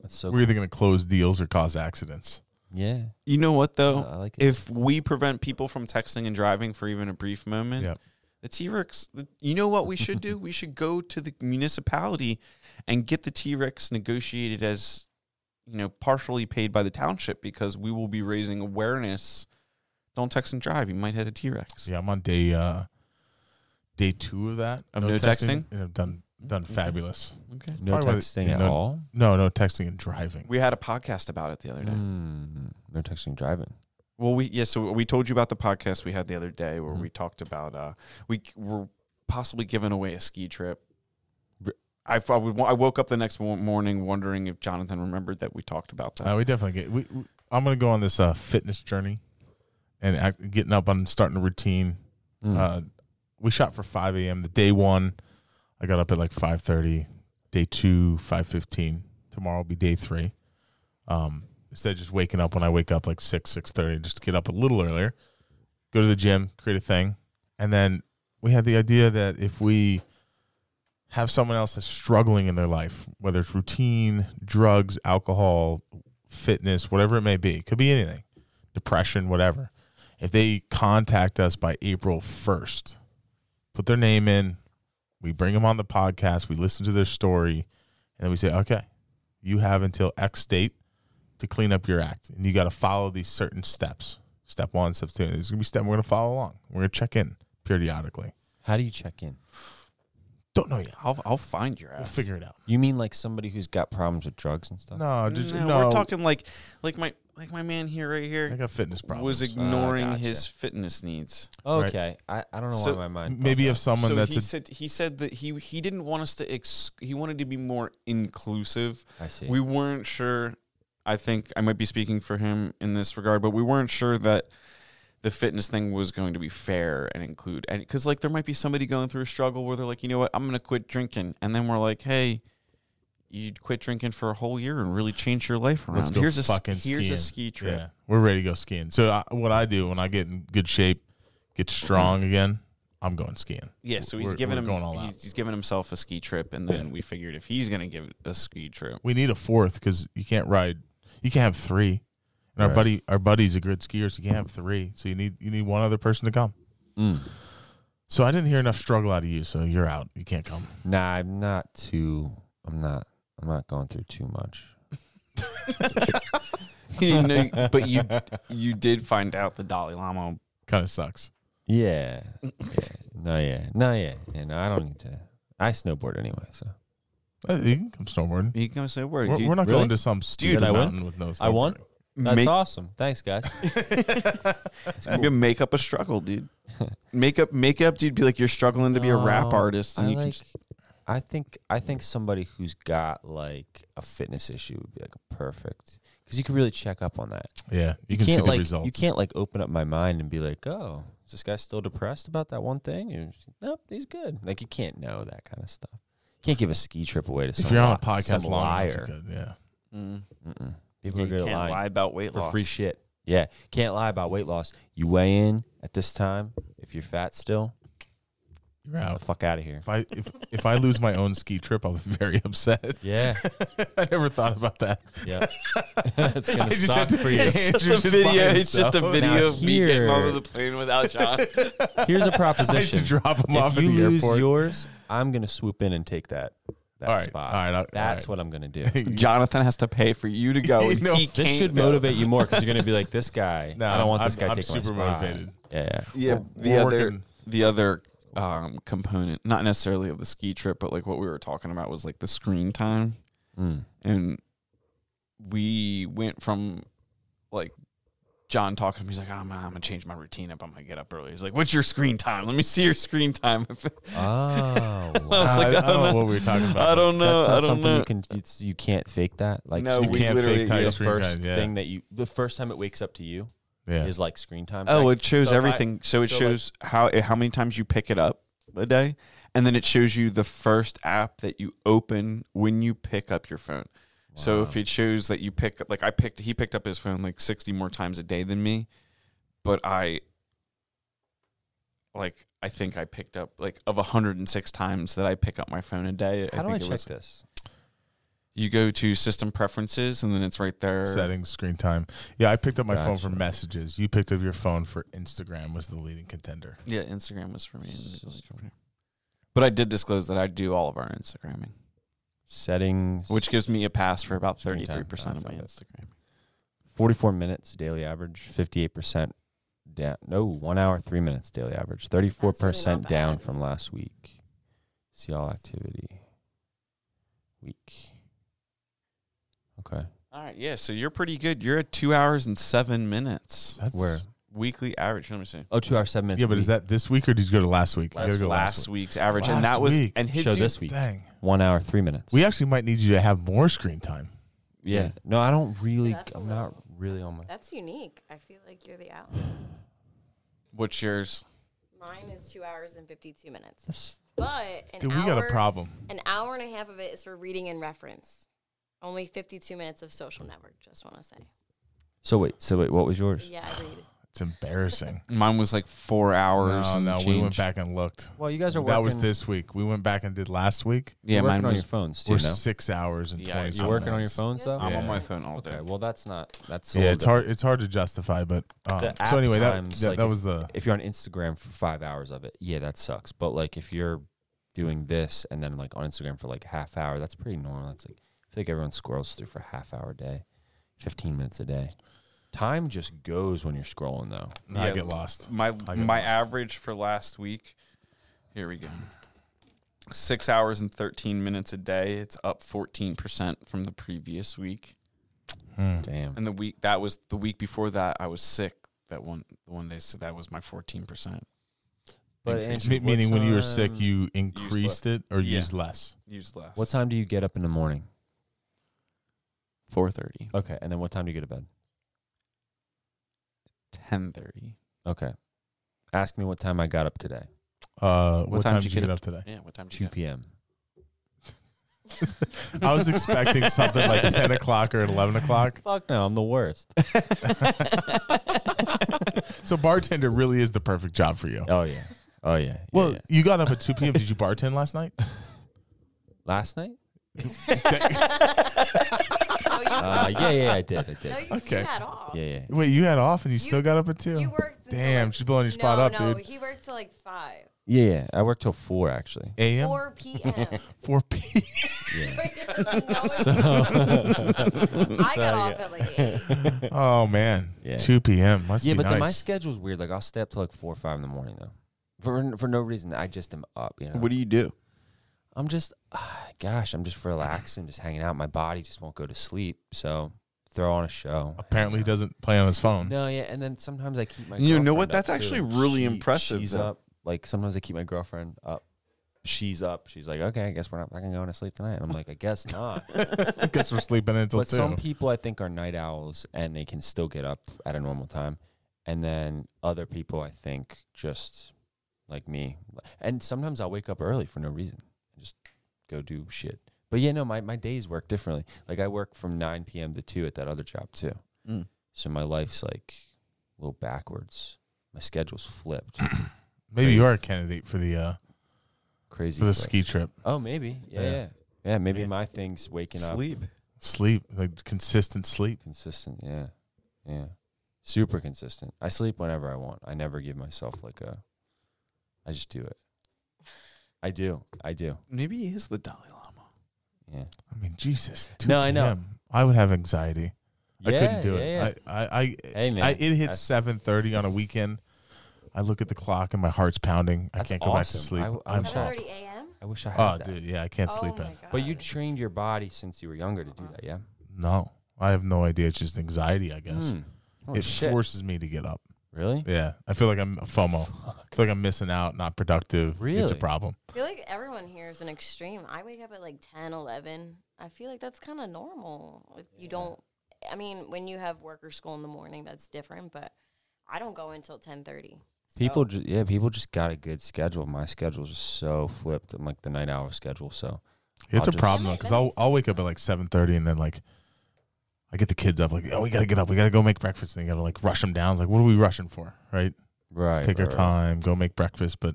[SPEAKER 3] That's so.
[SPEAKER 2] We're either going to close deals or cause accidents.
[SPEAKER 3] cool. Yeah,
[SPEAKER 1] You know what though?
[SPEAKER 3] I like it.
[SPEAKER 1] if we prevent people from texting and driving for even a brief moment,
[SPEAKER 2] Yep.
[SPEAKER 1] the T Rex, you know what we should do? we should go to the municipality and get the T Rex negotiated as, you know, partially paid by the township because we will be raising awareness. Don't text and drive. You might hit a T Rex.
[SPEAKER 2] Yeah, I'm on day uh day two of that.
[SPEAKER 1] Of no texting?
[SPEAKER 2] And I've done done
[SPEAKER 3] Mm-hmm.
[SPEAKER 2] fabulous.
[SPEAKER 1] Okay.
[SPEAKER 3] no
[SPEAKER 2] probably why they-
[SPEAKER 3] texting
[SPEAKER 2] you
[SPEAKER 3] at
[SPEAKER 2] know-
[SPEAKER 3] all.
[SPEAKER 2] No, no texting and driving.
[SPEAKER 1] We had a podcast about it the other day.
[SPEAKER 3] Mm, no texting driving.
[SPEAKER 1] Well, we yeah. So we told you about the podcast we had the other day where
[SPEAKER 3] Mhm.
[SPEAKER 2] Mm-hmm.
[SPEAKER 1] we talked about uh we c- were possibly giving away a ski trip.
[SPEAKER 3] R-
[SPEAKER 1] I, f- I would wa- I woke up the next mo- morning wondering if Jonathan remembered that we talked about that.
[SPEAKER 2] Uh, we definitely get. We, we, I'm gonna go on this uh, fitness journey, and act, getting up. I'm starting a routine.
[SPEAKER 3] Mm.
[SPEAKER 2] Uh, we shot for 5 a.m. The day one, I got up at like 5:30. Day two, 5:15. Tomorrow will be day three. Um, instead of just waking up when I wake up like six, six thirty, just to get up a little earlier, go to the gym, create a thing, and then we had the idea that if we have someone else that's struggling in their life, whether it's routine, drugs, alcohol, fitness, whatever it may be, it could be anything, depression, whatever. If they contact us by April 1st, put their name in, we bring them on the podcast, we listen to their story, and then we say, okay, you have until X date to clean up your act. And you got to follow these certain steps. Step one, step two. There's going to be step. We're going to follow along. We're going to check in periodically.
[SPEAKER 3] How do you check in?
[SPEAKER 2] Don't know yet.
[SPEAKER 1] I'll I'll find your ass.
[SPEAKER 2] We'll figure it out.
[SPEAKER 3] You mean like somebody who's got problems with drugs and stuff?
[SPEAKER 2] No, just no.
[SPEAKER 1] We're talking like like my like my man here right
[SPEAKER 2] I
[SPEAKER 1] here
[SPEAKER 2] got fitness problems. Uh,
[SPEAKER 1] was ignoring
[SPEAKER 3] gotcha.
[SPEAKER 1] his fitness needs.
[SPEAKER 2] right.
[SPEAKER 3] Okay, I, I don't know
[SPEAKER 1] So,
[SPEAKER 3] why my mind. thought
[SPEAKER 2] Maybe
[SPEAKER 3] that.
[SPEAKER 2] if someone
[SPEAKER 1] so
[SPEAKER 2] that's
[SPEAKER 1] he
[SPEAKER 2] a,
[SPEAKER 1] said he said that he he didn't want us to ex- he wanted to be more inclusive
[SPEAKER 3] I see.
[SPEAKER 1] we weren't sure i think i might be speaking for him in this regard but we weren't sure that the fitness thing was going to be fair and include and because like there might be somebody going through a struggle where they're like you know what i'm going to quit drinking and then we're like hey you quit drinking for a whole year and really change your life around
[SPEAKER 2] let's go
[SPEAKER 1] here's a s-
[SPEAKER 2] fucking
[SPEAKER 1] here's
[SPEAKER 2] skiing.
[SPEAKER 1] a ski trip
[SPEAKER 2] Yeah, we're ready to go skiing. So I, what I do when I get in good shape, get strong again, I'm going skiing.
[SPEAKER 1] Yeah, so he's
[SPEAKER 2] We're-
[SPEAKER 1] giving
[SPEAKER 2] we're
[SPEAKER 1] him
[SPEAKER 2] going all out.
[SPEAKER 1] he's, he's giving himself a ski trip, and then we figured if he's gonna give it a ski trip,
[SPEAKER 2] We need a fourth because you can't ride. You can't have three. And our
[SPEAKER 3] Right.
[SPEAKER 2] buddy, our buddy's a good skier, so you can't have three. So you need you need one other person to come.
[SPEAKER 3] Mm.
[SPEAKER 2] So I didn't hear enough struggle out of you, so you're out. You can't come.
[SPEAKER 3] Nah, I'm not too. I'm not. I'm not going through too much.
[SPEAKER 1] you know, but you you did find out the Dalai Lama.
[SPEAKER 2] Kind of sucks.
[SPEAKER 3] Yeah. yeah. No. Yeah. No. Yeah. And I don't need to. I snowboard anyway, so
[SPEAKER 2] Uh, You can come snowboarding.
[SPEAKER 1] He can say word.
[SPEAKER 2] We're,
[SPEAKER 1] dude,
[SPEAKER 2] we're not
[SPEAKER 3] really?
[SPEAKER 2] going to some stupid
[SPEAKER 3] I win?
[SPEAKER 2] mountain with no.
[SPEAKER 3] I won?
[SPEAKER 2] snowboarding.
[SPEAKER 3] that's
[SPEAKER 1] make,
[SPEAKER 3] awesome. Thanks, guys.
[SPEAKER 1] you can make up a struggle, dude. Make up, make up, dude. Be like you're struggling to be a rap
[SPEAKER 3] No,
[SPEAKER 1] artist, and
[SPEAKER 3] Um, I
[SPEAKER 1] you can
[SPEAKER 3] like-
[SPEAKER 1] just,
[SPEAKER 3] I think I think somebody who's got like a fitness issue would be like perfect because you can really check up on that.
[SPEAKER 2] Yeah, you, can see
[SPEAKER 3] can't
[SPEAKER 2] the
[SPEAKER 3] like
[SPEAKER 2] results.
[SPEAKER 3] you can't like open up my mind and be like, oh, is this guy still depressed about that one thing? You're just, nope, he's good. Like you can't know that kind of stuff. You can't give a ski trip away to some,
[SPEAKER 2] if you're on
[SPEAKER 3] li-
[SPEAKER 2] a podcast
[SPEAKER 3] some
[SPEAKER 2] long
[SPEAKER 3] liar.
[SPEAKER 2] liar. Enough, you could, yeah.
[SPEAKER 1] Mm.
[SPEAKER 3] Mm-mm. People
[SPEAKER 1] you
[SPEAKER 3] are good
[SPEAKER 1] can't
[SPEAKER 3] at lying
[SPEAKER 1] lie about weight
[SPEAKER 3] for
[SPEAKER 1] loss.
[SPEAKER 3] free shit. Yeah, can't lie about weight loss. You weigh in at this time. If you're fat still,
[SPEAKER 2] You're
[SPEAKER 3] get
[SPEAKER 2] out.
[SPEAKER 3] the fuck out of here.
[SPEAKER 2] If I if, if I lose my own ski trip, I'll be very upset.
[SPEAKER 3] Yeah,
[SPEAKER 2] I never thought about that.
[SPEAKER 3] yeah. it's gonna
[SPEAKER 2] just
[SPEAKER 3] suck
[SPEAKER 2] had to-
[SPEAKER 3] for you.
[SPEAKER 1] it's just a
[SPEAKER 2] Andrew's just by
[SPEAKER 1] video. It's just a
[SPEAKER 2] himself.
[SPEAKER 1] video
[SPEAKER 3] Now
[SPEAKER 1] of me getting
[SPEAKER 3] here-
[SPEAKER 1] onto the plane without John.
[SPEAKER 3] Here's a
[SPEAKER 2] I had to
[SPEAKER 3] proposition.
[SPEAKER 2] drop him off
[SPEAKER 3] If
[SPEAKER 2] at
[SPEAKER 3] you
[SPEAKER 2] the
[SPEAKER 3] lose
[SPEAKER 2] airport.
[SPEAKER 3] yours, I'm gonna swoop in and take that. that
[SPEAKER 2] All right,
[SPEAKER 3] spot.
[SPEAKER 2] all right, all-
[SPEAKER 3] That's
[SPEAKER 2] all
[SPEAKER 3] what I'm gonna do.
[SPEAKER 1] Jonathan has to pay for you to go. and
[SPEAKER 2] No,
[SPEAKER 1] he
[SPEAKER 3] This
[SPEAKER 1] can't
[SPEAKER 3] should
[SPEAKER 1] go.
[SPEAKER 3] motivate you more because you're gonna be like, this guy.
[SPEAKER 2] No,
[SPEAKER 3] I don't want this
[SPEAKER 2] I'm-
[SPEAKER 3] guy
[SPEAKER 2] I'm
[SPEAKER 3] taking my
[SPEAKER 2] super
[SPEAKER 3] spot.
[SPEAKER 2] motivated.
[SPEAKER 3] Yeah,
[SPEAKER 1] Yeah,
[SPEAKER 2] We're-
[SPEAKER 1] the
[SPEAKER 2] we're
[SPEAKER 1] other
[SPEAKER 2] working-
[SPEAKER 1] the other um, component, not necessarily of the ski trip, but like what we were talking about was like the screen time,
[SPEAKER 3] Mm.
[SPEAKER 1] and we went from like John talking to me. He's like, "I'm, I'm gonna change my routine up. I'm gonna get up early." He's like, "What's your screen time? Let me see your screen time."
[SPEAKER 3] Oh,
[SPEAKER 1] I was
[SPEAKER 2] I,
[SPEAKER 1] like,
[SPEAKER 2] I
[SPEAKER 1] I
[SPEAKER 2] don't know
[SPEAKER 1] don't know.
[SPEAKER 2] what we were talking about.
[SPEAKER 1] I don't know.
[SPEAKER 3] That's not
[SPEAKER 1] I don't
[SPEAKER 3] something
[SPEAKER 1] know.
[SPEAKER 3] you can. It's, you can't fake that. Like
[SPEAKER 1] No,
[SPEAKER 2] You
[SPEAKER 1] we
[SPEAKER 2] can't
[SPEAKER 1] literally-
[SPEAKER 2] fake time
[SPEAKER 1] yeah,
[SPEAKER 3] the
[SPEAKER 2] screen
[SPEAKER 3] first
[SPEAKER 2] time, yeah.
[SPEAKER 3] thing that you, the first time it wakes up to you,
[SPEAKER 2] yeah.
[SPEAKER 3] is like screen time.
[SPEAKER 1] Oh,
[SPEAKER 3] Like,
[SPEAKER 1] it shows
[SPEAKER 3] so if I-
[SPEAKER 1] everything. so it
[SPEAKER 3] so, like-
[SPEAKER 1] shows how eh, how many times you pick it up a day, and then it shows you the first app that you open when you pick up your phone. So if it shows that you pick up, like I picked, he picked up his phone like sixty more times a day than me, but I, like I think I picked up like of hundred and six times that I pick up my phone a day.
[SPEAKER 3] how do I
[SPEAKER 1] think
[SPEAKER 3] check
[SPEAKER 1] it was,
[SPEAKER 3] this?
[SPEAKER 1] You go to system preferences, and then it's right there.
[SPEAKER 2] settings, screen time. Yeah, I picked up my phone for
[SPEAKER 3] Gotcha.
[SPEAKER 2] messages. You picked up your phone for Instagram was the leading contender.
[SPEAKER 1] Yeah, Instagram was for me. and it was for her. But I did disclose that I do all of our Instagramming,
[SPEAKER 3] Settings.
[SPEAKER 1] which gives me a pass for about
[SPEAKER 3] Screen time.
[SPEAKER 1] 33% of
[SPEAKER 3] I
[SPEAKER 1] my
[SPEAKER 3] felt
[SPEAKER 1] Instagram.
[SPEAKER 3] 44 minutes daily average, 58% down. No, one hour, three minutes daily average, 34%
[SPEAKER 4] That's really not
[SPEAKER 3] down
[SPEAKER 4] bad.
[SPEAKER 3] from last week. See all activity. Week. Okay.
[SPEAKER 1] All right, yeah, so you're pretty good. You're at two hours and seven minutes.
[SPEAKER 2] That's
[SPEAKER 3] Where?
[SPEAKER 1] Weekly average, let me see.
[SPEAKER 3] Oh, two hours, seven minutes.
[SPEAKER 2] Yeah, but is that this week or did you go to last week? You
[SPEAKER 1] That's
[SPEAKER 2] gotta go
[SPEAKER 1] last, week's average,
[SPEAKER 2] Last
[SPEAKER 1] and that was
[SPEAKER 2] week.
[SPEAKER 1] and his
[SPEAKER 3] show
[SPEAKER 1] dude-
[SPEAKER 3] this week?
[SPEAKER 2] Dang,
[SPEAKER 3] One hour, three minutes.
[SPEAKER 2] we actually might need you to have more screen time.
[SPEAKER 3] yeah. No, I don't really.
[SPEAKER 4] That's a
[SPEAKER 3] I'm not
[SPEAKER 4] little-
[SPEAKER 3] really on my.
[SPEAKER 4] That's unique. I feel like you're the out.
[SPEAKER 1] What's yours?
[SPEAKER 4] Mine is two hours and fifty-two minutes,
[SPEAKER 3] That's,
[SPEAKER 4] but an
[SPEAKER 2] Dude,
[SPEAKER 4] hour,
[SPEAKER 2] we got a problem.
[SPEAKER 4] An hour and a half of it is for reading and reference. Only fifty-two minutes of social network. Just want to say.
[SPEAKER 3] so wait. So wait. What was yours?
[SPEAKER 4] Yeah, I read.
[SPEAKER 2] It's embarrassing.
[SPEAKER 1] Mine was like four hours.
[SPEAKER 2] no,
[SPEAKER 1] and
[SPEAKER 2] no, we
[SPEAKER 1] change.
[SPEAKER 2] went back and looked.
[SPEAKER 3] Well, you guys are
[SPEAKER 2] That was
[SPEAKER 3] working-
[SPEAKER 2] this week. We went back and did last week.
[SPEAKER 1] Yeah,
[SPEAKER 3] You're
[SPEAKER 1] mine
[SPEAKER 3] working on
[SPEAKER 1] was.
[SPEAKER 3] your phones too.
[SPEAKER 2] We're
[SPEAKER 3] no,
[SPEAKER 2] six hours and
[SPEAKER 1] Yeah,
[SPEAKER 2] twenty.
[SPEAKER 1] you're
[SPEAKER 3] you're
[SPEAKER 2] some
[SPEAKER 3] working on your
[SPEAKER 2] minutes.
[SPEAKER 3] phones though.
[SPEAKER 4] Yeah.
[SPEAKER 1] I'm on
[SPEAKER 2] Yeah.
[SPEAKER 1] my phone all
[SPEAKER 3] Okay.
[SPEAKER 1] day.
[SPEAKER 3] Well, that's not. That's a
[SPEAKER 2] Yeah,
[SPEAKER 3] little
[SPEAKER 2] it's hard. It's hard to justify, but um,
[SPEAKER 3] The app
[SPEAKER 2] so anyway, that,
[SPEAKER 3] times,
[SPEAKER 2] that,
[SPEAKER 3] like,
[SPEAKER 2] that was the
[SPEAKER 3] if you're on Instagram for five hours of it, yeah, that sucks. But like if you're doing this and then like on Instagram for like half hour, that's pretty normal. That's like I feel like everyone scrolls through for a half hour a day, fifteen minutes a day. Time just goes when you're scrolling though.
[SPEAKER 2] I
[SPEAKER 1] Yeah.
[SPEAKER 2] get lost.
[SPEAKER 1] my
[SPEAKER 2] I get
[SPEAKER 1] my
[SPEAKER 2] lost.
[SPEAKER 1] average for last week. Here we go. Six hours and thirteen minutes a day. It's up fourteen percent from the previous week.
[SPEAKER 2] Hmm.
[SPEAKER 3] Damn.
[SPEAKER 1] And the week that was the week before that, I was sick. That one one day, so that was my fourteen percent
[SPEAKER 3] But
[SPEAKER 2] Increase-
[SPEAKER 3] Andrew,
[SPEAKER 2] me-
[SPEAKER 3] what
[SPEAKER 2] meaning when you were sick,
[SPEAKER 3] time-
[SPEAKER 2] you increased it or
[SPEAKER 1] Yeah.
[SPEAKER 2] used less.
[SPEAKER 1] used less.
[SPEAKER 3] What time do you get up in the morning?
[SPEAKER 1] Four thirty.
[SPEAKER 3] Okay, and then what time do you go to bed?
[SPEAKER 1] Ten thirty.
[SPEAKER 3] Okay. Ask me what time I got up today.
[SPEAKER 2] Uh, what,
[SPEAKER 1] time
[SPEAKER 2] time,
[SPEAKER 1] did
[SPEAKER 2] did
[SPEAKER 1] you get
[SPEAKER 2] you get up today?
[SPEAKER 1] Yeah. What time? Did
[SPEAKER 3] Two
[SPEAKER 1] you get?
[SPEAKER 3] p.m.
[SPEAKER 2] I was expecting something like ten o'clock or eleven o'clock.
[SPEAKER 3] Fuck no, I'm the worst.
[SPEAKER 2] So bartender really is the perfect job for you.
[SPEAKER 3] oh yeah. Oh yeah. yeah,
[SPEAKER 2] Well,
[SPEAKER 3] yeah.
[SPEAKER 2] you got up at two p.m. Did you bartend last night?
[SPEAKER 3] last night?
[SPEAKER 4] No, you,
[SPEAKER 3] Uh, yeah, yeah, I did. I did.
[SPEAKER 4] no, you, okay.
[SPEAKER 2] okay.
[SPEAKER 4] you had off.
[SPEAKER 3] Yeah, yeah.
[SPEAKER 2] Wait, you had off and you,
[SPEAKER 4] You-
[SPEAKER 2] still got up at two.
[SPEAKER 4] You worked. until,
[SPEAKER 2] Damn,
[SPEAKER 4] like-
[SPEAKER 2] she's blowing your spot
[SPEAKER 4] no,
[SPEAKER 2] up,
[SPEAKER 4] no,
[SPEAKER 2] dude.
[SPEAKER 4] he worked till like five,
[SPEAKER 3] Yeah, yeah. I worked till four actually.
[SPEAKER 2] A.M.
[SPEAKER 4] four p.m.
[SPEAKER 2] four p.
[SPEAKER 3] Yeah.
[SPEAKER 4] No, I got off at like eight.
[SPEAKER 2] Oh man,
[SPEAKER 3] Yeah.
[SPEAKER 2] two p.m. Must
[SPEAKER 3] yeah,
[SPEAKER 2] be
[SPEAKER 3] but then my
[SPEAKER 2] nice.
[SPEAKER 3] schedule's weird. Like I'll stay up till like four or five in the morning though. For for no reason. I just am up, you know.
[SPEAKER 1] What do you do?
[SPEAKER 3] I'm just gosh, I'm just relaxing, just hanging out. My body just won't go to sleep. So throw on a show.
[SPEAKER 2] Apparently, he doesn't play on his phone.
[SPEAKER 3] No, yeah, and then sometimes I keep my
[SPEAKER 1] You know
[SPEAKER 3] girlfriend
[SPEAKER 1] what?
[SPEAKER 3] up,
[SPEAKER 1] That's
[SPEAKER 3] too.
[SPEAKER 1] actually
[SPEAKER 3] Like,
[SPEAKER 1] really
[SPEAKER 3] she-
[SPEAKER 1] impressive,
[SPEAKER 3] She's
[SPEAKER 1] though.
[SPEAKER 3] up. Like sometimes I keep my girlfriend up. She's up. She's like, Okay, I guess we're not fucking going to sleep tonight. And I'm like, I guess not.
[SPEAKER 2] I guess we're sleeping until
[SPEAKER 3] but
[SPEAKER 2] two.
[SPEAKER 3] some people I think are night owls and they can still get up at a normal time, and then other people I think just like me, and sometimes I'll wake up early for no reason and just go do shit. But yeah, no, my, my days work differently. Like I work from nine p.m. to two at that other job too,
[SPEAKER 1] Mm.
[SPEAKER 3] so my life's like a little backwards. My schedule's flipped,
[SPEAKER 2] Maybe you are a candidate for the uh,
[SPEAKER 3] crazy.
[SPEAKER 2] for the
[SPEAKER 3] flip.
[SPEAKER 2] ski trip.
[SPEAKER 3] Oh, maybe. Yeah, yeah,
[SPEAKER 2] Yeah.
[SPEAKER 3] yeah. maybe
[SPEAKER 1] Yeah.
[SPEAKER 3] my thing's waking up
[SPEAKER 2] Sleep, like consistent sleep.
[SPEAKER 3] consistent yeah yeah super consistent i sleep whenever i want i never give myself like a i just do it i do i do
[SPEAKER 1] Maybe he is the Dalai Lama.
[SPEAKER 3] Yeah.
[SPEAKER 2] I mean, Jesus. 2
[SPEAKER 3] No, I know.
[SPEAKER 2] p.m.. I would have anxiety. I
[SPEAKER 3] Yeah,
[SPEAKER 2] couldn't do it.
[SPEAKER 3] yeah, yeah.
[SPEAKER 2] I, I, I,
[SPEAKER 3] Hey, man.
[SPEAKER 2] I it hits
[SPEAKER 3] That's-
[SPEAKER 2] seven thirty on a weekend. I look at the clock and my heart's pounding. I
[SPEAKER 3] That's
[SPEAKER 2] can't go back to
[SPEAKER 3] awesome.
[SPEAKER 2] sleep.
[SPEAKER 3] I w- I
[SPEAKER 2] I'm
[SPEAKER 3] wish I-
[SPEAKER 4] Seven
[SPEAKER 2] pumped.
[SPEAKER 4] thirty a.m.
[SPEAKER 3] I wish I had
[SPEAKER 2] Oh,
[SPEAKER 3] that.
[SPEAKER 2] dude, yeah, I can't
[SPEAKER 4] Oh
[SPEAKER 2] sleep
[SPEAKER 4] my
[SPEAKER 2] in.
[SPEAKER 4] god!
[SPEAKER 3] But you trained your body since you were younger to do that, yeah?
[SPEAKER 2] No, I have no idea. It's just anxiety, I guess.
[SPEAKER 3] Hmm. Oh,
[SPEAKER 2] it
[SPEAKER 3] shit.
[SPEAKER 2] forces me to get up.
[SPEAKER 3] really?
[SPEAKER 2] Yeah, I feel like I'm FOMO. I feel like I'm missing out, not productive. it's
[SPEAKER 3] Really?
[SPEAKER 2] a problem.
[SPEAKER 4] I feel like everyone here is an extreme. I wake up at like 10, 11. I feel like that's kind of normal. Like, You don't. I mean, when you have work or school in the morning, that's different. But I don't go until ten thirty.
[SPEAKER 3] People, ju- yeah, people just got a good schedule. My schedule's just so flipped. I'm like the night hour schedule, so
[SPEAKER 2] It's
[SPEAKER 3] I'll
[SPEAKER 2] a
[SPEAKER 3] just-
[SPEAKER 2] problem
[SPEAKER 4] That
[SPEAKER 2] because
[SPEAKER 4] ma- that
[SPEAKER 2] I'll
[SPEAKER 4] makes
[SPEAKER 2] I'll wake up at like seven thirty and then like I get the kids up like oh we gotta get up we gotta go make breakfast and you gotta like rush them down like what are we rushing for right
[SPEAKER 3] right.
[SPEAKER 2] Let's take our
[SPEAKER 3] right, right.
[SPEAKER 2] time go make breakfast but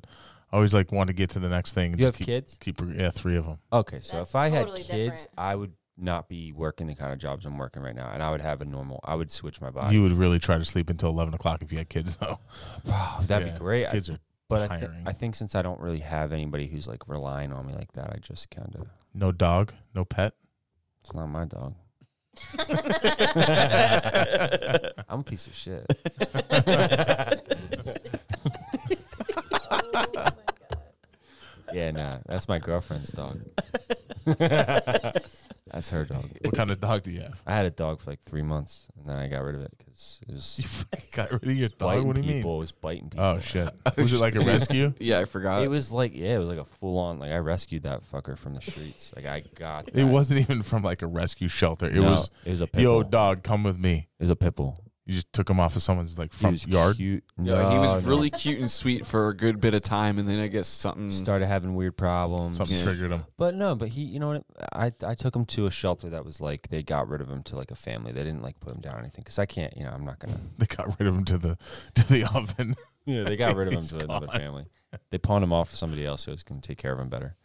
[SPEAKER 2] I always like want to get to the next thing. and
[SPEAKER 3] You have
[SPEAKER 2] just keep,
[SPEAKER 3] kids?
[SPEAKER 2] Keep yeah three of them.
[SPEAKER 3] Okay, so
[SPEAKER 4] That's
[SPEAKER 3] if I
[SPEAKER 4] totally
[SPEAKER 3] had kids,
[SPEAKER 4] different.
[SPEAKER 3] I would not be working the kind of jobs I'm working right now, and I would have a normal. I would switch my body.
[SPEAKER 2] You would really try to sleep until eleven o'clock if you had kids though.
[SPEAKER 3] Wow, that'd
[SPEAKER 2] Yeah,
[SPEAKER 3] be great. I-
[SPEAKER 2] Kids are
[SPEAKER 3] but I, thi-
[SPEAKER 2] tiring.
[SPEAKER 3] I think since I don't really have anybody who's like relying on me like that, I just kind of
[SPEAKER 2] no dog, no pet.
[SPEAKER 3] it's not my dog. I'm a piece of shit. Yeah, nah, that's my girlfriend's dog. that's her dog.
[SPEAKER 2] What kind of dog do you have?
[SPEAKER 3] I had a dog for like three months, and then I got rid of it because it was
[SPEAKER 2] You fucking got rid of your dog.
[SPEAKER 3] biting
[SPEAKER 2] What do you mean?
[SPEAKER 3] people. It was biting people.
[SPEAKER 2] Oh shit! Was it like a
[SPEAKER 1] shit.
[SPEAKER 2] rescue?
[SPEAKER 1] Yeah, I forgot.
[SPEAKER 3] It was like yeah, it was like a full on like I rescued that fucker from the streets. Like I got
[SPEAKER 2] It
[SPEAKER 3] that.
[SPEAKER 2] wasn't even from like a rescue shelter. It
[SPEAKER 3] No,
[SPEAKER 2] was
[SPEAKER 3] it was a pit
[SPEAKER 2] yo
[SPEAKER 3] bull.
[SPEAKER 2] dog, come with me.
[SPEAKER 3] it was a pit bull.
[SPEAKER 2] You just took him off of someone's like
[SPEAKER 3] He
[SPEAKER 2] front
[SPEAKER 3] was
[SPEAKER 2] yard.
[SPEAKER 3] cute.
[SPEAKER 1] Yeah, he
[SPEAKER 3] No,
[SPEAKER 1] was
[SPEAKER 3] no.
[SPEAKER 1] really cute and sweet for a good bit of time, and then I guess something.
[SPEAKER 3] started having weird problems.
[SPEAKER 2] Something
[SPEAKER 1] Yeah.
[SPEAKER 2] triggered him.
[SPEAKER 3] But no, but he, you know what? I I took him to a shelter that was like they got rid of him to like a family. They didn't like put him down or anything because I can't, you know, I'm not gonna.
[SPEAKER 2] They got rid of him to the to the oven.
[SPEAKER 3] Yeah, they got rid of him to another
[SPEAKER 2] gone.
[SPEAKER 3] family. They pawned him off to somebody else who was gonna take care of him better.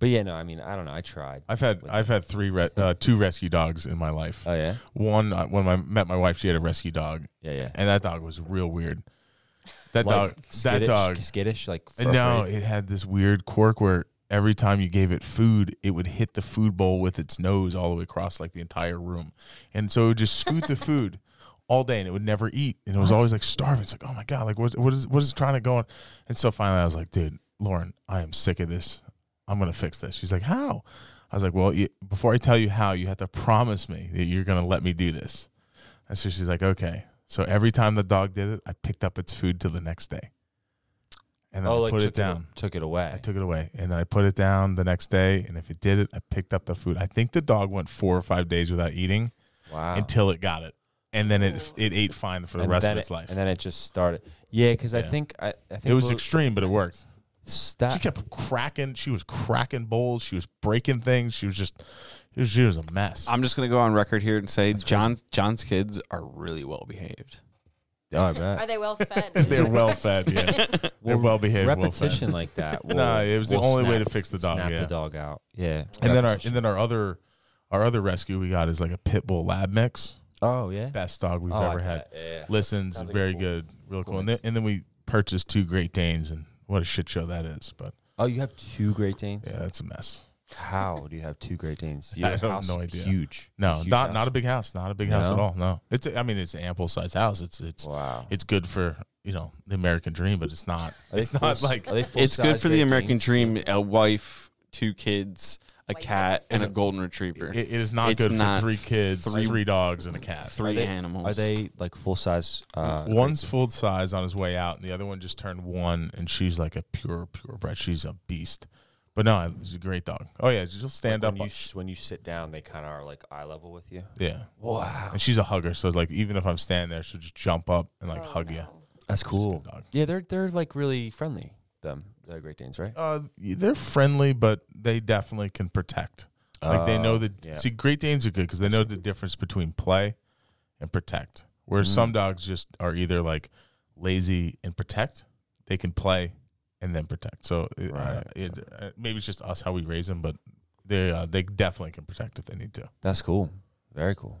[SPEAKER 3] But yeah, no, I mean, I don't know. I tried.
[SPEAKER 2] I've had I've had three re- uh, two rescue dogs in my life.
[SPEAKER 3] Oh yeah,
[SPEAKER 2] One uh, when I met my wife, she had a rescue dog,
[SPEAKER 3] yeah, yeah.
[SPEAKER 2] and that dog was real weird. That dog, that
[SPEAKER 3] skittish,
[SPEAKER 2] dog.
[SPEAKER 3] skittish, like
[SPEAKER 2] And no,
[SPEAKER 3] furry.
[SPEAKER 2] it had this weird quirk where every time you gave it food, it would hit the food bowl with its nose all the way across like the entire room. And so it would just scoot the food all day and it would never eat. And it was always like starving. It's like, oh my God, like what, what is what is trying to go on? And so finally I was like, dude, Lauren, I am sick of this. I'm gonna fix this. She's like, How? I was like, Well, you, before I tell you how, you have to promise me that you're gonna let me do this. And so she's like, Okay. So every time the dog did it, I picked up its food till the next day. And then I
[SPEAKER 3] oh, like
[SPEAKER 2] put
[SPEAKER 3] took
[SPEAKER 2] it down.
[SPEAKER 3] took it away.
[SPEAKER 2] I took it away and then I put it down the next day. And if it did it, I picked up the food. I think the dog went four or five days without eating
[SPEAKER 3] wow.
[SPEAKER 2] until it got it. And then it, it ate fine for the
[SPEAKER 3] And
[SPEAKER 2] rest
[SPEAKER 3] then
[SPEAKER 2] of
[SPEAKER 3] it-
[SPEAKER 2] its life.
[SPEAKER 3] and then it just started. Yeah, because I
[SPEAKER 2] Yeah.
[SPEAKER 3] think I, I think
[SPEAKER 2] It was
[SPEAKER 3] Lil-
[SPEAKER 2] extreme, but it worked.
[SPEAKER 3] sta-
[SPEAKER 2] She kept cracking. She was cracking bowls. She was breaking things. She was just, she was, she was a mess.
[SPEAKER 1] I'm just gonna go on record here and say John John's kids are really well behaved.
[SPEAKER 3] Oh, I bet.
[SPEAKER 4] Are they well fed?
[SPEAKER 2] They're well fed. Yeah. They're well behaved.
[SPEAKER 3] repetition like that. Will,
[SPEAKER 2] Nah, it was the
[SPEAKER 3] will
[SPEAKER 2] only way
[SPEAKER 3] snap-
[SPEAKER 2] to fix the dog,
[SPEAKER 3] Snap
[SPEAKER 2] yeah.
[SPEAKER 3] the dog out. Yeah.
[SPEAKER 2] And then our
[SPEAKER 3] Repetition.
[SPEAKER 2] and then our other our other rescue we got is like a pit bull lab mix.
[SPEAKER 3] oh yeah.
[SPEAKER 2] Best dog we've
[SPEAKER 3] Oh, I
[SPEAKER 2] ever had.
[SPEAKER 3] bet, yeah.
[SPEAKER 2] Listens
[SPEAKER 3] Sounds like a
[SPEAKER 2] very
[SPEAKER 3] cool-
[SPEAKER 2] good, real cool.
[SPEAKER 3] cool
[SPEAKER 2] And then, and then we purchased two Great Danes, and what a shit show that is. But
[SPEAKER 3] Oh, you have two Great Danes.
[SPEAKER 2] yeah, that's a mess.
[SPEAKER 3] How do you have two Great Danes?
[SPEAKER 2] I
[SPEAKER 3] Your
[SPEAKER 2] have
[SPEAKER 3] house
[SPEAKER 2] no idea.
[SPEAKER 3] Huge.
[SPEAKER 2] No,
[SPEAKER 3] Huge
[SPEAKER 2] not
[SPEAKER 3] house.
[SPEAKER 2] not a big house, not a big house at
[SPEAKER 3] No?
[SPEAKER 2] all. No, it's a, I mean it's an ample sized house. It's it's
[SPEAKER 3] Wow.
[SPEAKER 2] it's good for you know the American dream, but it's not.
[SPEAKER 3] Are they
[SPEAKER 2] It's not
[SPEAKER 3] full-
[SPEAKER 2] like
[SPEAKER 3] are they
[SPEAKER 1] it's good
[SPEAKER 3] full-size
[SPEAKER 1] for the
[SPEAKER 3] Great
[SPEAKER 1] American
[SPEAKER 3] Danes?
[SPEAKER 1] dream: a wife, two kids, a cat, and a golden retriever.
[SPEAKER 2] it, it is not
[SPEAKER 1] It's
[SPEAKER 2] good
[SPEAKER 1] not
[SPEAKER 2] for three kids,
[SPEAKER 1] three-
[SPEAKER 2] three, dogs, and a cat.
[SPEAKER 1] three
[SPEAKER 3] Are they-
[SPEAKER 1] animals.
[SPEAKER 3] Are they like full size? Uh,
[SPEAKER 2] One's full size on his way out, and the other one just turned one, and she's like a pure purebred. She's a beast. But no, she's a great dog. Oh yeah, she'll stand
[SPEAKER 3] when
[SPEAKER 2] up.
[SPEAKER 3] you s- when you sit down, they kind of are like eye level with you.
[SPEAKER 2] yeah,
[SPEAKER 3] Wow,
[SPEAKER 2] and she's a hugger. So like, even if I'm standing there, she'll just jump up
[SPEAKER 4] Oh,
[SPEAKER 2] and like hug you.
[SPEAKER 3] that's cool.
[SPEAKER 2] dog.
[SPEAKER 3] Yeah, they're they're like really friendly. Them, the Great Danes, right?
[SPEAKER 2] Uh, they're friendly, but they definitely can protect. Like they know
[SPEAKER 3] Oh,
[SPEAKER 2] that.
[SPEAKER 3] yeah.
[SPEAKER 2] See, Great Danes are good because they know the difference between play and protect. Whereas
[SPEAKER 3] Mm-hmm.
[SPEAKER 2] some dogs just are either like lazy and protect. They can play and then protect. So it, uh,
[SPEAKER 3] Right.
[SPEAKER 2] it, uh, maybe it's just us how we raise them, but they uh, they definitely can protect if they need to.
[SPEAKER 3] That's cool. Very cool.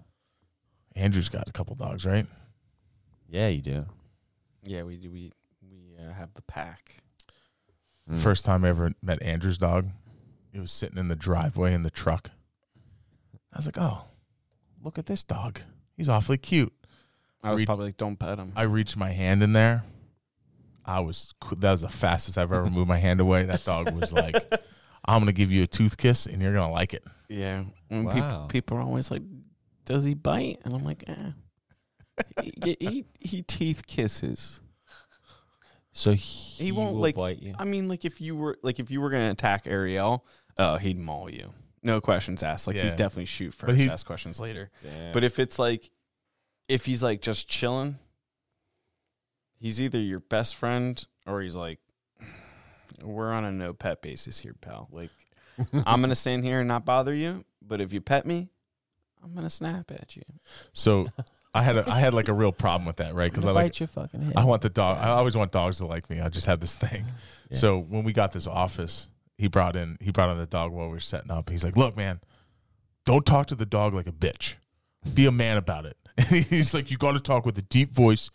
[SPEAKER 2] Andrew's got a couple dogs, right?
[SPEAKER 3] Yeah, you do.
[SPEAKER 1] Yeah, we do. We we uh, have the pack.
[SPEAKER 3] Mm.
[SPEAKER 2] First time I ever met Andrew's dog, it was sitting in the driveway in the truck. I was like, oh, look at this dog. He's awfully cute.
[SPEAKER 1] I was
[SPEAKER 2] Read-
[SPEAKER 1] probably like, don't pet him.
[SPEAKER 2] I reached my hand in there. I was that was the fastest I've ever moved my hand away. That dog was like, "I'm gonna give you a tooth kiss, and you're gonna like it."
[SPEAKER 1] yeah. And peop-
[SPEAKER 3] Wow.
[SPEAKER 1] people are always like, does he bite? And I'm like, eh. he, he, he teeth kisses.
[SPEAKER 3] So he,
[SPEAKER 1] won't,
[SPEAKER 3] will
[SPEAKER 1] like-
[SPEAKER 3] bite you.
[SPEAKER 1] I mean, like if you were like if you were gonna attack Ariel, oh, he'd maul you. No questions asked. Like he's
[SPEAKER 2] Yeah.
[SPEAKER 1] definitely shoot
[SPEAKER 2] But
[SPEAKER 1] first,
[SPEAKER 2] he-
[SPEAKER 1] ask questions later.
[SPEAKER 3] Damn.
[SPEAKER 1] But if it's like, if he's like just chilling, he's either your best friend or he's like, we're on a no pet basis here, pal. Like, I'm gonna stand here and not bother you, but if you pet me, I'm gonna snap at you.
[SPEAKER 2] So I had a, I had like a real problem with that, right? Because I like
[SPEAKER 3] your fucking head.
[SPEAKER 2] I want the dog. I always want dogs to like me. I just have this thing.
[SPEAKER 3] Yeah.
[SPEAKER 2] So when we got this office, he brought in he brought in the dog while we were setting up. He's like, "Look, man, don't talk to the dog like a bitch. Be a man about it." And he's like, "You got to talk with a deep voice.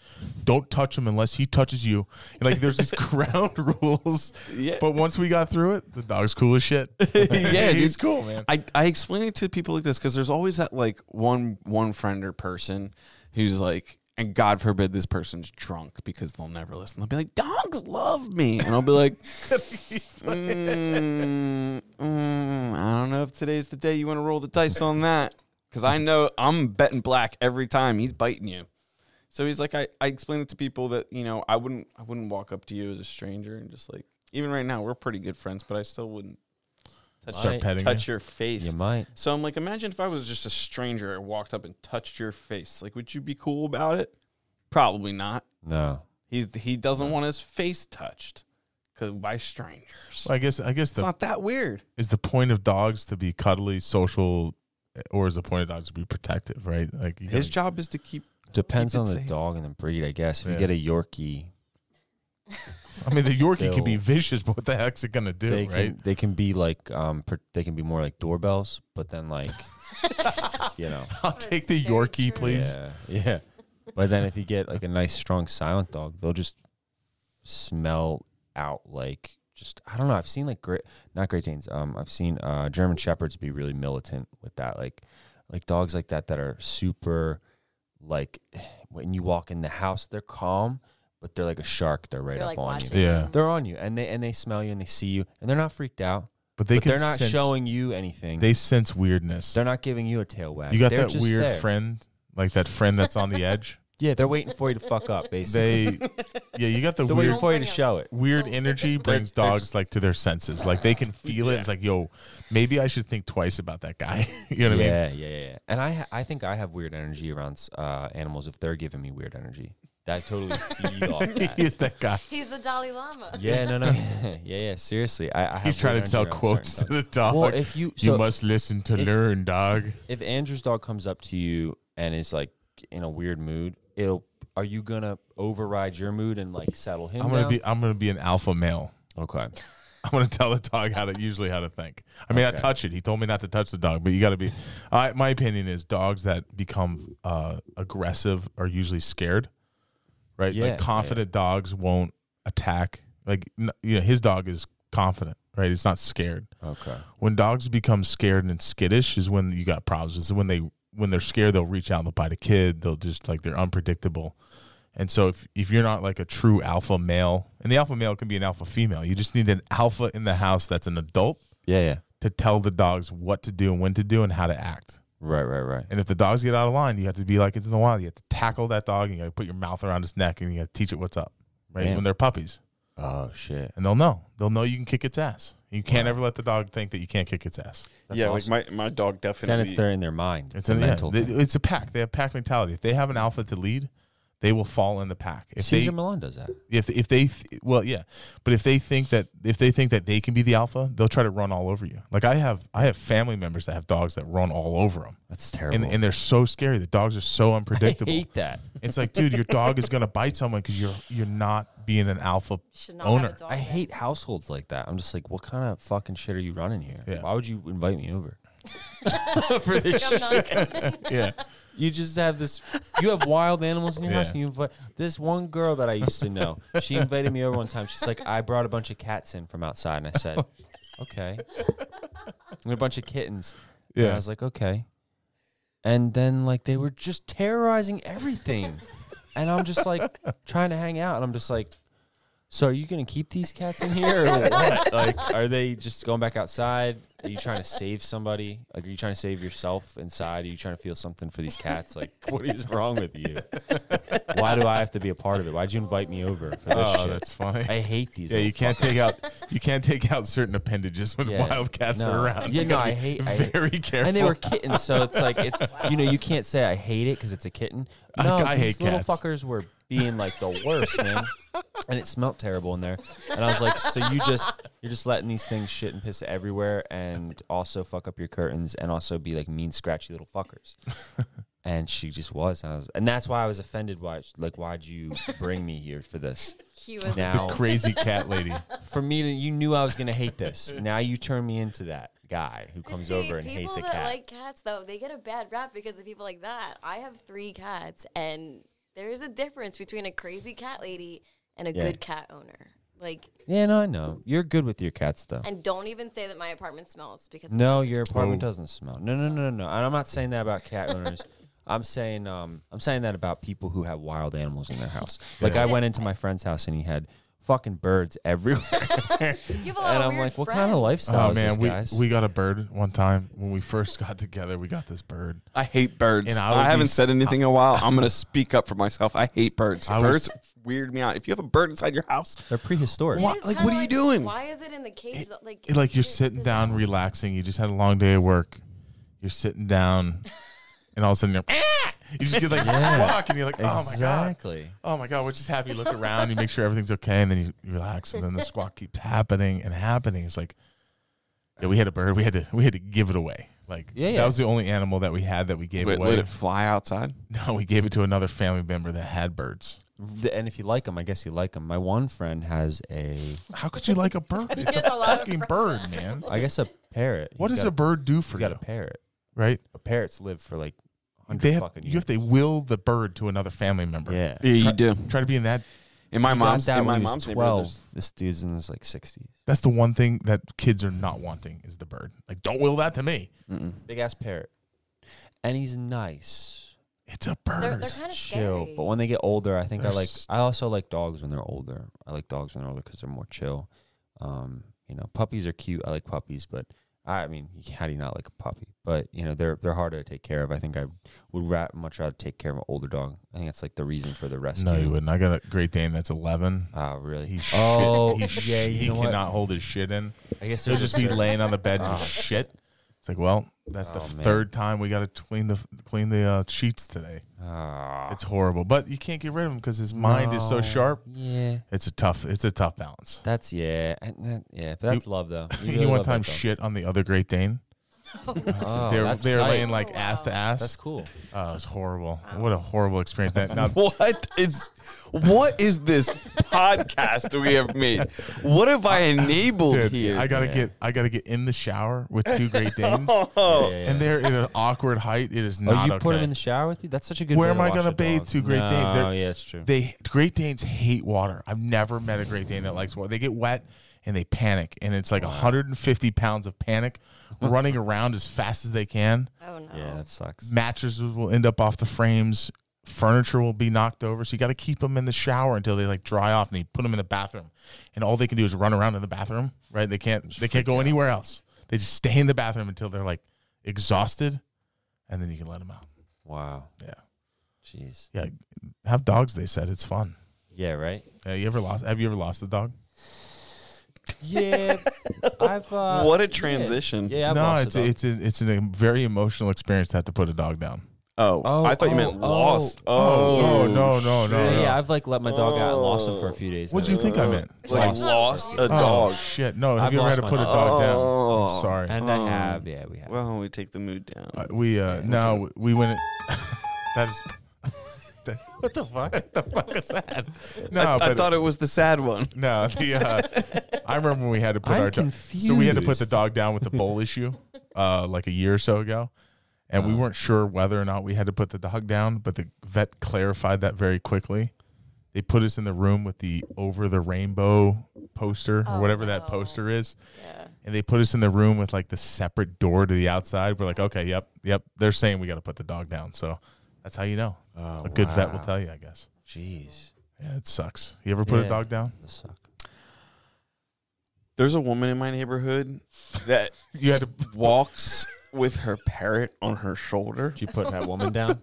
[SPEAKER 2] Don't touch him unless he touches you." And like, there's these ground rules.
[SPEAKER 1] Yeah.
[SPEAKER 2] But once we got through it, the dog's cool as shit.
[SPEAKER 1] yeah, dude.
[SPEAKER 2] he's cool, man.
[SPEAKER 1] I, I explain it to people like this because there's always that like one one friend or person who's like, and God forbid this person's drunk because they'll never listen. They'll be like, dogs love me, and I'll be like, mm, mm, I don't know if today's the day you want to roll the dice on that because I know I'm betting black every time he's biting you. So he's like, I, I explain it to people that you know I wouldn't I wouldn't walk up to you as a stranger and just like even right now we're pretty good friends, but I still wouldn't touch
[SPEAKER 3] Start
[SPEAKER 1] your-
[SPEAKER 2] petting
[SPEAKER 1] touch your face.
[SPEAKER 3] you might.
[SPEAKER 1] So I'm like, imagine if I was just a stranger and walked up and touched your face. Like, would you be cool about it? Probably not.
[SPEAKER 3] No.
[SPEAKER 1] He's he doesn't want his face touched 'cause- by strangers.
[SPEAKER 2] I guess I guess
[SPEAKER 1] it's
[SPEAKER 2] the
[SPEAKER 1] not that weird.
[SPEAKER 2] is the point of dogs to be cuddly, social, or is the point of dogs to be protective? Right? Like you
[SPEAKER 1] His
[SPEAKER 2] gotta-
[SPEAKER 1] job is to keep.
[SPEAKER 3] Depends
[SPEAKER 1] Keep it
[SPEAKER 3] on the
[SPEAKER 1] safe.
[SPEAKER 3] dog and the breed, I guess. If
[SPEAKER 2] Yeah.
[SPEAKER 3] you get a Yorkie,
[SPEAKER 2] I mean, the Yorkie can be
[SPEAKER 3] They'll-
[SPEAKER 2] vicious, but what the heck's it gonna do,
[SPEAKER 3] they
[SPEAKER 2] right?
[SPEAKER 3] can they can be like um pr- they can be more like doorbells, but then like you know
[SPEAKER 2] I'll take the
[SPEAKER 4] That's very
[SPEAKER 2] Yorkie,
[SPEAKER 4] true.
[SPEAKER 2] please.
[SPEAKER 3] yeah yeah. But then if you get like a nice strong silent dog, they'll just smell out like just I don't know. I've seen like great not Great Danes. Um, I've seen uh German Shepherds be really militant with that like like dogs like that that are super like when you walk in the house they're calm but they're like a shark they're right
[SPEAKER 4] They're
[SPEAKER 3] up
[SPEAKER 4] like
[SPEAKER 3] on you
[SPEAKER 4] watching.
[SPEAKER 2] Yeah.
[SPEAKER 4] you.
[SPEAKER 3] they're on you and they and they smell you and they see you and they're not freaked out
[SPEAKER 2] But they
[SPEAKER 3] but
[SPEAKER 2] can
[SPEAKER 3] they're not
[SPEAKER 2] sense-
[SPEAKER 3] showing you anything
[SPEAKER 2] They sense weirdness.
[SPEAKER 3] they're not giving you a tail wag
[SPEAKER 2] You got
[SPEAKER 3] They're
[SPEAKER 2] that
[SPEAKER 3] just
[SPEAKER 2] weird
[SPEAKER 3] there.
[SPEAKER 2] friend, like that friend that's on the edge.
[SPEAKER 3] yeah they're waiting for you to fuck up basically
[SPEAKER 2] They, yeah, you got the
[SPEAKER 3] they, are
[SPEAKER 2] weird.
[SPEAKER 3] waiting for you to show it
[SPEAKER 2] Weird
[SPEAKER 4] Don't-
[SPEAKER 2] energy brings
[SPEAKER 3] they're
[SPEAKER 2] dogs like to their senses. Like they can feel it. It's like, yo, maybe I should think twice about that guy. you know what I mean?
[SPEAKER 3] yeah, yeah, yeah, yeah. And I, ha- I think I have weird energy around uh, animals if they're giving me weird energy. That I totally feed off that.
[SPEAKER 2] He's that guy.
[SPEAKER 4] He's the Dalai Lama.
[SPEAKER 3] Yeah, no, no, yeah, yeah. Seriously, I, I have
[SPEAKER 2] He's trying
[SPEAKER 3] weird
[SPEAKER 2] to tell
[SPEAKER 3] energy around
[SPEAKER 2] quotes to
[SPEAKER 3] certain
[SPEAKER 2] the dog.
[SPEAKER 3] dogs. Well, if you, so
[SPEAKER 2] you must listen to
[SPEAKER 3] if-
[SPEAKER 2] learn, dog.
[SPEAKER 3] if Andrew's dog comes up to you and is like in a weird mood, it'll. Are you gonna override your mood and like settle him?
[SPEAKER 2] I'm gonna
[SPEAKER 3] down?
[SPEAKER 2] be I'm gonna be an alpha male.
[SPEAKER 3] okay.
[SPEAKER 2] I'm gonna tell the dog how to usually how to think. I mean, I
[SPEAKER 3] Okay.
[SPEAKER 2] touch it. He told me not to touch the dog, but you got to be. I, my opinion is dogs that become uh, aggressive are usually scared, right?
[SPEAKER 3] Yeah, yeah.
[SPEAKER 2] like confident dogs won't attack. Like n- you know, his dog is confident, right? He's not scared.
[SPEAKER 3] Okay.
[SPEAKER 2] When dogs become scared and skittish is when you got problems. Is when they when they're scared, they'll reach out and they'll bite a kid. They'll just like they're unpredictable. And so if if you're not like a true alpha male, and the alpha male can be an alpha female, you just need an alpha in the house that's an adult
[SPEAKER 3] Yeah, yeah.
[SPEAKER 2] to tell the dogs what to do and when to do and how to act.
[SPEAKER 3] Right, right, right.
[SPEAKER 2] And if the dogs get out of line, you have to be like it's in the wild. You have to tackle that dog and you got to put your mouth around his neck and you got to teach it what's up. Right
[SPEAKER 3] Man.
[SPEAKER 2] when they're puppies,
[SPEAKER 3] Oh shit.
[SPEAKER 2] and they'll know. They'll know you can kick its ass. You can't ever let the dog think that you can't kick its ass.
[SPEAKER 3] That's yeah, awesome.
[SPEAKER 1] my my dog
[SPEAKER 3] then it's there in their mind.
[SPEAKER 2] It's
[SPEAKER 3] It's, a
[SPEAKER 2] in the
[SPEAKER 3] mental.
[SPEAKER 2] yeah,
[SPEAKER 3] thing.
[SPEAKER 2] they- It's a pack. They have pack mentality. If they have an alpha to lead, they will fall in the pack. If
[SPEAKER 3] Caesar
[SPEAKER 2] they
[SPEAKER 3] Milan does that.
[SPEAKER 2] if if they th- well yeah, but if they think that if they think that they can be the alpha, they'll try to run all over you. Like I have I have family members that have dogs that run all over them,
[SPEAKER 3] That's terrible.
[SPEAKER 2] and and they're so scary. The dogs are so
[SPEAKER 3] I
[SPEAKER 2] unpredictable.
[SPEAKER 3] hate that.
[SPEAKER 2] It's like, dude, your dog is gonna bite someone because you're you're not being an alpha.
[SPEAKER 4] Should not
[SPEAKER 2] Owner.
[SPEAKER 4] have a dog.
[SPEAKER 3] I
[SPEAKER 4] there.
[SPEAKER 3] hate households like that. I'm just like, what kind of fucking shit are you running here?
[SPEAKER 2] Yeah.
[SPEAKER 3] Why would you invite me over? For this
[SPEAKER 4] Like, I'm not convinced.
[SPEAKER 2] Yeah,
[SPEAKER 3] You just have this. You have wild animals in your house,
[SPEAKER 2] Yeah.
[SPEAKER 3] and you invite this one girl that I used to know. She invited me over one time. She's like, I brought a bunch of cats in from outside, and I said, okay, and a bunch of kittens. Yeah, and
[SPEAKER 2] Yeah.
[SPEAKER 3] I was like, okay. and then like they were just terrorizing everything, and I'm just like trying to hang out, and I'm just like, so are you gonna keep these cats in here or what? like, are they just going back outside? Are you trying to save somebody? Like, are you trying to save yourself inside? Are you trying to feel something for these cats? Like, what is wrong with you? Why do I have to be a part of it? Why'd you invite me over for this
[SPEAKER 2] Oh,
[SPEAKER 3] shit?
[SPEAKER 2] that's funny.
[SPEAKER 3] I hate these.
[SPEAKER 2] Yeah,
[SPEAKER 3] little
[SPEAKER 2] you can't take out you can't take out certain appendages when
[SPEAKER 3] Yeah.
[SPEAKER 2] wildcats
[SPEAKER 3] No.
[SPEAKER 2] are around.
[SPEAKER 3] Yeah,
[SPEAKER 2] You
[SPEAKER 3] no,
[SPEAKER 2] gotta
[SPEAKER 3] I
[SPEAKER 2] be
[SPEAKER 3] hate- I hate-
[SPEAKER 2] Very careful.
[SPEAKER 3] And they were kittens, so it's like it's you know you can't say I hate it because it's a kitten.
[SPEAKER 2] I-
[SPEAKER 3] No,
[SPEAKER 2] I
[SPEAKER 3] these
[SPEAKER 2] hate
[SPEAKER 3] little
[SPEAKER 2] cats.
[SPEAKER 3] fuckers were being like the worst, man. And it smelt terrible in there. And I was like, so you just you're just letting these things shit and piss everywhere, and also fuck up your curtains, and also be like mean, scratchy little fuckers. And she just was, and I was, and that's why I was offended. Why, like, why'd you bring me here for this?
[SPEAKER 4] He was
[SPEAKER 3] Now,
[SPEAKER 2] crazy cat lady.
[SPEAKER 3] for me, to, you knew I was gonna hate this. Now you turn me into that guy who comes
[SPEAKER 4] See,
[SPEAKER 3] over and
[SPEAKER 4] people
[SPEAKER 3] hates a
[SPEAKER 4] that
[SPEAKER 3] cat.
[SPEAKER 4] like cats though they get a bad rap because of people like that i have three cats and there's a difference between a crazy cat lady and a
[SPEAKER 3] Yeah.
[SPEAKER 4] good cat owner like
[SPEAKER 3] Yeah, no, I know. You're good with your cats, though.
[SPEAKER 4] and don't even say that my apartment smells because
[SPEAKER 3] No, your apartment
[SPEAKER 2] Oh.
[SPEAKER 3] doesn't smell. No, no, no, no, no. And I'm not saying that about cat owners. I'm saying, um, I'm saying that about people who have wild animals in their house. Like I went into my friend's house and he had fucking birds everywhere,
[SPEAKER 4] you have a lot
[SPEAKER 3] and
[SPEAKER 4] of
[SPEAKER 3] I'm
[SPEAKER 4] weird
[SPEAKER 3] like, what
[SPEAKER 4] friends.
[SPEAKER 3] kind of lifestyle
[SPEAKER 2] oh
[SPEAKER 3] is this,
[SPEAKER 2] man, we
[SPEAKER 3] guys?
[SPEAKER 2] we got a bird one time when we first got together. We got this bird.
[SPEAKER 1] I hate birds.
[SPEAKER 2] And I would
[SPEAKER 1] I,
[SPEAKER 2] be
[SPEAKER 1] haven't
[SPEAKER 2] s-
[SPEAKER 1] said anything in a while. I'm gonna speak up for myself. I hate birds.
[SPEAKER 2] I was-
[SPEAKER 1] birds weird me out. If you have a bird inside your house,
[SPEAKER 3] They're prehistoric.
[SPEAKER 4] It
[SPEAKER 1] What?
[SPEAKER 4] is
[SPEAKER 1] Like,
[SPEAKER 4] kinda
[SPEAKER 1] are you doing?
[SPEAKER 4] why is it in the cage though? like
[SPEAKER 2] It- like you're
[SPEAKER 4] it-
[SPEAKER 2] sitting
[SPEAKER 4] does
[SPEAKER 2] down, relaxing. You just had a long day of work. You're sitting down, and all of a sudden you're, "Ah!" you just get like squawk, and you're like, oh my god,
[SPEAKER 3] Exactly.
[SPEAKER 2] oh my god. We're just happy. You look around, you make sure everything's okay, and then you you relax, and then the squawk keeps happening and happening. It's like, yeah, we had a bird. We had to we had to give it away. Like
[SPEAKER 3] Yeah, yeah.
[SPEAKER 2] that was the only animal that we had that we gave
[SPEAKER 1] let,
[SPEAKER 2] away.
[SPEAKER 1] let it fly outside.
[SPEAKER 2] no, we gave it to another family member that had birds.
[SPEAKER 3] The- And if you like them, I guess you like them. My one friend has a,
[SPEAKER 2] How could you like a bird? It's a
[SPEAKER 4] has a lot of
[SPEAKER 2] fucking
[SPEAKER 4] friends.
[SPEAKER 2] bird, man.
[SPEAKER 3] I guess a parrot.
[SPEAKER 2] What
[SPEAKER 3] He's
[SPEAKER 2] does
[SPEAKER 3] got
[SPEAKER 2] a bird do for
[SPEAKER 3] He's got
[SPEAKER 2] you?
[SPEAKER 3] a parrot.
[SPEAKER 2] Right?
[SPEAKER 3] But parrots live for like
[SPEAKER 2] They
[SPEAKER 3] hundred
[SPEAKER 2] have,
[SPEAKER 3] fucking years.
[SPEAKER 2] you have to will the bird to another family member.
[SPEAKER 3] yeah.
[SPEAKER 1] Yeah, you do.
[SPEAKER 2] Try to be in that.
[SPEAKER 1] In my
[SPEAKER 3] He got
[SPEAKER 1] mom's
[SPEAKER 3] that
[SPEAKER 1] in my
[SPEAKER 3] when he was
[SPEAKER 1] mom's neighborhood,
[SPEAKER 3] 12.
[SPEAKER 1] there's-
[SPEAKER 3] This dude's in his like 60s.
[SPEAKER 2] That's the one thing that kids are not wanting is the bird. Like, don't will that to me.
[SPEAKER 3] Big ass parrot. And he's nice.
[SPEAKER 2] It's a
[SPEAKER 4] They're, they're
[SPEAKER 2] bird.
[SPEAKER 4] kind of
[SPEAKER 3] chill.
[SPEAKER 4] scary.
[SPEAKER 3] But when they get older, I think I
[SPEAKER 2] They're
[SPEAKER 3] like
[SPEAKER 2] s-
[SPEAKER 3] I also like dogs when they're older. I like dogs when they're older cuz they're more chill. Um, you know, puppies are cute. I like puppies, but I I mean, how do you not like a puppy? But, you know, they're they're harder to take care of. I think I would ra- much rather take care of an older dog. I think that's like the reason for the rescue.
[SPEAKER 2] No, you wouldn't. I got a Great Dane that's 11.
[SPEAKER 3] Oh, really?
[SPEAKER 2] He shit.
[SPEAKER 3] oh,
[SPEAKER 2] he sh-
[SPEAKER 3] yeah, you
[SPEAKER 2] he
[SPEAKER 3] know what?
[SPEAKER 2] cannot hold his shit in. Uh-huh.
[SPEAKER 3] I guess
[SPEAKER 2] He'll
[SPEAKER 3] there's
[SPEAKER 2] just
[SPEAKER 3] a
[SPEAKER 2] be
[SPEAKER 3] certain-
[SPEAKER 2] laying on the bed and just
[SPEAKER 3] Oh.
[SPEAKER 2] shit. It's like, well, that's the
[SPEAKER 3] Oh, man.
[SPEAKER 2] third time we got to clean the clean the uh, sheets today.
[SPEAKER 3] Ah.
[SPEAKER 2] It's horrible, but you can't get rid of him because his mind is so
[SPEAKER 3] No.
[SPEAKER 2] sharp.
[SPEAKER 3] Yeah.
[SPEAKER 2] It's a tough. It's a tough balance.
[SPEAKER 3] That's yeah, and that, yeah. But
[SPEAKER 2] You-
[SPEAKER 3] that's love though.
[SPEAKER 2] You,
[SPEAKER 3] really
[SPEAKER 2] one
[SPEAKER 3] love that
[SPEAKER 2] time
[SPEAKER 3] dog.
[SPEAKER 2] shit on the other Great Dane.
[SPEAKER 3] Oh,
[SPEAKER 2] they're
[SPEAKER 3] that's
[SPEAKER 2] they're
[SPEAKER 3] tight.
[SPEAKER 2] laying like
[SPEAKER 4] Oh,
[SPEAKER 2] ass to
[SPEAKER 4] wow.
[SPEAKER 2] ass.
[SPEAKER 3] That's cool.
[SPEAKER 2] Oh, it was horrible. What a horrible experience. That now,
[SPEAKER 1] What is what is this podcast we have made? What have I enabled
[SPEAKER 2] dude,
[SPEAKER 1] here?
[SPEAKER 2] I gotta
[SPEAKER 3] Yeah.
[SPEAKER 2] get I gotta get in the shower with two Great Danes,
[SPEAKER 1] oh,
[SPEAKER 3] Yeah, yeah.
[SPEAKER 2] and they're at an awkward height. It is
[SPEAKER 3] Oh,
[SPEAKER 2] not
[SPEAKER 3] you
[SPEAKER 2] okay.
[SPEAKER 3] put them in the shower with you? That's such a good.
[SPEAKER 2] Where
[SPEAKER 3] way
[SPEAKER 2] am
[SPEAKER 3] to
[SPEAKER 2] I
[SPEAKER 3] wash
[SPEAKER 2] gonna
[SPEAKER 3] a
[SPEAKER 2] bathe
[SPEAKER 3] dog.
[SPEAKER 2] two Great
[SPEAKER 3] no,
[SPEAKER 2] Danes? They're-
[SPEAKER 3] yeah, it's true.
[SPEAKER 2] they Great Danes hate water. I've never met a Great Dane that likes water. They get wet and they panic, and it's like 150 pounds of panic running around as fast as they can.
[SPEAKER 4] oh no
[SPEAKER 3] yeah, that sucks.
[SPEAKER 2] mattresses will end up off the frames furniture will be knocked over so you got to keep them in the shower until they like dry off and they put them in the bathroom and all they can do is run around in the bathroom right they can't they can't go anywhere else they just stay in the bathroom until they're like exhausted and then you can let them out
[SPEAKER 3] Wow.
[SPEAKER 2] yeah
[SPEAKER 3] Jeez.
[SPEAKER 2] yeah have dogs they said it's fun
[SPEAKER 3] Yeah. Right.
[SPEAKER 2] uh, you ever lost have you ever lost a dog
[SPEAKER 3] Yeah. I've. Uh,
[SPEAKER 1] what a transition!
[SPEAKER 3] Yeah. yeah I've
[SPEAKER 2] no
[SPEAKER 3] lost a
[SPEAKER 2] it's
[SPEAKER 3] dog.
[SPEAKER 2] it's a, it's a very emotional experience to have to put a dog down
[SPEAKER 1] Oh,
[SPEAKER 3] Oh,
[SPEAKER 1] I thought you
[SPEAKER 3] oh,
[SPEAKER 1] meant
[SPEAKER 3] oh,
[SPEAKER 1] lost. Oh,
[SPEAKER 2] oh no no no,
[SPEAKER 3] yeah,
[SPEAKER 2] no.
[SPEAKER 3] yeah, I've like let my dog out and lost him for a few days.
[SPEAKER 2] what do you
[SPEAKER 3] now.
[SPEAKER 2] think i meant
[SPEAKER 1] like
[SPEAKER 3] Lost.
[SPEAKER 1] lost a
[SPEAKER 2] oh
[SPEAKER 1] dog.
[SPEAKER 2] shit no have
[SPEAKER 3] I've
[SPEAKER 2] you ever had
[SPEAKER 3] lost
[SPEAKER 2] to
[SPEAKER 3] my
[SPEAKER 2] put a
[SPEAKER 1] dog.
[SPEAKER 2] dog down
[SPEAKER 1] Oh.
[SPEAKER 2] I'm sorry
[SPEAKER 3] And I have. Yeah, we have.
[SPEAKER 1] Well, we take the mood down.
[SPEAKER 2] Uh, we uh no we went that's
[SPEAKER 3] what the fuck?
[SPEAKER 2] the fuck is that no
[SPEAKER 1] I, I
[SPEAKER 2] but
[SPEAKER 1] thought it was the sad one.
[SPEAKER 2] no the uh i remember when we had to put
[SPEAKER 3] I'm
[SPEAKER 2] our dog so we had to put the
[SPEAKER 3] confused.
[SPEAKER 2] dog down with the bowl issue uh like a year or so ago and we weren't sure whether or not we had to put the dog down but the vet clarified that very quickly they put us in the room with the over the rainbow poster or
[SPEAKER 4] Oh,
[SPEAKER 2] whatever
[SPEAKER 4] no.
[SPEAKER 2] that poster is
[SPEAKER 4] yeah
[SPEAKER 2] and they put us in the room with like the separate door to the outside. We're like, okay, yep, yep. They're saying we got to put the dog down. So that's how you know.
[SPEAKER 5] Oh,
[SPEAKER 2] a good vet will
[SPEAKER 5] wow.
[SPEAKER 2] tell you, I guess.
[SPEAKER 5] Jeez,
[SPEAKER 2] Yeah, it sucks. You ever put
[SPEAKER 5] Yeah.
[SPEAKER 2] a dog down?
[SPEAKER 5] this sucks.
[SPEAKER 1] There's a woman in my neighborhood that
[SPEAKER 2] You had to.
[SPEAKER 1] walks with her parrot on her shoulder.
[SPEAKER 3] Did you put that woman down?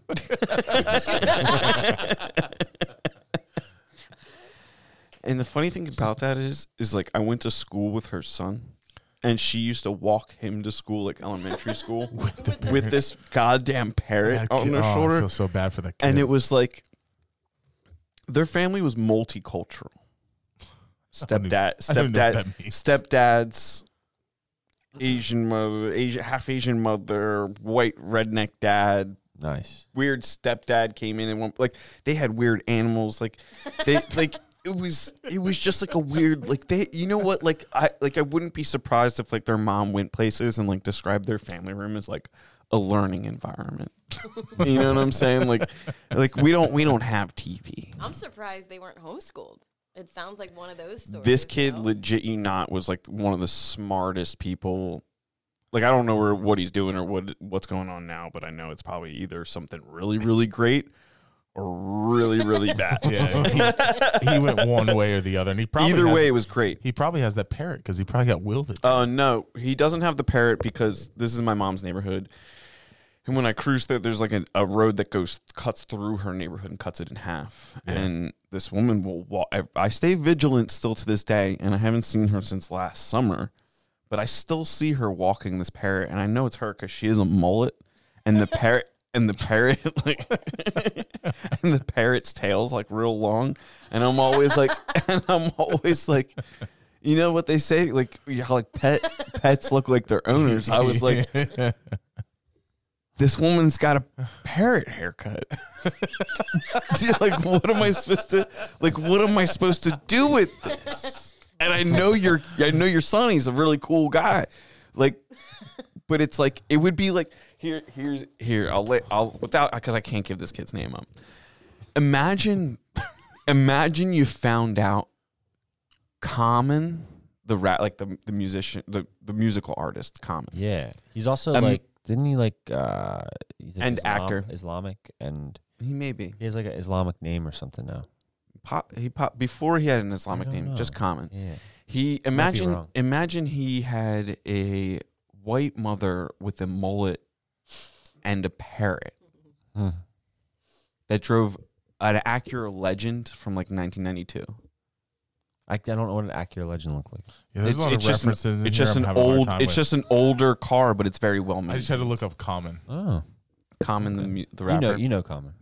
[SPEAKER 1] And the funny thing about that is, is like I went to school with her son, and she used to walk him to school, like elementary school, with, this goddamn parrot
[SPEAKER 2] That
[SPEAKER 1] on
[SPEAKER 2] kid-
[SPEAKER 1] her
[SPEAKER 2] oh, I
[SPEAKER 1] shoulder.
[SPEAKER 2] feel so bad for the kid.
[SPEAKER 1] And it was like their family was multicultural.
[SPEAKER 2] don't even-
[SPEAKER 1] Stepdad,
[SPEAKER 2] I don't even know
[SPEAKER 1] stepdad,
[SPEAKER 2] what that means.
[SPEAKER 1] stepdad's Asian mother, Asian half Asian mother, white redneck dad,
[SPEAKER 5] Nice.
[SPEAKER 1] weird stepdad came in and went, like they had weird animals like they like it was it was just like a weird like they you know what like I like I wouldn't be surprised if like their mom went places and like described their family room as like a learning environment. you know what I'm saying? Like like we don't we don't have TV.
[SPEAKER 4] I'm surprised they weren't homeschooled. It sounds like one of those stories.
[SPEAKER 1] This
[SPEAKER 4] you
[SPEAKER 1] kid
[SPEAKER 4] know?
[SPEAKER 1] legit you not was like one of the smartest people like I don't know where what he's doing or what what's going on now, but I know it's probably either something really really great or really really bad.
[SPEAKER 2] Yeah, he, he went one way or the other, and he probably
[SPEAKER 1] Either
[SPEAKER 2] has-
[SPEAKER 1] way, it was great.
[SPEAKER 2] he probably has that parrot because he probably got willed it.
[SPEAKER 1] Uh, no, he doesn't have the parrot because this is my mom's neighborhood. And when I cruise there, there's like a, a road that goes cuts through her neighborhood and cuts it in half. And this woman will walk. I, I stay vigilant still to this day, and I haven't seen her since last summer. But I still see her walking this parrot, and I know it's her because she has a mullet, and the parrot and the parrot like and the parrot's tail's like real long, and I'm always like, and I'm always like. You know what they say? Like, yeah, like pet pets look like their owners. I was like, this woman's got a parrot haircut. Dude, like, what am I supposed to? Like, what am I supposed to do with this? And I know your, I know your son. He's a really cool guy. Like, but it's like it would be like here, here's here. I'll let I'll without because I can't give this kid's name up. Imagine, imagine you found out Common, the rat, like the the musician, the the musical artist, Common.
[SPEAKER 3] Yeah, he's also
[SPEAKER 1] Um,
[SPEAKER 3] like, didn't he like, uh, he's like
[SPEAKER 1] And actor.
[SPEAKER 3] Islamic, and
[SPEAKER 1] He may be.
[SPEAKER 3] he has like an Islamic name or something now.
[SPEAKER 1] pop he pop before he had an Islamic
[SPEAKER 3] don't
[SPEAKER 1] name,
[SPEAKER 3] know.
[SPEAKER 1] just common.
[SPEAKER 3] Yeah,
[SPEAKER 1] He imagine
[SPEAKER 3] wrong.
[SPEAKER 1] imagine he had a white mother with a mullet and a parrot
[SPEAKER 3] Hmm.
[SPEAKER 1] that drove an Acura Legend from like 1992.
[SPEAKER 3] I, I don't know what an Acura Legend looked like.
[SPEAKER 2] Yeah, there's a lot of
[SPEAKER 1] just an-
[SPEAKER 2] references. in
[SPEAKER 1] it's
[SPEAKER 2] here
[SPEAKER 1] just
[SPEAKER 2] I'm
[SPEAKER 1] an
[SPEAKER 2] having a hard
[SPEAKER 1] old
[SPEAKER 2] time
[SPEAKER 1] it's
[SPEAKER 2] with.
[SPEAKER 1] just an older car, but it's very well
[SPEAKER 2] I
[SPEAKER 1] made.
[SPEAKER 2] just had to look up common.
[SPEAKER 3] Oh,
[SPEAKER 1] Common the mu- the
[SPEAKER 3] you
[SPEAKER 1] rapper.
[SPEAKER 3] know,
[SPEAKER 1] You,
[SPEAKER 3] you know, common.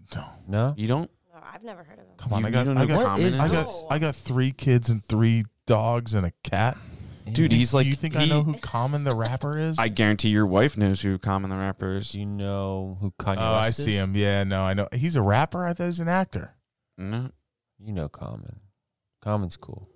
[SPEAKER 2] No.
[SPEAKER 3] No,
[SPEAKER 1] don't
[SPEAKER 4] Oh, I've never heard of them.
[SPEAKER 2] Come on,
[SPEAKER 1] you,
[SPEAKER 2] I
[SPEAKER 1] you
[SPEAKER 2] got,
[SPEAKER 1] don't
[SPEAKER 2] I
[SPEAKER 1] know
[SPEAKER 2] got,
[SPEAKER 1] common
[SPEAKER 3] is
[SPEAKER 2] I
[SPEAKER 3] this?
[SPEAKER 2] got, I got three kids and three dogs and a cat.
[SPEAKER 1] Dude,
[SPEAKER 2] Do you-
[SPEAKER 1] he's like-
[SPEAKER 2] Do you think I
[SPEAKER 1] he-
[SPEAKER 2] know who Common the rapper is?
[SPEAKER 1] I guarantee your wife knows who Common the rapper is.
[SPEAKER 3] Do you know who Kanye
[SPEAKER 2] oh, I
[SPEAKER 3] West
[SPEAKER 2] see
[SPEAKER 3] is?
[SPEAKER 2] him. Yeah, no, I know. He's a rapper. I thought he was an actor.
[SPEAKER 1] No.
[SPEAKER 3] You know, Common. Common's cool.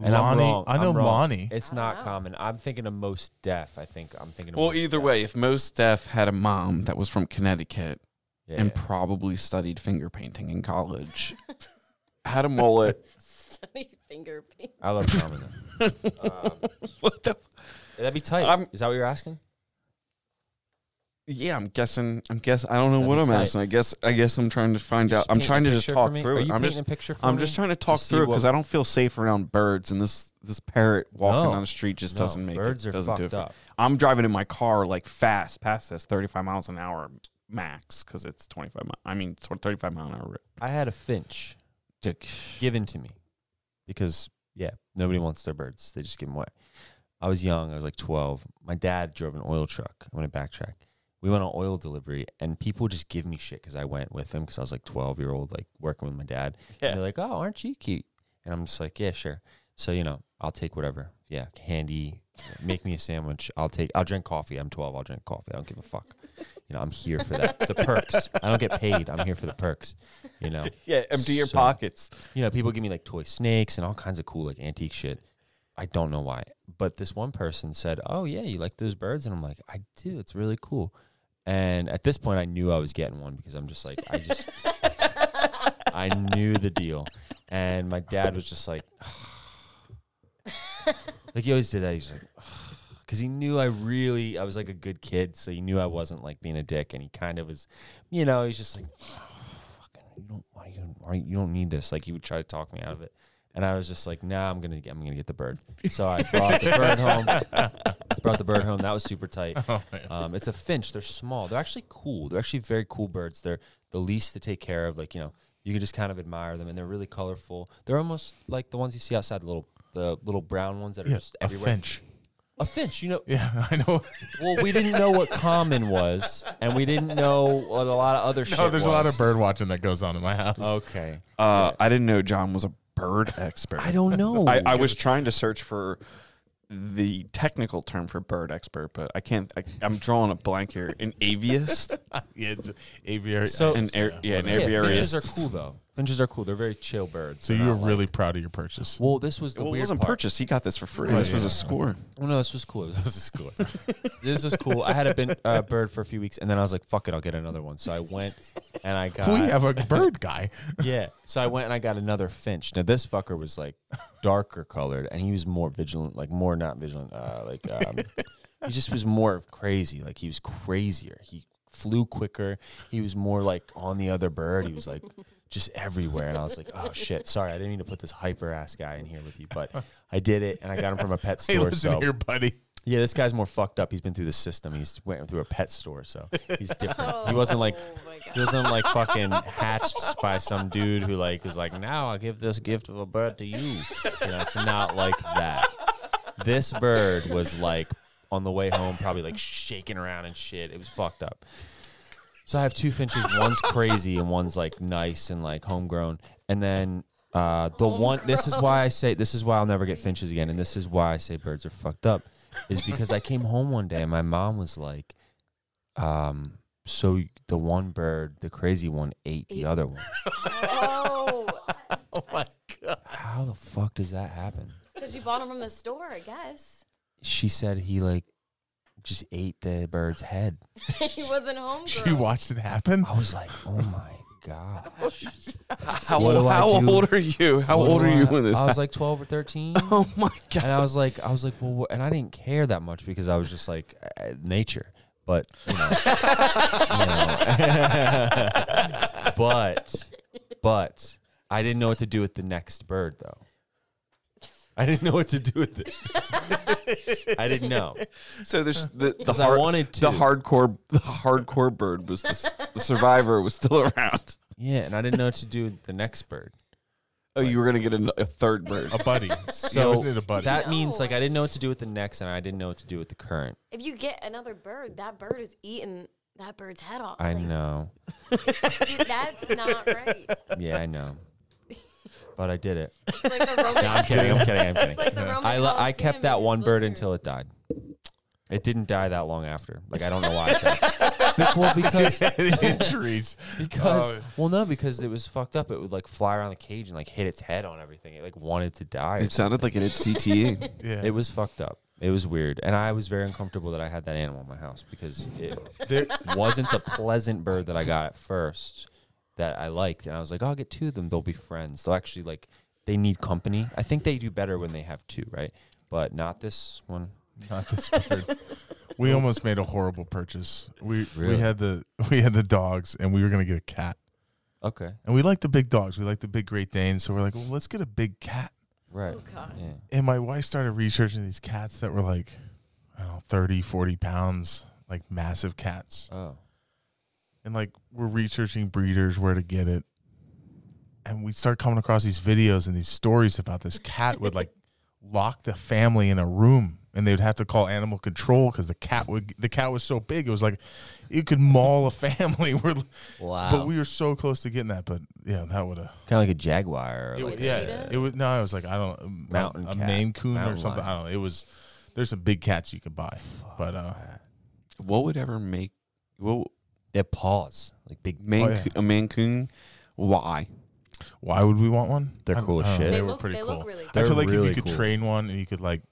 [SPEAKER 3] And I'm
[SPEAKER 2] Lonnie,
[SPEAKER 3] wrong.
[SPEAKER 2] I know
[SPEAKER 3] I'm wrong.
[SPEAKER 2] Lonnie.
[SPEAKER 3] It's
[SPEAKER 4] I
[SPEAKER 3] not
[SPEAKER 4] don't know.
[SPEAKER 3] common. I'm thinking of most deaf. I think I'm thinking. Of
[SPEAKER 1] Well,
[SPEAKER 3] Mos
[SPEAKER 1] either
[SPEAKER 3] Def.
[SPEAKER 1] way, if Most Def had a mom that was from Connecticut
[SPEAKER 3] yeah.
[SPEAKER 1] and probably studied finger painting in college. Had a mullet.
[SPEAKER 4] Study finger paint.
[SPEAKER 3] I love common. Though. Um,
[SPEAKER 1] what the?
[SPEAKER 3] That'd be tight.
[SPEAKER 1] I'm-
[SPEAKER 3] is that what you're asking?
[SPEAKER 1] Yeah, I'm guessing. I'm guess. I don't know
[SPEAKER 3] That'd
[SPEAKER 1] what
[SPEAKER 3] be
[SPEAKER 1] I'm
[SPEAKER 3] tight.
[SPEAKER 1] asking. I guess. I guess I'm trying to find
[SPEAKER 3] You're
[SPEAKER 1] out. I'm
[SPEAKER 3] painting
[SPEAKER 1] trying
[SPEAKER 3] a
[SPEAKER 1] to just
[SPEAKER 3] picture
[SPEAKER 1] talk
[SPEAKER 3] for me?
[SPEAKER 1] through
[SPEAKER 3] Are
[SPEAKER 1] it.
[SPEAKER 3] you
[SPEAKER 1] I'm
[SPEAKER 3] painting
[SPEAKER 1] just.
[SPEAKER 3] a picture for
[SPEAKER 1] I'm
[SPEAKER 3] me
[SPEAKER 1] just trying to talk
[SPEAKER 3] see
[SPEAKER 1] through it
[SPEAKER 3] what-
[SPEAKER 1] because I don't feel safe around birds, and this this parrot walking
[SPEAKER 3] No.
[SPEAKER 1] on the street just
[SPEAKER 3] No,
[SPEAKER 1] doesn't make
[SPEAKER 3] birds
[SPEAKER 1] it.
[SPEAKER 3] are
[SPEAKER 1] doesn't do
[SPEAKER 3] fucked
[SPEAKER 1] it for-
[SPEAKER 3] up.
[SPEAKER 1] I'm driving in my car like fast past this 35 miles an hour max because it's 25. Mi- I mean, sort of 35 mile an hour.
[SPEAKER 3] I had a finch
[SPEAKER 1] route.
[SPEAKER 3] given to me because yeah, nobody wants their birds. They just give them away. I was young. I was like 12. My dad drove an oil truck. I went to backtrack. We went on oil delivery, and people just give me shit because I went with him because I was like 12 year old, like working with my dad.
[SPEAKER 1] Yeah.
[SPEAKER 3] And they're like, "Oh, aren't you cute?" And I'm just like, "Yeah, sure." So you know, I'll take whatever. Yeah, candy. Make me a sandwich. I'll take. I'll drink coffee. I'm 12. I'll drink coffee. I don't give a fuck. You know, I'm here for that. The perks. I don't get paid. I'm here for the perks. You know.
[SPEAKER 1] Yeah,
[SPEAKER 3] empty your So-
[SPEAKER 1] pockets.
[SPEAKER 3] You know, people give me like toy snakes and all kinds of cool like antique shit. I don't know why, but this one person said, "Oh yeah, you like those birds?" And I'm like, "I do. It's really cool." And at this point, I knew I was getting one because I'm just like, I just, I knew the deal. And my dad was just like, like he always did that. He's like, because he knew I really I was like a good kid, so he knew I wasn't like being a dick, and he kind of was, you know, he's just like, "Ah, fucking, you don't, why you, why you don't need this. Like he would try to talk me out of it, and I was just like, nah, I'm gonna, get- I'm gonna get the bird. So I brought the bird home. Brought the bird home. That was super tight.
[SPEAKER 2] Oh,
[SPEAKER 3] um, it's a finch. They're small. They're actually cool. They're actually very cool birds. They're the least to take care of. Like you know, you can just kind of admire them, and they're really colorful. They're almost like the ones you see outside the little. The little brown ones that are
[SPEAKER 2] Yeah,
[SPEAKER 3] just
[SPEAKER 2] a
[SPEAKER 3] everywhere.
[SPEAKER 2] finch.
[SPEAKER 3] A finch, you know,
[SPEAKER 2] Yeah, I know.
[SPEAKER 3] well, we didn't know what common was, and we didn't know what a lot of other shit.
[SPEAKER 2] no, Oh, there's a lot of
[SPEAKER 3] was.
[SPEAKER 2] bird watching that goes on in my house.
[SPEAKER 3] Oh. Okay,
[SPEAKER 1] Uh, I didn't know John was a bird expert.
[SPEAKER 3] I don't know.
[SPEAKER 1] I, I was trying to search for the technical term for bird expert, but I can't. I, I'm drawing a blank here. An aviist,
[SPEAKER 2] Yeah, it's aviary.
[SPEAKER 3] So-
[SPEAKER 2] I-
[SPEAKER 1] an air, yeah, an
[SPEAKER 3] yeah, finches are
[SPEAKER 1] aviarist.
[SPEAKER 3] cool though. Finches are cool. They're very chill birds.
[SPEAKER 2] so
[SPEAKER 3] They're
[SPEAKER 2] you were
[SPEAKER 3] not like-
[SPEAKER 2] really proud of your purchase.
[SPEAKER 3] well. This was the
[SPEAKER 1] Well, it
[SPEAKER 3] weird
[SPEAKER 1] wasn't
[SPEAKER 3] part.
[SPEAKER 1] purchased. He got this for free.
[SPEAKER 2] Right,
[SPEAKER 1] this was
[SPEAKER 2] yeah.
[SPEAKER 1] a score.
[SPEAKER 3] Well, no, this was cool. It was-
[SPEAKER 2] this is cool.
[SPEAKER 3] this was cool. I had a bin, uh, bird for a few weeks, and then I was like, "Fuck it, I'll get another one." So I went and I got.
[SPEAKER 2] we have a bird guy.
[SPEAKER 3] yeah. So I went and I got another finch. Now this fucker was like darker colored, and he was more vigilant, like more not vigilant, uh, like um, he just was more crazy. Like he was crazier. He flew quicker. He was more like on the other bird. He was like just everywhere, and I was like, oh shit, sorry, I didn't mean to put this hyper ass guy in here with you, but I did it, and I got him from a pet store.
[SPEAKER 2] Hey, listen
[SPEAKER 3] so
[SPEAKER 2] here, buddy.
[SPEAKER 3] yeah, this guy's more fucked up. He's been through the system. He's went through a pet store, so he's different. He wasn't like
[SPEAKER 4] Oh my God.
[SPEAKER 3] he wasn't like fucking hatched by some dude who like was like, now I give this gift of a bird to you. You know, it's not like that. This bird was like on the way home, probably like shaking around and shit. It was fucked up. So I have two finches. One's crazy and one's like nice and like homegrown. And then uh, the one. This is why I say. This is why I'll never get finches again. And this is why I say birds are fucked up, is because I came home one day and my mom was like, um, "So the one bird, the crazy one, ate the other one.
[SPEAKER 4] Oh,
[SPEAKER 3] How the fuck does that happen?"
[SPEAKER 4] because you bought them from the store, I guess.
[SPEAKER 3] She said he like just ate the bird's head.
[SPEAKER 4] he wasn't home.
[SPEAKER 2] She watched it happen.
[SPEAKER 3] I was like, "Oh my gosh."
[SPEAKER 1] How,
[SPEAKER 3] What do I
[SPEAKER 1] how
[SPEAKER 3] do?
[SPEAKER 1] old are you? How
[SPEAKER 3] What do
[SPEAKER 1] old are you
[SPEAKER 3] I-
[SPEAKER 1] when this?
[SPEAKER 3] I
[SPEAKER 1] happened?
[SPEAKER 3] was like 12 or 13.
[SPEAKER 1] oh my god!
[SPEAKER 3] and I was like, I was like, well, wh- and I didn't care that much because I was just like uh, nature, but you know, you know. but but I didn't know what to do with the next bird though. I didn't know what to do with it. I didn't know.
[SPEAKER 1] So there's the the
[SPEAKER 3] 'Cause I
[SPEAKER 1] hard,
[SPEAKER 3] wanted
[SPEAKER 1] the
[SPEAKER 3] to.
[SPEAKER 1] hardcore the hardcore bird was the, s- the survivor was still around.
[SPEAKER 3] Yeah, and I didn't know what to do with the next bird.
[SPEAKER 1] Oh, you were gonna get a, a third bird.
[SPEAKER 2] A buddy. So
[SPEAKER 3] So
[SPEAKER 2] always need a buddy.
[SPEAKER 3] that means like
[SPEAKER 4] No.
[SPEAKER 3] I didn't know what to do with the next, and I didn't know what to do with the current.
[SPEAKER 4] If you get another bird, that bird is eating that bird's head off.
[SPEAKER 3] I
[SPEAKER 4] Like,
[SPEAKER 3] know.
[SPEAKER 4] dude, that's not right.
[SPEAKER 3] Yeah, I know. But I did it.
[SPEAKER 4] It's like the Roman.
[SPEAKER 3] No, I'm kidding. I'm kidding. I'm kidding.
[SPEAKER 4] It's like the Roman
[SPEAKER 3] I, le- I
[SPEAKER 4] Colosseum
[SPEAKER 3] kept
[SPEAKER 4] and
[SPEAKER 3] that
[SPEAKER 4] his
[SPEAKER 3] one bird
[SPEAKER 4] blizzard.
[SPEAKER 3] until it died. It didn't die that long after. Like I don't know why. it died. Be- well, because
[SPEAKER 2] injuries.
[SPEAKER 3] because
[SPEAKER 2] Oh.
[SPEAKER 3] well no because it was fucked up. It would like fly around the cage and like hit its head on everything. It like wanted to die. or
[SPEAKER 1] It sounded like it had
[SPEAKER 3] E.
[SPEAKER 1] CTE.
[SPEAKER 2] Yeah.
[SPEAKER 3] It was fucked up. It was weird, and I was very uncomfortable that I had that animal in my house because it
[SPEAKER 2] There-
[SPEAKER 3] wasn't the pleasant bird that I got at first that I liked, and I was like, "Oh, I'll get two of them. They'll be friends. They'll actually like they need company. I think they do better when they have two, right? But not this one.
[SPEAKER 2] Not this bird. We almost made a horrible purchase. We
[SPEAKER 3] Really?
[SPEAKER 2] we had the we had the dogs and we were gonna get a cat.
[SPEAKER 3] Okay,
[SPEAKER 2] And we like the big dogs. We like the big Great Danes. So we're like, well, let's get a big cat.
[SPEAKER 3] right.
[SPEAKER 4] Oh God.
[SPEAKER 3] Yeah.
[SPEAKER 2] And my wife started researching these cats that were like, I don't know, 30, 40 pounds, like massive cats.
[SPEAKER 3] Oh.
[SPEAKER 2] and like we're researching breeders where to get it and we start coming across these videos and these stories about this cat would like lock the family in a room and they would have to call animal control because the cat would the cat was so big it was like it could maul a family we're,
[SPEAKER 3] Wow.
[SPEAKER 2] but we were so close to getting that but yeah that would have
[SPEAKER 3] kind of like a jaguar. Or
[SPEAKER 2] it,
[SPEAKER 3] like
[SPEAKER 2] was-
[SPEAKER 4] a
[SPEAKER 2] yeah
[SPEAKER 4] cheetah?
[SPEAKER 2] it was no it was like i don't know a-
[SPEAKER 3] Mountain
[SPEAKER 2] a
[SPEAKER 3] cat,
[SPEAKER 2] maine coon or
[SPEAKER 3] mountain
[SPEAKER 2] something
[SPEAKER 3] lion.
[SPEAKER 2] i don't know it was there's some big cats you can buy but uh
[SPEAKER 1] what would ever make what
[SPEAKER 3] their paws, like big.
[SPEAKER 1] man
[SPEAKER 2] Oh, yeah.
[SPEAKER 1] a mancoon? Why?
[SPEAKER 2] why would we want one
[SPEAKER 3] They're
[SPEAKER 2] I don't-
[SPEAKER 3] cool as
[SPEAKER 2] I don't know.
[SPEAKER 3] shit.
[SPEAKER 4] They,
[SPEAKER 2] they were
[SPEAKER 4] look,
[SPEAKER 2] pretty
[SPEAKER 4] they
[SPEAKER 2] cool
[SPEAKER 4] look really.
[SPEAKER 2] I
[SPEAKER 3] They're
[SPEAKER 2] feel like if
[SPEAKER 3] really
[SPEAKER 2] you could
[SPEAKER 3] cool.
[SPEAKER 2] train one and you could like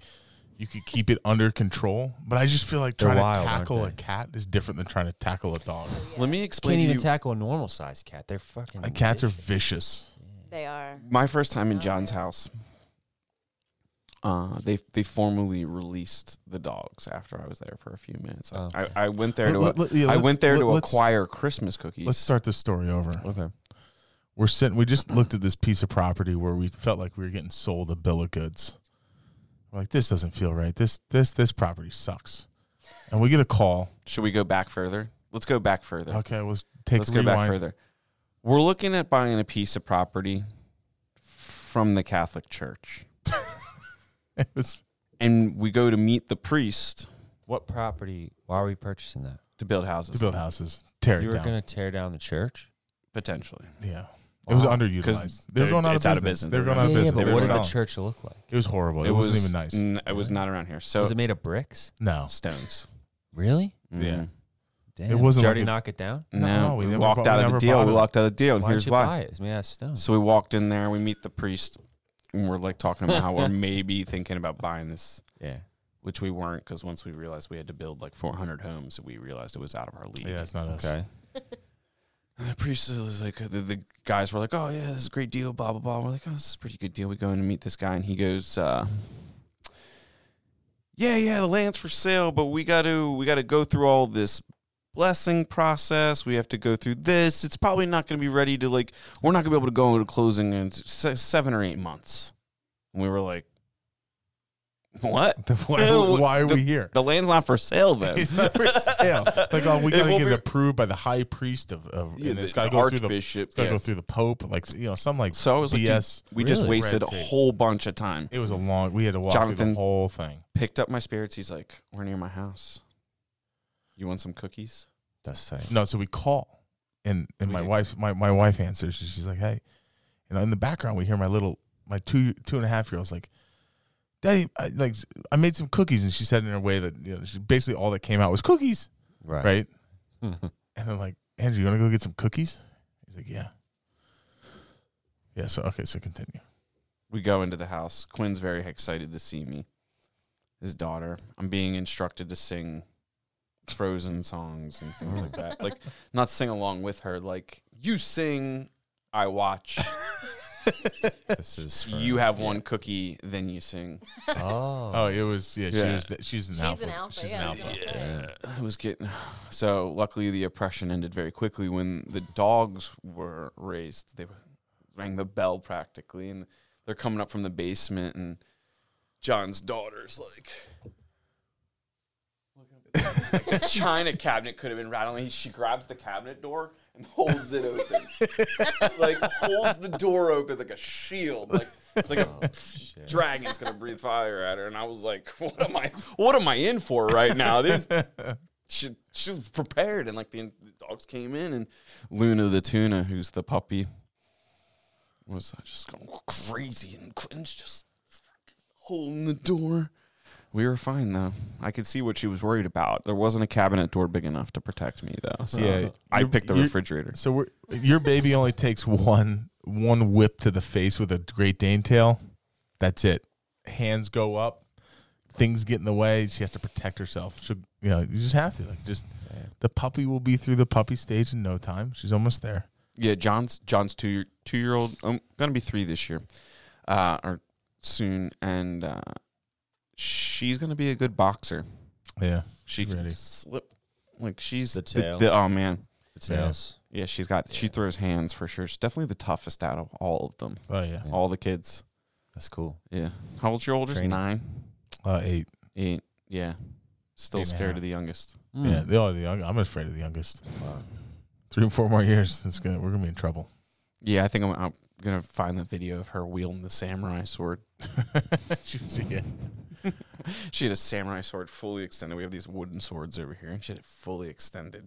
[SPEAKER 2] you could keep it under control, but I just feel like
[SPEAKER 3] They're
[SPEAKER 2] trying
[SPEAKER 3] wild,
[SPEAKER 2] to
[SPEAKER 3] aren't
[SPEAKER 2] tackle a
[SPEAKER 3] they?
[SPEAKER 2] cat is different than trying to tackle a dog.
[SPEAKER 1] Let me
[SPEAKER 3] Can't
[SPEAKER 1] explain to
[SPEAKER 3] even
[SPEAKER 1] you.
[SPEAKER 3] tackle a normal sized cat. They're fucking.
[SPEAKER 2] Like cats are vicious.
[SPEAKER 4] They are.
[SPEAKER 1] my first time in John's house. uh, they they formally released the dogs after I was there for a few minutes.
[SPEAKER 3] Oh.
[SPEAKER 1] I, I went there to
[SPEAKER 2] Let- let- yeah,
[SPEAKER 1] I
[SPEAKER 2] let-
[SPEAKER 1] went there
[SPEAKER 2] let-
[SPEAKER 1] to
[SPEAKER 2] let's-
[SPEAKER 1] acquire Christmas cookies.
[SPEAKER 2] Let's start this story over.
[SPEAKER 3] Okay.
[SPEAKER 2] We're sitting. We just looked at this piece of property where we felt like we were getting sold a bill of goods. We're like, this doesn't feel right. This this this property sucks. And we get a call.
[SPEAKER 1] Should we go back further? Let's go back further.
[SPEAKER 2] Okay, let's take.
[SPEAKER 1] Let's go back
[SPEAKER 2] rewind.
[SPEAKER 1] further. We're looking at buying a piece of property from the Catholic Church,
[SPEAKER 2] It was-
[SPEAKER 1] and we go to meet the priest
[SPEAKER 3] What property? Why are we purchasing that?
[SPEAKER 1] to build houses
[SPEAKER 2] to build houses, tear
[SPEAKER 3] you
[SPEAKER 2] it
[SPEAKER 3] were
[SPEAKER 2] down.
[SPEAKER 3] going to tear down the church?
[SPEAKER 1] potentially.
[SPEAKER 2] yeah, it was
[SPEAKER 3] Wow.
[SPEAKER 2] underutilized. They were
[SPEAKER 1] they're-
[SPEAKER 2] going out of
[SPEAKER 1] it's out
[SPEAKER 2] business.
[SPEAKER 1] of business.
[SPEAKER 2] They were going
[SPEAKER 1] Yeah,
[SPEAKER 2] out of business.
[SPEAKER 3] but
[SPEAKER 2] They were
[SPEAKER 3] what did the
[SPEAKER 2] selling.
[SPEAKER 3] church look like?
[SPEAKER 2] It was horrible. It, wasn't even nice.
[SPEAKER 1] n- it was not around here. So
[SPEAKER 3] was it made of bricks?
[SPEAKER 2] no,
[SPEAKER 1] stones.
[SPEAKER 3] Really?
[SPEAKER 2] Yeah.
[SPEAKER 3] Mm-hmm.
[SPEAKER 1] Mhm.
[SPEAKER 3] Damn.
[SPEAKER 2] wasn't
[SPEAKER 3] Did you already
[SPEAKER 2] like a-
[SPEAKER 3] knock it down?
[SPEAKER 1] No,
[SPEAKER 2] no, we
[SPEAKER 1] we,
[SPEAKER 2] never
[SPEAKER 1] walked
[SPEAKER 2] bought-
[SPEAKER 1] out
[SPEAKER 2] we
[SPEAKER 1] of the
[SPEAKER 2] never
[SPEAKER 1] deal.
[SPEAKER 2] bought
[SPEAKER 1] We
[SPEAKER 2] it.
[SPEAKER 1] walked out of the deal, and
[SPEAKER 3] Why
[SPEAKER 1] here's
[SPEAKER 3] did you
[SPEAKER 1] why.
[SPEAKER 3] buy it? It's made out of stone.
[SPEAKER 1] So we walked in there, we meet the priest, and we're like talking about how we're maybe thinking about buying this,
[SPEAKER 3] yeah.
[SPEAKER 1] which we weren't because once we realized we had to build like 400 homes, we realized it was out of our league.
[SPEAKER 2] yeah, it's not us.
[SPEAKER 3] Okay.
[SPEAKER 1] And the priest was like, uh, the, the guys were like, oh, yeah, this is a great deal, blah, blah, blah. We're like, oh, this is a pretty good deal. We go in to meet this guy, and he goes, uh, yeah, yeah, the land's for sale, but we got to we got to go through all this blessing process. We have to go through this. It's probably not going to be ready to like. We're not going to be able to go into closing in se- seven or eight months. And we were like, what?
[SPEAKER 2] why,
[SPEAKER 1] Ew,
[SPEAKER 2] why are
[SPEAKER 1] the-
[SPEAKER 2] we here?
[SPEAKER 1] The land's not for sale then.
[SPEAKER 2] It's not for sale. Like, oh, we
[SPEAKER 1] It
[SPEAKER 2] got to
[SPEAKER 1] won't
[SPEAKER 2] get it
[SPEAKER 1] be-
[SPEAKER 2] approved by the high priest of, of
[SPEAKER 1] Yeah,
[SPEAKER 2] and it's
[SPEAKER 1] the-
[SPEAKER 2] got
[SPEAKER 1] the
[SPEAKER 2] to go through the it's
[SPEAKER 1] archbishop.
[SPEAKER 2] got to
[SPEAKER 1] yeah.
[SPEAKER 2] go through the pope, like you know, some like
[SPEAKER 1] So I was like, dude,
[SPEAKER 2] BS.
[SPEAKER 1] we just
[SPEAKER 3] Really?
[SPEAKER 1] wasted a
[SPEAKER 2] Red tape.
[SPEAKER 1] whole bunch of time.
[SPEAKER 2] it was a long. We had to walk through
[SPEAKER 1] Jonathan-
[SPEAKER 2] the whole thing.
[SPEAKER 1] Picked up my spirits. He's like, "We're near my house. You want some cookies?"
[SPEAKER 3] That's tight.
[SPEAKER 2] No, so we call, and and
[SPEAKER 1] We
[SPEAKER 2] my
[SPEAKER 1] did.
[SPEAKER 2] wife, my, my wife answers. She's like, hey, and in the background we hear my little my two two and a half year old's like, daddy, I, like I made some cookies, and she said in her way that you know, she, basically all that came out was cookies,
[SPEAKER 3] Right.
[SPEAKER 2] right? And I'm like, Andrew, you want to go get some cookies? He's like, yeah. Yeah, so, okay, so continue.
[SPEAKER 1] We go into the house. Quinn's very excited to see me. His daughter. I'm being instructed to sing Frozen songs and things like that. Like not sing along with her. Like you sing, I watch.
[SPEAKER 3] this is for-
[SPEAKER 1] you have one cookie, then you sing.
[SPEAKER 3] Oh.
[SPEAKER 2] Oh, it was, yeah, she
[SPEAKER 1] Yeah.
[SPEAKER 2] was, she's an
[SPEAKER 4] She's
[SPEAKER 2] alpha.
[SPEAKER 4] an alpha.
[SPEAKER 2] She's
[SPEAKER 4] yeah,
[SPEAKER 2] an
[SPEAKER 4] I was
[SPEAKER 2] alpha.
[SPEAKER 4] gonna say.
[SPEAKER 3] Yeah.
[SPEAKER 1] I was getting so luckily the oppression ended very quickly when the dogs were raised. They rang the bell practically, and they're coming up from the basement, and John's daughter's like. like a china cabinet could have been rattling. She grabs the cabinet door and holds it open, like holds the door open like a shield, like like a dragon's gonna breathe fire at her. And I was like, what am I? What am I in for right now? This, she she was prepared and like the, the dogs came in and Luna the tuna, who's the puppy, was uh, just going crazy and Quinn's just holding the door. We were fine though. I could see what she was worried about. There wasn't a cabinet door big enough to protect me though. So
[SPEAKER 2] Yeah,
[SPEAKER 1] I
[SPEAKER 2] you're-
[SPEAKER 1] picked the
[SPEAKER 2] you're-
[SPEAKER 1] refrigerator.
[SPEAKER 2] So we're, your baby only takes one one whip to the face with a Great Dane tail. That's it. Hands go up. Things get in the way. She has to protect herself. She, you know, you just have to like just. The puppy will be through the puppy stage in no time. She's almost there.
[SPEAKER 1] Yeah, John's John's two year two year old. I'm gonna be three this year, uh, or soon, and uh, she's gonna be a good boxer.
[SPEAKER 2] Yeah,
[SPEAKER 1] She can
[SPEAKER 2] Ready.
[SPEAKER 1] slip like she's
[SPEAKER 3] The
[SPEAKER 1] the,
[SPEAKER 3] tail.
[SPEAKER 1] the- oh man,
[SPEAKER 3] The tails.
[SPEAKER 1] yeah, she's got she throws hands for sure. She's definitely the toughest out of all of them,
[SPEAKER 2] oh yeah,
[SPEAKER 3] Yeah.
[SPEAKER 1] all the kids.
[SPEAKER 3] That's cool.
[SPEAKER 1] Yeah, how old's your oldest?
[SPEAKER 3] Training.
[SPEAKER 1] Nine,
[SPEAKER 2] uh, eight.
[SPEAKER 1] eight. Yeah, still
[SPEAKER 2] Eight and a
[SPEAKER 1] scared
[SPEAKER 2] half.
[SPEAKER 1] of the youngest.
[SPEAKER 3] Hmm.
[SPEAKER 2] Yeah, the, oh, the young, I'm afraid of the youngest. Three or four more years, it's gonna, we're gonna be in trouble.
[SPEAKER 1] Yeah, I think I'm, I'm gonna find the video of her wielding the samurai sword.
[SPEAKER 2] she was, yeah.
[SPEAKER 1] She had a samurai sword fully extended. We have these wooden swords over here, and she had it fully extended,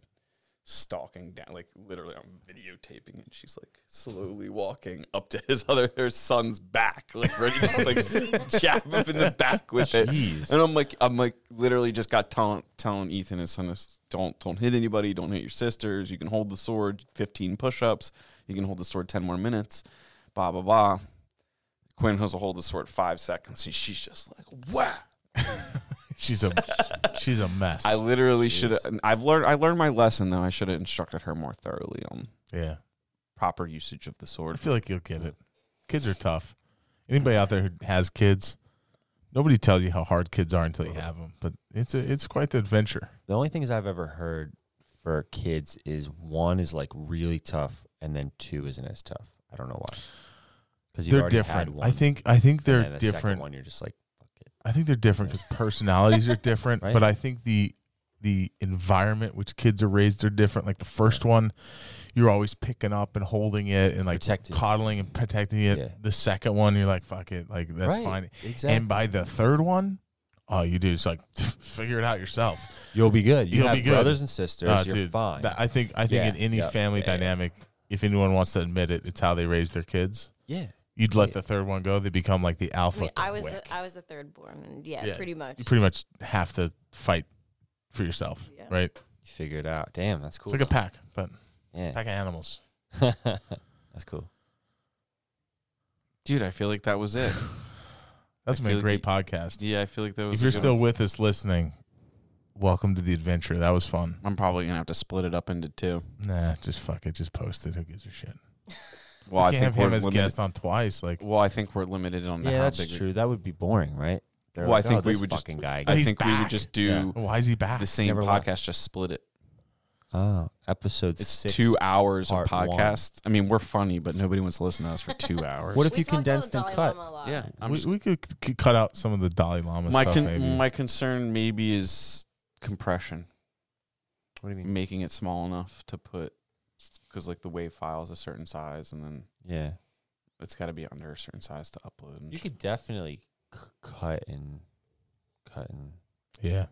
[SPEAKER 1] stalking down. Like literally, I'm videotaping it. She's like slowly walking up to his other her son's back, like ready to like jab him in the back with it.
[SPEAKER 2] Jeez.
[SPEAKER 1] And I'm like, I'm like, literally just got telling telling Ethan his son, is, don't don't hit anybody, don't hit your sisters. You can hold the sword 15 push-ups. You can hold the sword 10 more minutes. Blah blah blah. Quinn has a hold the sword five seconds. And she's just like, wow.
[SPEAKER 2] She's a she's a mess.
[SPEAKER 1] I literally should have. I've learned. I learned my lesson though. I should have instructed her more thoroughly on
[SPEAKER 2] yeah.
[SPEAKER 1] proper usage of the
[SPEAKER 2] I
[SPEAKER 1] sword.
[SPEAKER 2] feel like you'll get it. Kids are tough. Anybody out there who has kids, Nobody tells you how hard kids are until you have them, but it's a, it's quite the adventure.
[SPEAKER 3] The only things I've ever heard for kids is one is like really tough, and then two isn't as tough. I don't know why. Because
[SPEAKER 2] they're different. I think I think they're different.
[SPEAKER 3] One, you're just like, fuck it.
[SPEAKER 2] I think they're different because personalities are different.
[SPEAKER 3] Right.
[SPEAKER 2] But I think the the environment which kids are raised are different. Like the first one, you're always picking up and holding it and like
[SPEAKER 3] Protective.
[SPEAKER 2] coddling and protecting it.
[SPEAKER 3] Yeah.
[SPEAKER 2] The second one, you're like, fuck it, like that's
[SPEAKER 3] Right,
[SPEAKER 2] fine.
[SPEAKER 3] Exactly.
[SPEAKER 2] And by the third one, all you do is like figure it out yourself.
[SPEAKER 3] you'll be good. You
[SPEAKER 2] You'll
[SPEAKER 3] have
[SPEAKER 2] be good.
[SPEAKER 3] brothers and sisters.
[SPEAKER 2] Uh,
[SPEAKER 3] you're
[SPEAKER 2] dude,
[SPEAKER 3] fine.
[SPEAKER 2] that- I think I think
[SPEAKER 3] Yeah,
[SPEAKER 2] in any
[SPEAKER 3] yeah,
[SPEAKER 2] family
[SPEAKER 3] yeah, yeah.
[SPEAKER 2] dynamic, if anyone wants to admit it, it's how they raise their kids.
[SPEAKER 3] yeah.
[SPEAKER 2] You'd let
[SPEAKER 3] Yeah.
[SPEAKER 2] the third one go, they become like the
[SPEAKER 4] I
[SPEAKER 2] alpha.
[SPEAKER 4] mean, I was
[SPEAKER 2] quick.
[SPEAKER 4] the, I was the third born, and yeah,
[SPEAKER 2] Yeah.
[SPEAKER 4] pretty much.
[SPEAKER 2] you pretty much have to fight for yourself,
[SPEAKER 4] Yeah.
[SPEAKER 2] right?
[SPEAKER 3] You figure it out. Damn, that's cool.
[SPEAKER 2] It's like a pack, but
[SPEAKER 3] yeah.
[SPEAKER 2] pack of animals.
[SPEAKER 3] that's cool.
[SPEAKER 1] dude. I feel like that was it.
[SPEAKER 2] That's
[SPEAKER 1] I
[SPEAKER 2] been
[SPEAKER 1] feel
[SPEAKER 2] a
[SPEAKER 1] like
[SPEAKER 2] great
[SPEAKER 1] you-
[SPEAKER 2] podcast.
[SPEAKER 1] Yeah, I feel like that was.
[SPEAKER 2] If
[SPEAKER 1] a
[SPEAKER 2] you're
[SPEAKER 1] good
[SPEAKER 2] still
[SPEAKER 1] one.
[SPEAKER 2] with us listening, welcome to the adventure. That was fun.
[SPEAKER 1] I'm probably gonna have to split it up into two.
[SPEAKER 2] Nah, just fuck it. Just post it. Who gives a shit?
[SPEAKER 1] Well, I
[SPEAKER 2] Can't have
[SPEAKER 1] think we're
[SPEAKER 2] him as
[SPEAKER 1] limited.
[SPEAKER 2] guest on twice. Like
[SPEAKER 1] Well, I think we're limited on
[SPEAKER 3] Yeah,
[SPEAKER 1] how
[SPEAKER 3] that's
[SPEAKER 1] big we-
[SPEAKER 3] true. that would be boring, right? They're
[SPEAKER 1] Well, I
[SPEAKER 3] like,
[SPEAKER 1] think
[SPEAKER 3] oh,
[SPEAKER 1] we
[SPEAKER 3] this
[SPEAKER 1] would just-
[SPEAKER 3] fucking guy.
[SPEAKER 2] Oh,
[SPEAKER 1] I
[SPEAKER 2] he's
[SPEAKER 1] think we
[SPEAKER 2] back.
[SPEAKER 1] would just do
[SPEAKER 3] Yeah.
[SPEAKER 2] why is he back?
[SPEAKER 1] the same
[SPEAKER 3] Never
[SPEAKER 1] podcast,
[SPEAKER 3] left.
[SPEAKER 1] just split it.
[SPEAKER 3] Oh, episode
[SPEAKER 1] It's
[SPEAKER 3] six.
[SPEAKER 1] two hours of
[SPEAKER 3] part one.
[SPEAKER 1] podcast. I mean, we're funny, but nobody wants to listen to us for two hours.
[SPEAKER 3] What if
[SPEAKER 4] We
[SPEAKER 3] you
[SPEAKER 4] talked about
[SPEAKER 3] condensed
[SPEAKER 4] the
[SPEAKER 3] and
[SPEAKER 4] Dalai
[SPEAKER 3] cut?
[SPEAKER 4] Lama a lot.
[SPEAKER 1] Yeah, I'm
[SPEAKER 2] we,
[SPEAKER 1] just,
[SPEAKER 2] we could c- cut out some of the Dalai Lama
[SPEAKER 1] my
[SPEAKER 2] stuff.
[SPEAKER 1] con-
[SPEAKER 2] maybe.
[SPEAKER 1] my concern maybe is compression,
[SPEAKER 3] What do you mean?
[SPEAKER 1] making it small enough to put because like the wave file is a certain size, and then
[SPEAKER 3] Yeah.
[SPEAKER 1] it's got to be under a certain size to upload. And
[SPEAKER 3] You could definitely c- cut and cut and
[SPEAKER 2] yeah,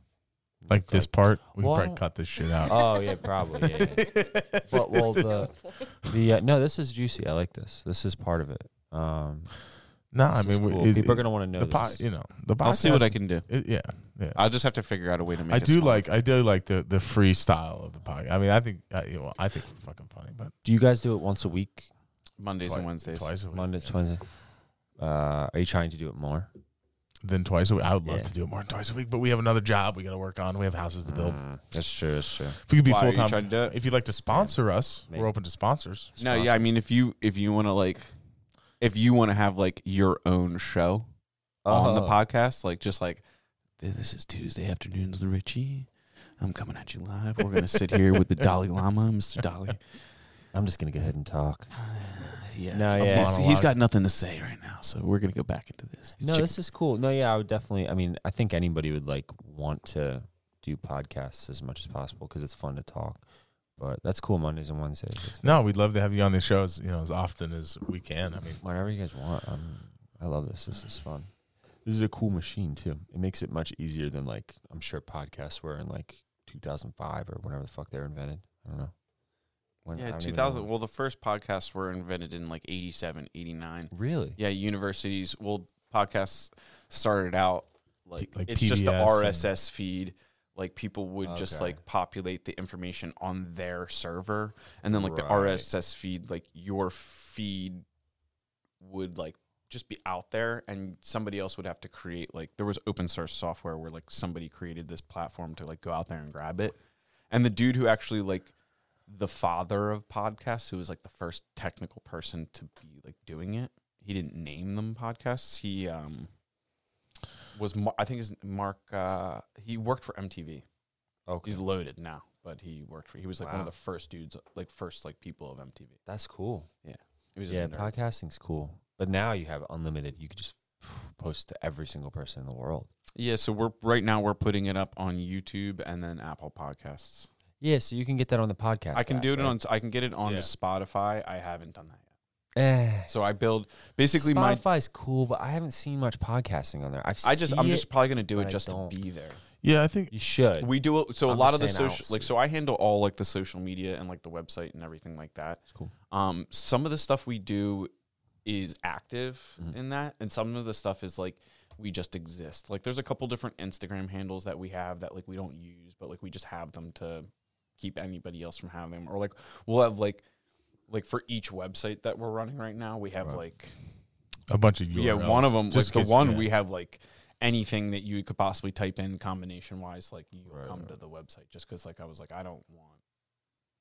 [SPEAKER 2] like this part, we
[SPEAKER 3] Well,
[SPEAKER 2] could
[SPEAKER 3] I
[SPEAKER 2] probably
[SPEAKER 3] don't-
[SPEAKER 2] cut this shit out.
[SPEAKER 3] Oh yeah, probably. Yeah, yeah. But well, the the uh, no, this is juicy. I like this. This is part of it. Um,
[SPEAKER 2] no, I
[SPEAKER 3] this is
[SPEAKER 2] mean, we
[SPEAKER 3] cool.
[SPEAKER 2] it-
[SPEAKER 3] people are
[SPEAKER 2] it-
[SPEAKER 3] gonna want to know
[SPEAKER 2] the po-
[SPEAKER 3] this.
[SPEAKER 2] you know the podcast.
[SPEAKER 1] I'll see what I can do.
[SPEAKER 2] it- yeah, yeah.
[SPEAKER 1] I'll just have to figure out a way to make.
[SPEAKER 2] I
[SPEAKER 1] it
[SPEAKER 2] do
[SPEAKER 1] smaller.
[SPEAKER 2] like I do like the the freestyle of the podcast. I mean, I think I, well, I think we're fucking funny, but
[SPEAKER 3] Do you guys do it once a week?
[SPEAKER 1] Mondays
[SPEAKER 2] twi-
[SPEAKER 1] and Wednesdays.
[SPEAKER 2] twice a week,
[SPEAKER 3] Monday,
[SPEAKER 2] yeah.
[SPEAKER 3] Wednesday. Uh, are you trying to do it more?
[SPEAKER 2] then twice a week. I would love
[SPEAKER 3] Yeah.
[SPEAKER 2] to do it more than twice a week, but we have another job we got to work on. We have houses to build.
[SPEAKER 3] Mm, that's true. That's true.
[SPEAKER 2] If we could be
[SPEAKER 1] Why are
[SPEAKER 2] full
[SPEAKER 1] you trying to
[SPEAKER 2] time,
[SPEAKER 1] do it?
[SPEAKER 2] if you'd like to sponsor us,
[SPEAKER 3] Maybe.
[SPEAKER 2] we're open to sponsors.
[SPEAKER 1] No, yeah, I mean, if you if you want to like, if you want to have like your own show on the
[SPEAKER 3] Oh.
[SPEAKER 1] podcast, like just like this is Tuesday afternoons with Richie. I'm coming at you live. We're gonna sit here with the Dalai Lama, Mr. Dolly.
[SPEAKER 3] I'm just gonna go ahead and talk.
[SPEAKER 1] Yeah,
[SPEAKER 3] No, yeah.
[SPEAKER 1] He's- he's
[SPEAKER 2] Monologue.
[SPEAKER 1] got nothing to say right now, so we're gonna go back into this.
[SPEAKER 3] No, this is cool. No, yeah, I would definitely. I mean, I think anybody would like want to do podcasts as much as possible because it's fun to talk. But that's cool. Mondays and Wednesdays. It's
[SPEAKER 2] No, we'd love to have you on the show as you know as often as we can. I mean,
[SPEAKER 3] whenever you guys want. Um, I love this. This is fun. This is a cool machine too. It makes it much easier than like I'm sure podcasts were in like 2005 or whenever the fuck they were invented. I don't know. When, I
[SPEAKER 1] yeah,
[SPEAKER 3] don't even
[SPEAKER 1] 2000.
[SPEAKER 3] know.
[SPEAKER 1] Well, the first podcasts were invented in like 87, 89.
[SPEAKER 3] Really?
[SPEAKER 1] Yeah, universities. Well, podcasts started out like,
[SPEAKER 2] like
[SPEAKER 1] it's just the
[SPEAKER 2] PBS and-
[SPEAKER 1] RSS feed. Like people would just
[SPEAKER 3] Okay.
[SPEAKER 1] like populate the information on their server, and then like the
[SPEAKER 3] Right.
[SPEAKER 1] RSS feed, like your feed would like just be out there, and somebody else would have to create like there was open source software where like somebody created this platform to like go out there and grab it, and the dude who actually like the father of podcasts, who was like the first technical person to be like doing it. He didn't name them podcasts. He um was Ma- I think is Mark. Uh, he worked for MTV.
[SPEAKER 3] Okay.
[SPEAKER 1] He's loaded now, but he worked for. He was like one
[SPEAKER 3] Wow.
[SPEAKER 1] of the first dudes, like first like people of MTV.
[SPEAKER 3] That's cool.
[SPEAKER 1] He was just
[SPEAKER 3] Yeah,
[SPEAKER 1] a nerd.
[SPEAKER 3] podcasting's cool. But now you have unlimited. You could just post to every single person in the world.
[SPEAKER 1] Yeah, so we're right now we're putting it up on YouTube and then Apple Podcasts.
[SPEAKER 3] Yeah, so you can get that on the podcast.
[SPEAKER 1] I can
[SPEAKER 3] app,
[SPEAKER 1] do it
[SPEAKER 3] right?
[SPEAKER 1] on. I can get it onto
[SPEAKER 2] Yeah.
[SPEAKER 1] Spotify. I haven't done that yet.
[SPEAKER 3] Eh,
[SPEAKER 1] So I build basically my.
[SPEAKER 3] Spotify's cool, but I haven't seen much podcasting on there. I've
[SPEAKER 1] I just I'm
[SPEAKER 3] see
[SPEAKER 1] just
[SPEAKER 3] it,
[SPEAKER 1] probably gonna do
[SPEAKER 3] but
[SPEAKER 1] it
[SPEAKER 3] I
[SPEAKER 1] just to
[SPEAKER 3] don't.
[SPEAKER 1] be there.
[SPEAKER 2] yeah, I think
[SPEAKER 3] you should.
[SPEAKER 1] We do it. So a
[SPEAKER 3] I'm
[SPEAKER 1] lot
[SPEAKER 3] just
[SPEAKER 1] of the
[SPEAKER 3] saying I
[SPEAKER 1] social,
[SPEAKER 3] don't
[SPEAKER 1] like,
[SPEAKER 3] see
[SPEAKER 1] so I handle all like the social media and like the website and everything like that.
[SPEAKER 3] It's cool.
[SPEAKER 1] Um, some of the stuff we do is active
[SPEAKER 3] Mhm.
[SPEAKER 1] in that, and some of the stuff is like we just exist. Like, there's a couple different Instagram handles that we have that like we don't use, but like we just have them to keep anybody else from having them, or like we'll have like like for each website that we're running right now, we have
[SPEAKER 3] Right.
[SPEAKER 1] like
[SPEAKER 2] a bunch of URLs.
[SPEAKER 1] yeah, one of them,
[SPEAKER 2] Just
[SPEAKER 1] like
[SPEAKER 2] in
[SPEAKER 1] the
[SPEAKER 2] case-
[SPEAKER 1] one
[SPEAKER 2] yeah.
[SPEAKER 1] we have like anything that you could possibly type in combination wise, like you
[SPEAKER 3] Right,
[SPEAKER 1] come to
[SPEAKER 3] right.
[SPEAKER 1] the website just because like I was like, I don't want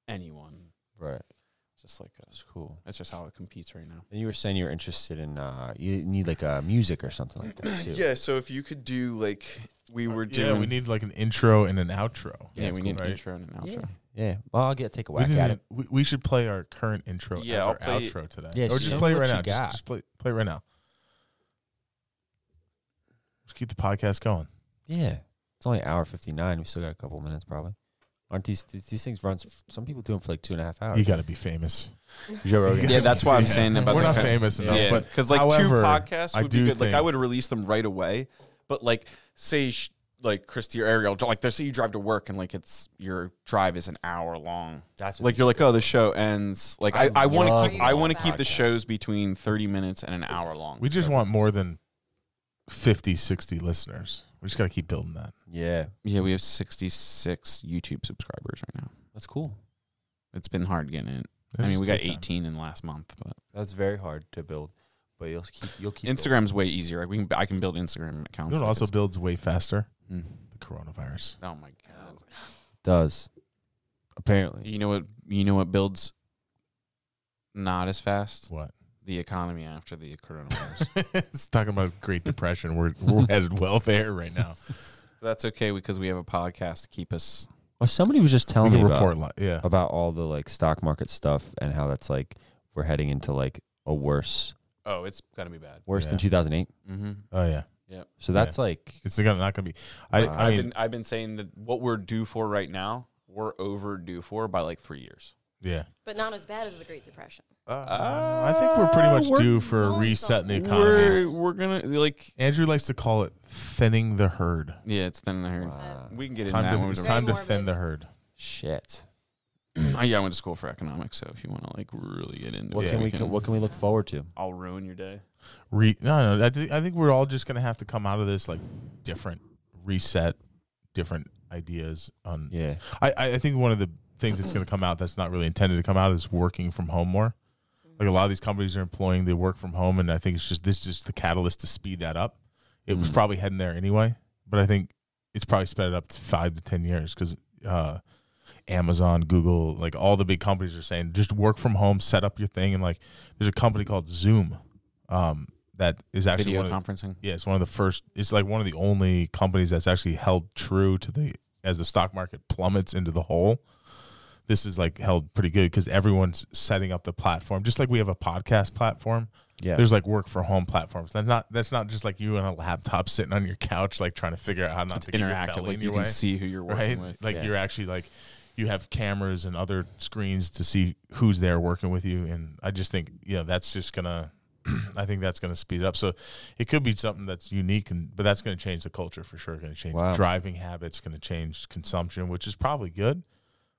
[SPEAKER 1] anyone
[SPEAKER 3] Right.
[SPEAKER 1] Just like a,
[SPEAKER 3] It's cool.
[SPEAKER 1] that's just how it competes right now.
[SPEAKER 3] And you were saying you were interested in uh, you need like uh, music or something like that too.
[SPEAKER 1] Yeah. So if you could do like we were doing,
[SPEAKER 2] Uh, yeah, we need like an intro and an outro.
[SPEAKER 1] yeah,
[SPEAKER 3] that's
[SPEAKER 1] we
[SPEAKER 3] cool,
[SPEAKER 1] need an
[SPEAKER 2] right?
[SPEAKER 1] intro and an outro.
[SPEAKER 3] yeah, yeah. Well, I'll get take a
[SPEAKER 2] We,
[SPEAKER 3] whack at it.
[SPEAKER 2] didn't- we, we should play our current intro
[SPEAKER 1] Yeah,
[SPEAKER 2] as
[SPEAKER 1] I'll
[SPEAKER 2] our
[SPEAKER 1] play-
[SPEAKER 2] outro today.
[SPEAKER 3] Yeah,
[SPEAKER 2] or
[SPEAKER 3] show
[SPEAKER 2] just play it
[SPEAKER 3] what
[SPEAKER 2] right
[SPEAKER 3] you
[SPEAKER 2] now.
[SPEAKER 3] got.
[SPEAKER 2] Just, just play play it right now. Let's keep the podcast going. Mm-hmm.
[SPEAKER 3] Yeah, it's only hour fifty nine. We still got a couple minutes probably. Aren't these these, these things runs? f- Some people do them for like two and a half hours.
[SPEAKER 2] You got to be famous.
[SPEAKER 3] Joe Rogan.
[SPEAKER 1] Yeah, that's why I'm saying about
[SPEAKER 2] We're
[SPEAKER 1] the
[SPEAKER 2] not
[SPEAKER 1] co-
[SPEAKER 2] famous enough,
[SPEAKER 1] Yeah,
[SPEAKER 2] but
[SPEAKER 1] because like two
[SPEAKER 2] however,
[SPEAKER 1] podcasts
[SPEAKER 2] I
[SPEAKER 1] would be
[SPEAKER 2] do
[SPEAKER 1] good. like I
[SPEAKER 2] think-
[SPEAKER 1] would release them right away, but like say sh- like Christy or Ariel, like they say you drive to work and like it's your drive is an hour long.
[SPEAKER 3] That's what
[SPEAKER 1] Like
[SPEAKER 3] these
[SPEAKER 1] you're like, oh, the show ends. Like I,
[SPEAKER 3] I
[SPEAKER 1] I want
[SPEAKER 3] love
[SPEAKER 1] to keep I want to
[SPEAKER 4] podcasts.
[SPEAKER 1] keep the shows between thirty minutes and an hour long.
[SPEAKER 2] we just want more than 50, 60 listeners. We just got to keep building that.
[SPEAKER 3] Yeah,
[SPEAKER 1] yeah, we have sixty six YouTube subscribers right now.
[SPEAKER 3] that's cool.
[SPEAKER 1] It's been hard getting it.
[SPEAKER 2] It'll
[SPEAKER 1] I mean,
[SPEAKER 2] just
[SPEAKER 1] we got
[SPEAKER 2] take time.
[SPEAKER 1] eighteen in last month, but
[SPEAKER 3] That's very hard to build, but you'll keep you'll keep building.
[SPEAKER 1] Instagram's way easier. Like we can I can build Instagram
[SPEAKER 2] You
[SPEAKER 1] accounts.
[SPEAKER 2] know what
[SPEAKER 1] like
[SPEAKER 2] also
[SPEAKER 1] it's-
[SPEAKER 2] builds way faster?
[SPEAKER 1] Mm.
[SPEAKER 2] The coronavirus.
[SPEAKER 1] Oh my god.
[SPEAKER 3] does. Apparently,
[SPEAKER 1] You know what? You know what builds not as fast
[SPEAKER 2] What?
[SPEAKER 1] the economy after the coronavirus.
[SPEAKER 2] it's talking about Great Depression. We're, we're headed well there right now.
[SPEAKER 1] That's okay because we have a podcast to keep us.
[SPEAKER 3] well, somebody was just
[SPEAKER 2] We
[SPEAKER 3] telling me
[SPEAKER 2] can
[SPEAKER 3] about,
[SPEAKER 2] report li- Yeah.
[SPEAKER 3] about all the like stock market stuff and how that's like we're heading into like a worse
[SPEAKER 1] Oh, it's gonna be bad.
[SPEAKER 3] worse than
[SPEAKER 2] Yeah.
[SPEAKER 3] two thousand eight.
[SPEAKER 1] Mm-hmm.
[SPEAKER 2] Oh, yeah.
[SPEAKER 3] So
[SPEAKER 2] Yeah.
[SPEAKER 3] that's like
[SPEAKER 2] It's gonna, not going to be. I,
[SPEAKER 3] Uh,
[SPEAKER 2] I
[SPEAKER 1] I've
[SPEAKER 2] mean,
[SPEAKER 1] been I've been saying that what we're due for right now, we're overdue for by like three years.
[SPEAKER 2] yeah.
[SPEAKER 4] But not as bad as the Great Depression.
[SPEAKER 2] I think we're pretty much
[SPEAKER 1] we're-
[SPEAKER 2] due for a
[SPEAKER 4] no,
[SPEAKER 2] reset in the economy.
[SPEAKER 1] We're we're gonna like
[SPEAKER 2] Andrew likes to call it thinning the herd.
[SPEAKER 1] yeah, it's thin the herd.
[SPEAKER 3] wow,
[SPEAKER 1] We can get into
[SPEAKER 2] Time
[SPEAKER 1] that
[SPEAKER 2] to,
[SPEAKER 1] when we
[SPEAKER 2] it's
[SPEAKER 1] do-
[SPEAKER 2] time to
[SPEAKER 4] Very
[SPEAKER 2] thin
[SPEAKER 4] morbid.
[SPEAKER 2] the herd.
[SPEAKER 3] shit.
[SPEAKER 1] Oh, yeah, I went to school for economics, so if you want to like really get into
[SPEAKER 3] What
[SPEAKER 1] it,
[SPEAKER 3] can we what can we look forward to?
[SPEAKER 1] I'll ruin your day.
[SPEAKER 2] Re, no, no. I think, I think we're all just going to have to come out of this like different reset, different ideas on.
[SPEAKER 3] Yeah,
[SPEAKER 2] I, I I think one of the things that's going to come out that's not really intended to come out is working from home more. Like a lot of these companies are employing the work from home, and I think it's just this is just the catalyst to speed that up. It was
[SPEAKER 1] Mhm.
[SPEAKER 2] probably heading there anyway, but I think it's probably sped it up to five to ten years because uh, Amazon, Google, like all the big companies are saying just work from home, set up your thing, and like there's a company called Zoom um, that is actually
[SPEAKER 1] Video
[SPEAKER 2] one of the-
[SPEAKER 1] conferencing.
[SPEAKER 2] yeah, it's one of the first. It's like one of the only companies that's actually held true to the as the stock market plummets into the hole. This is like held pretty good because everyone's setting up the platform, just like we have a podcast platform.
[SPEAKER 3] yeah.
[SPEAKER 2] There's like work for home platforms. That's not that's not just like you and a laptop sitting on your couch, like trying to figure out how not to get your
[SPEAKER 1] Interactive,
[SPEAKER 2] belly
[SPEAKER 1] like
[SPEAKER 2] in
[SPEAKER 1] you
[SPEAKER 2] your way,
[SPEAKER 1] can see who you're working
[SPEAKER 2] right?
[SPEAKER 1] with.
[SPEAKER 2] like
[SPEAKER 3] yeah.
[SPEAKER 2] you're actually like you have cameras and other screens to see who's there working with you, and I just think you know that's just gonna. I think that's going to speed it up. So it could be something that's unique, and but that's going to change the culture for sure. Going to change
[SPEAKER 3] Wow.
[SPEAKER 2] driving habits, going to change consumption, which is probably good,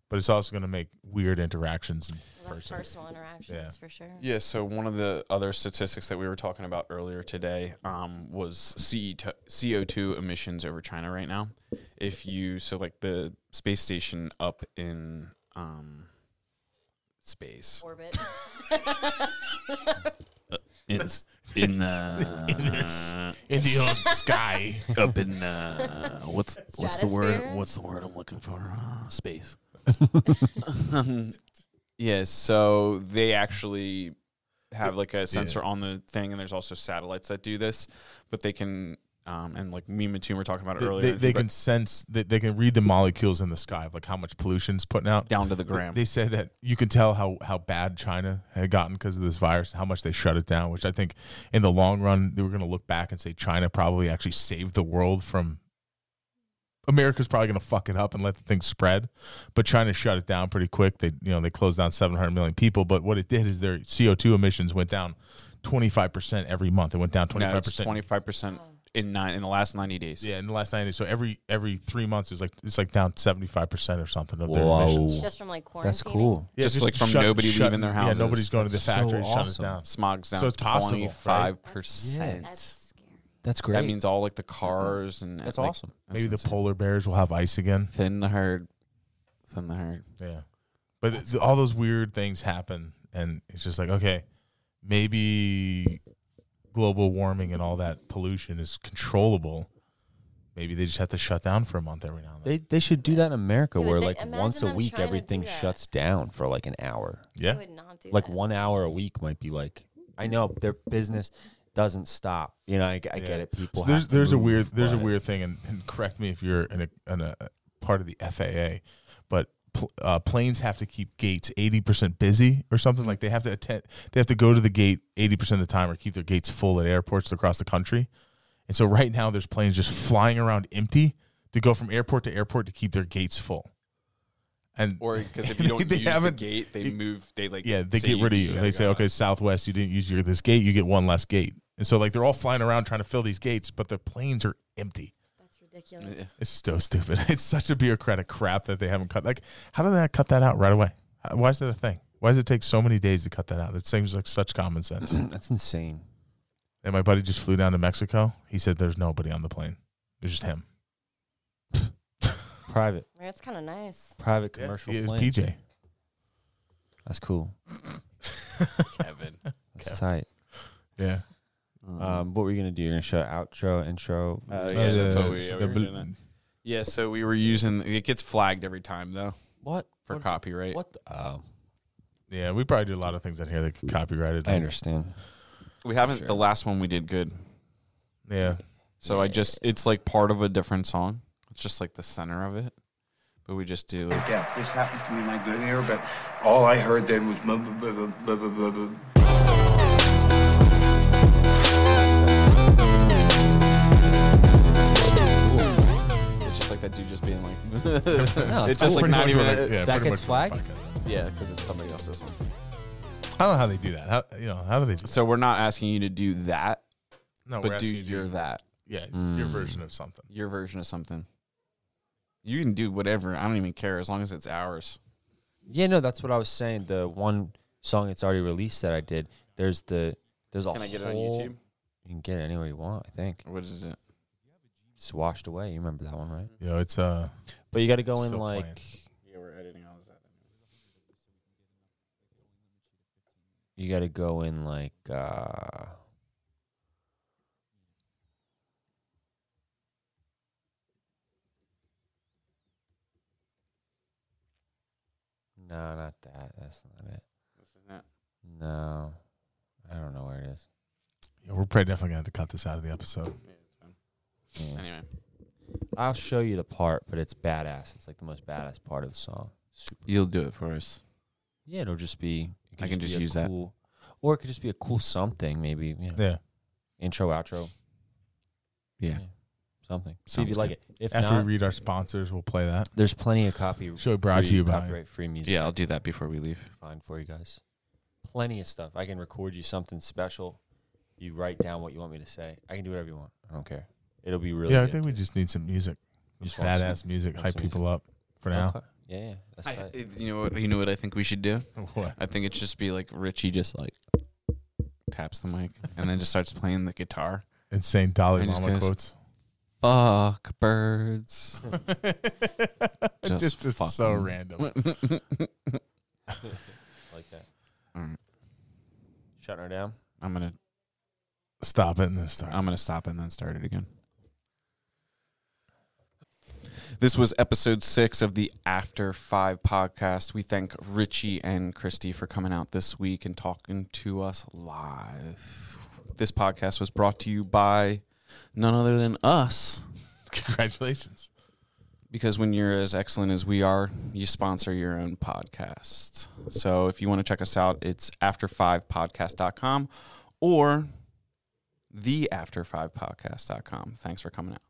[SPEAKER 2] but it's also going to make weird interactions. And
[SPEAKER 4] Well, that's
[SPEAKER 2] Person.
[SPEAKER 4] personal interactions for sure.
[SPEAKER 1] Yeah, so one of the other statistics that we were talking about earlier today um, was CE to- CO2 emissions over China right now. If you, so like the space station up in um, space
[SPEAKER 4] Orbit.
[SPEAKER 1] is in uh,
[SPEAKER 2] in the old sky,
[SPEAKER 1] up in uh, what's what's the
[SPEAKER 4] Stratosphere?
[SPEAKER 1] word what's the word I'm looking for uh, space. um, yeah, so they actually have like a sensor on the thing, and there's also satellites that do this, but they can um, and like me and Toon were talking about it
[SPEAKER 2] they,
[SPEAKER 1] earlier.
[SPEAKER 2] they, they
[SPEAKER 1] but
[SPEAKER 2] can sense they, they can read the molecules in the sky of like how much pollution's putting out.
[SPEAKER 1] down to the gram.
[SPEAKER 2] They said that you can tell how, how bad China had gotten because of this virus and how much they shut it down, which I think in the long run, they were going to look back and say China probably actually saved the world from. America's probably going to fuck it up and let the thing spread, but China shut it down pretty quick. They, you know, they closed down 700 million people, but what it did is their CO2 emissions went down 25% every month. It went down 25%
[SPEAKER 1] twenty five percent
[SPEAKER 4] Um,
[SPEAKER 1] in nine in the last ninety days.
[SPEAKER 2] yeah, in the last 90. So every every 3 months it's like it's like down 75% or something of their
[SPEAKER 3] Whoa.
[SPEAKER 2] emissions.
[SPEAKER 4] Just from like quarantining.
[SPEAKER 3] that's cool.
[SPEAKER 2] Yeah,
[SPEAKER 1] Just like from nobody leaving their
[SPEAKER 2] Yeah,
[SPEAKER 1] houses.
[SPEAKER 2] nobody's going to the
[SPEAKER 3] That's so
[SPEAKER 2] factory. Shut it
[SPEAKER 3] awesome.
[SPEAKER 2] down.
[SPEAKER 1] Smog's down
[SPEAKER 2] So it's possible, right?
[SPEAKER 1] twenty five percent.
[SPEAKER 4] That's scary.
[SPEAKER 3] That's great.
[SPEAKER 1] That means all like the
[SPEAKER 5] Uh-huh.
[SPEAKER 1] cars and
[SPEAKER 3] that's
[SPEAKER 1] like,
[SPEAKER 3] awesome.
[SPEAKER 1] that's
[SPEAKER 2] Maybe the
[SPEAKER 1] insane.
[SPEAKER 2] polar bears will have ice again.
[SPEAKER 1] thin the herd, thin the herd.
[SPEAKER 2] Yeah, but th- all those weird things happen, and it's just like okay, maybe global warming and all that pollution is controllable. Maybe they just have to shut down for a month every now and then.
[SPEAKER 3] They they should do that in America
[SPEAKER 4] Yeah, but
[SPEAKER 3] where
[SPEAKER 4] they-
[SPEAKER 3] like
[SPEAKER 4] imagine
[SPEAKER 3] once a
[SPEAKER 4] them
[SPEAKER 3] week
[SPEAKER 4] trying to
[SPEAKER 3] everything
[SPEAKER 4] do that.
[SPEAKER 3] shuts down for like an hour.
[SPEAKER 4] I
[SPEAKER 2] yeah,
[SPEAKER 4] would not can't do
[SPEAKER 3] like
[SPEAKER 4] that.
[SPEAKER 3] one hour a week might be like I know their business doesn't stop. You know, I, I
[SPEAKER 2] Yeah.
[SPEAKER 3] get it.
[SPEAKER 2] So
[SPEAKER 3] People
[SPEAKER 2] there's
[SPEAKER 3] have to
[SPEAKER 2] there's a
[SPEAKER 3] move,
[SPEAKER 2] weird there's a
[SPEAKER 3] but-
[SPEAKER 2] weird thing, and, and correct me if you're in a, in a part of the FAA, but pl- uh, planes have to keep gates eighty percent busy or something like they have to attend they have to go to the gate eighty percent of the time or keep their gates full at airports across the country, and so right now there's planes just flying around empty to go from airport to airport to keep their gates full, and
[SPEAKER 5] Or because if you don't
[SPEAKER 2] They
[SPEAKER 5] use the
[SPEAKER 2] haven't-
[SPEAKER 5] gate, they
[SPEAKER 2] you-
[SPEAKER 5] move. They like
[SPEAKER 2] yeah, they
[SPEAKER 5] say
[SPEAKER 2] get rid of you.
[SPEAKER 5] gotta
[SPEAKER 2] They say,
[SPEAKER 5] go.
[SPEAKER 2] okay, Southwest, you didn't use your this gate, you get one less gate. And so like they're all flying around trying to fill these gates, but their planes are empty.
[SPEAKER 4] That's ridiculous.
[SPEAKER 5] Yeah.
[SPEAKER 2] It's so stupid. It's such a bureaucratic crap that they haven't cut. Like, how did they not cut that out right away? How- Why is that a thing? Why does it take so many days to cut that out? That seems like such common sense.
[SPEAKER 3] That's insane.
[SPEAKER 2] and my buddy just flew down to Mexico. He said there's nobody on the plane. There's just him.
[SPEAKER 3] Private,
[SPEAKER 4] I mean, that's kind of nice.
[SPEAKER 3] private commercial
[SPEAKER 2] He is
[SPEAKER 3] plane.
[SPEAKER 2] PJ.
[SPEAKER 3] That's cool.
[SPEAKER 5] Kevin.
[SPEAKER 3] That's tight.
[SPEAKER 2] Yeah.
[SPEAKER 1] Mm-hmm. Uh-huh.
[SPEAKER 3] Um, what were you gonna do? You're gonna show outro, intro.
[SPEAKER 5] Uh, yeah,
[SPEAKER 2] Uh,
[SPEAKER 5] that's what we, yeah, we
[SPEAKER 2] the
[SPEAKER 5] were
[SPEAKER 2] bl-
[SPEAKER 5] doing that. Yeah, so we were using. It gets flagged every time though
[SPEAKER 3] what
[SPEAKER 5] for
[SPEAKER 3] What?
[SPEAKER 5] copyright.
[SPEAKER 3] What? The, oh,
[SPEAKER 2] yeah, we probably do a lot of things out here that get copyrighted.
[SPEAKER 3] I understand.
[SPEAKER 1] We haven't.
[SPEAKER 5] Sure.
[SPEAKER 1] The last one we did good.
[SPEAKER 2] Yeah.
[SPEAKER 1] So I just. It's like part of a different song. It's just like the center of it. But we just do. Like,
[SPEAKER 6] deaf. This happens to be my good ear, but all I heard then was. blah, blah, blah, blah, blah, blah, blah.
[SPEAKER 1] it's just like that dude just being like.
[SPEAKER 3] No, it's
[SPEAKER 1] It's just
[SPEAKER 3] cool.
[SPEAKER 1] like not
[SPEAKER 2] much
[SPEAKER 1] even.
[SPEAKER 2] what I- yeah,
[SPEAKER 3] that
[SPEAKER 2] pretty
[SPEAKER 3] gets
[SPEAKER 2] much what I
[SPEAKER 3] flagged?
[SPEAKER 2] podcast.
[SPEAKER 1] yeah, because it's somebody else's song.
[SPEAKER 2] I don't know how they do that. How you know how do they? Do that?
[SPEAKER 1] So we're not asking you to do that,
[SPEAKER 2] No,
[SPEAKER 1] but do
[SPEAKER 2] asking you to
[SPEAKER 1] your that
[SPEAKER 2] yeah your version of something.
[SPEAKER 1] your version of something. You can do whatever. I don't even care as long as it's ours.
[SPEAKER 3] Yeah, no, that's what I was saying. The one song that's already released that I did. There's the there's a
[SPEAKER 1] Can I get it on
[SPEAKER 3] whole,
[SPEAKER 1] YouTube?
[SPEAKER 3] You can get it anywhere you want. I think
[SPEAKER 1] What is it?
[SPEAKER 3] it's washed away. You remember that one, right?
[SPEAKER 2] You know, it's uh
[SPEAKER 3] But you got to go in
[SPEAKER 2] Still
[SPEAKER 3] like
[SPEAKER 2] playing.
[SPEAKER 1] Yeah, we're editing all this.
[SPEAKER 3] you got to go in like uh No, not that. That's not it. No. I don't know where it is.
[SPEAKER 2] yeah, we're probably definitely gonna have to cut this out of the episode.
[SPEAKER 3] Yeah.
[SPEAKER 1] Anyway,
[SPEAKER 3] Hmm. I'll show you the part, but it's badass. It's like the most badass part of the song. Super.
[SPEAKER 1] you'll do it for us.
[SPEAKER 3] Yeah, it'll just be. It
[SPEAKER 1] I can just
[SPEAKER 3] be a
[SPEAKER 1] use that.
[SPEAKER 3] cool, Or it could just be a cool something, maybe. You know,
[SPEAKER 2] Yeah.
[SPEAKER 3] Intro, outro,
[SPEAKER 1] Yeah.
[SPEAKER 3] something. See if
[SPEAKER 1] Sounds
[SPEAKER 3] you like it. If
[SPEAKER 2] After
[SPEAKER 3] not,
[SPEAKER 2] we read our sponsors, we'll play that.
[SPEAKER 3] there's plenty of copy.
[SPEAKER 2] Show brought to
[SPEAKER 3] free-
[SPEAKER 2] you by
[SPEAKER 3] copyright free music.
[SPEAKER 1] Yeah, I'll do that before we leave.
[SPEAKER 3] Find for you guys. Plenty of stuff. I can record you something special. You write down what you want me to say. I can do whatever you want. I don't care. It'll be really.
[SPEAKER 2] Yeah, I
[SPEAKER 3] good
[SPEAKER 2] think we
[SPEAKER 3] too.
[SPEAKER 2] just need some music. Some
[SPEAKER 3] Just want some-
[SPEAKER 2] badass music,
[SPEAKER 3] want
[SPEAKER 2] hype
[SPEAKER 3] some
[SPEAKER 2] people up for now.
[SPEAKER 3] Okay. Yeah, yeah. That's tight.
[SPEAKER 1] you know what? You know what I think we should do?
[SPEAKER 2] What?
[SPEAKER 1] I think it should just be like Richie just like taps the mic and then just starts playing the guitar.
[SPEAKER 2] Insane Dalai
[SPEAKER 1] I just
[SPEAKER 2] Lama
[SPEAKER 1] guess-
[SPEAKER 2] quotes.
[SPEAKER 1] Fuck birds.
[SPEAKER 2] just
[SPEAKER 1] Just
[SPEAKER 2] it's
[SPEAKER 1] fuck
[SPEAKER 2] so
[SPEAKER 1] 'em.
[SPEAKER 2] random.
[SPEAKER 3] like that.
[SPEAKER 1] Alright.
[SPEAKER 3] Shutting her down.
[SPEAKER 1] I'm gonna
[SPEAKER 2] Stop it and then start.
[SPEAKER 1] I'm gonna stop and then start it again. This was episode six of the After Five podcast. We thank Richie and Christy for coming out this week and talking to us live. This podcast was brought to you by none other than us,
[SPEAKER 2] Congratulations.
[SPEAKER 1] because when you're as excellent as we are, you sponsor your own podcast. So if you want to check us out, it's after5podcast.com or the after5podcast.com. Thanks for coming out.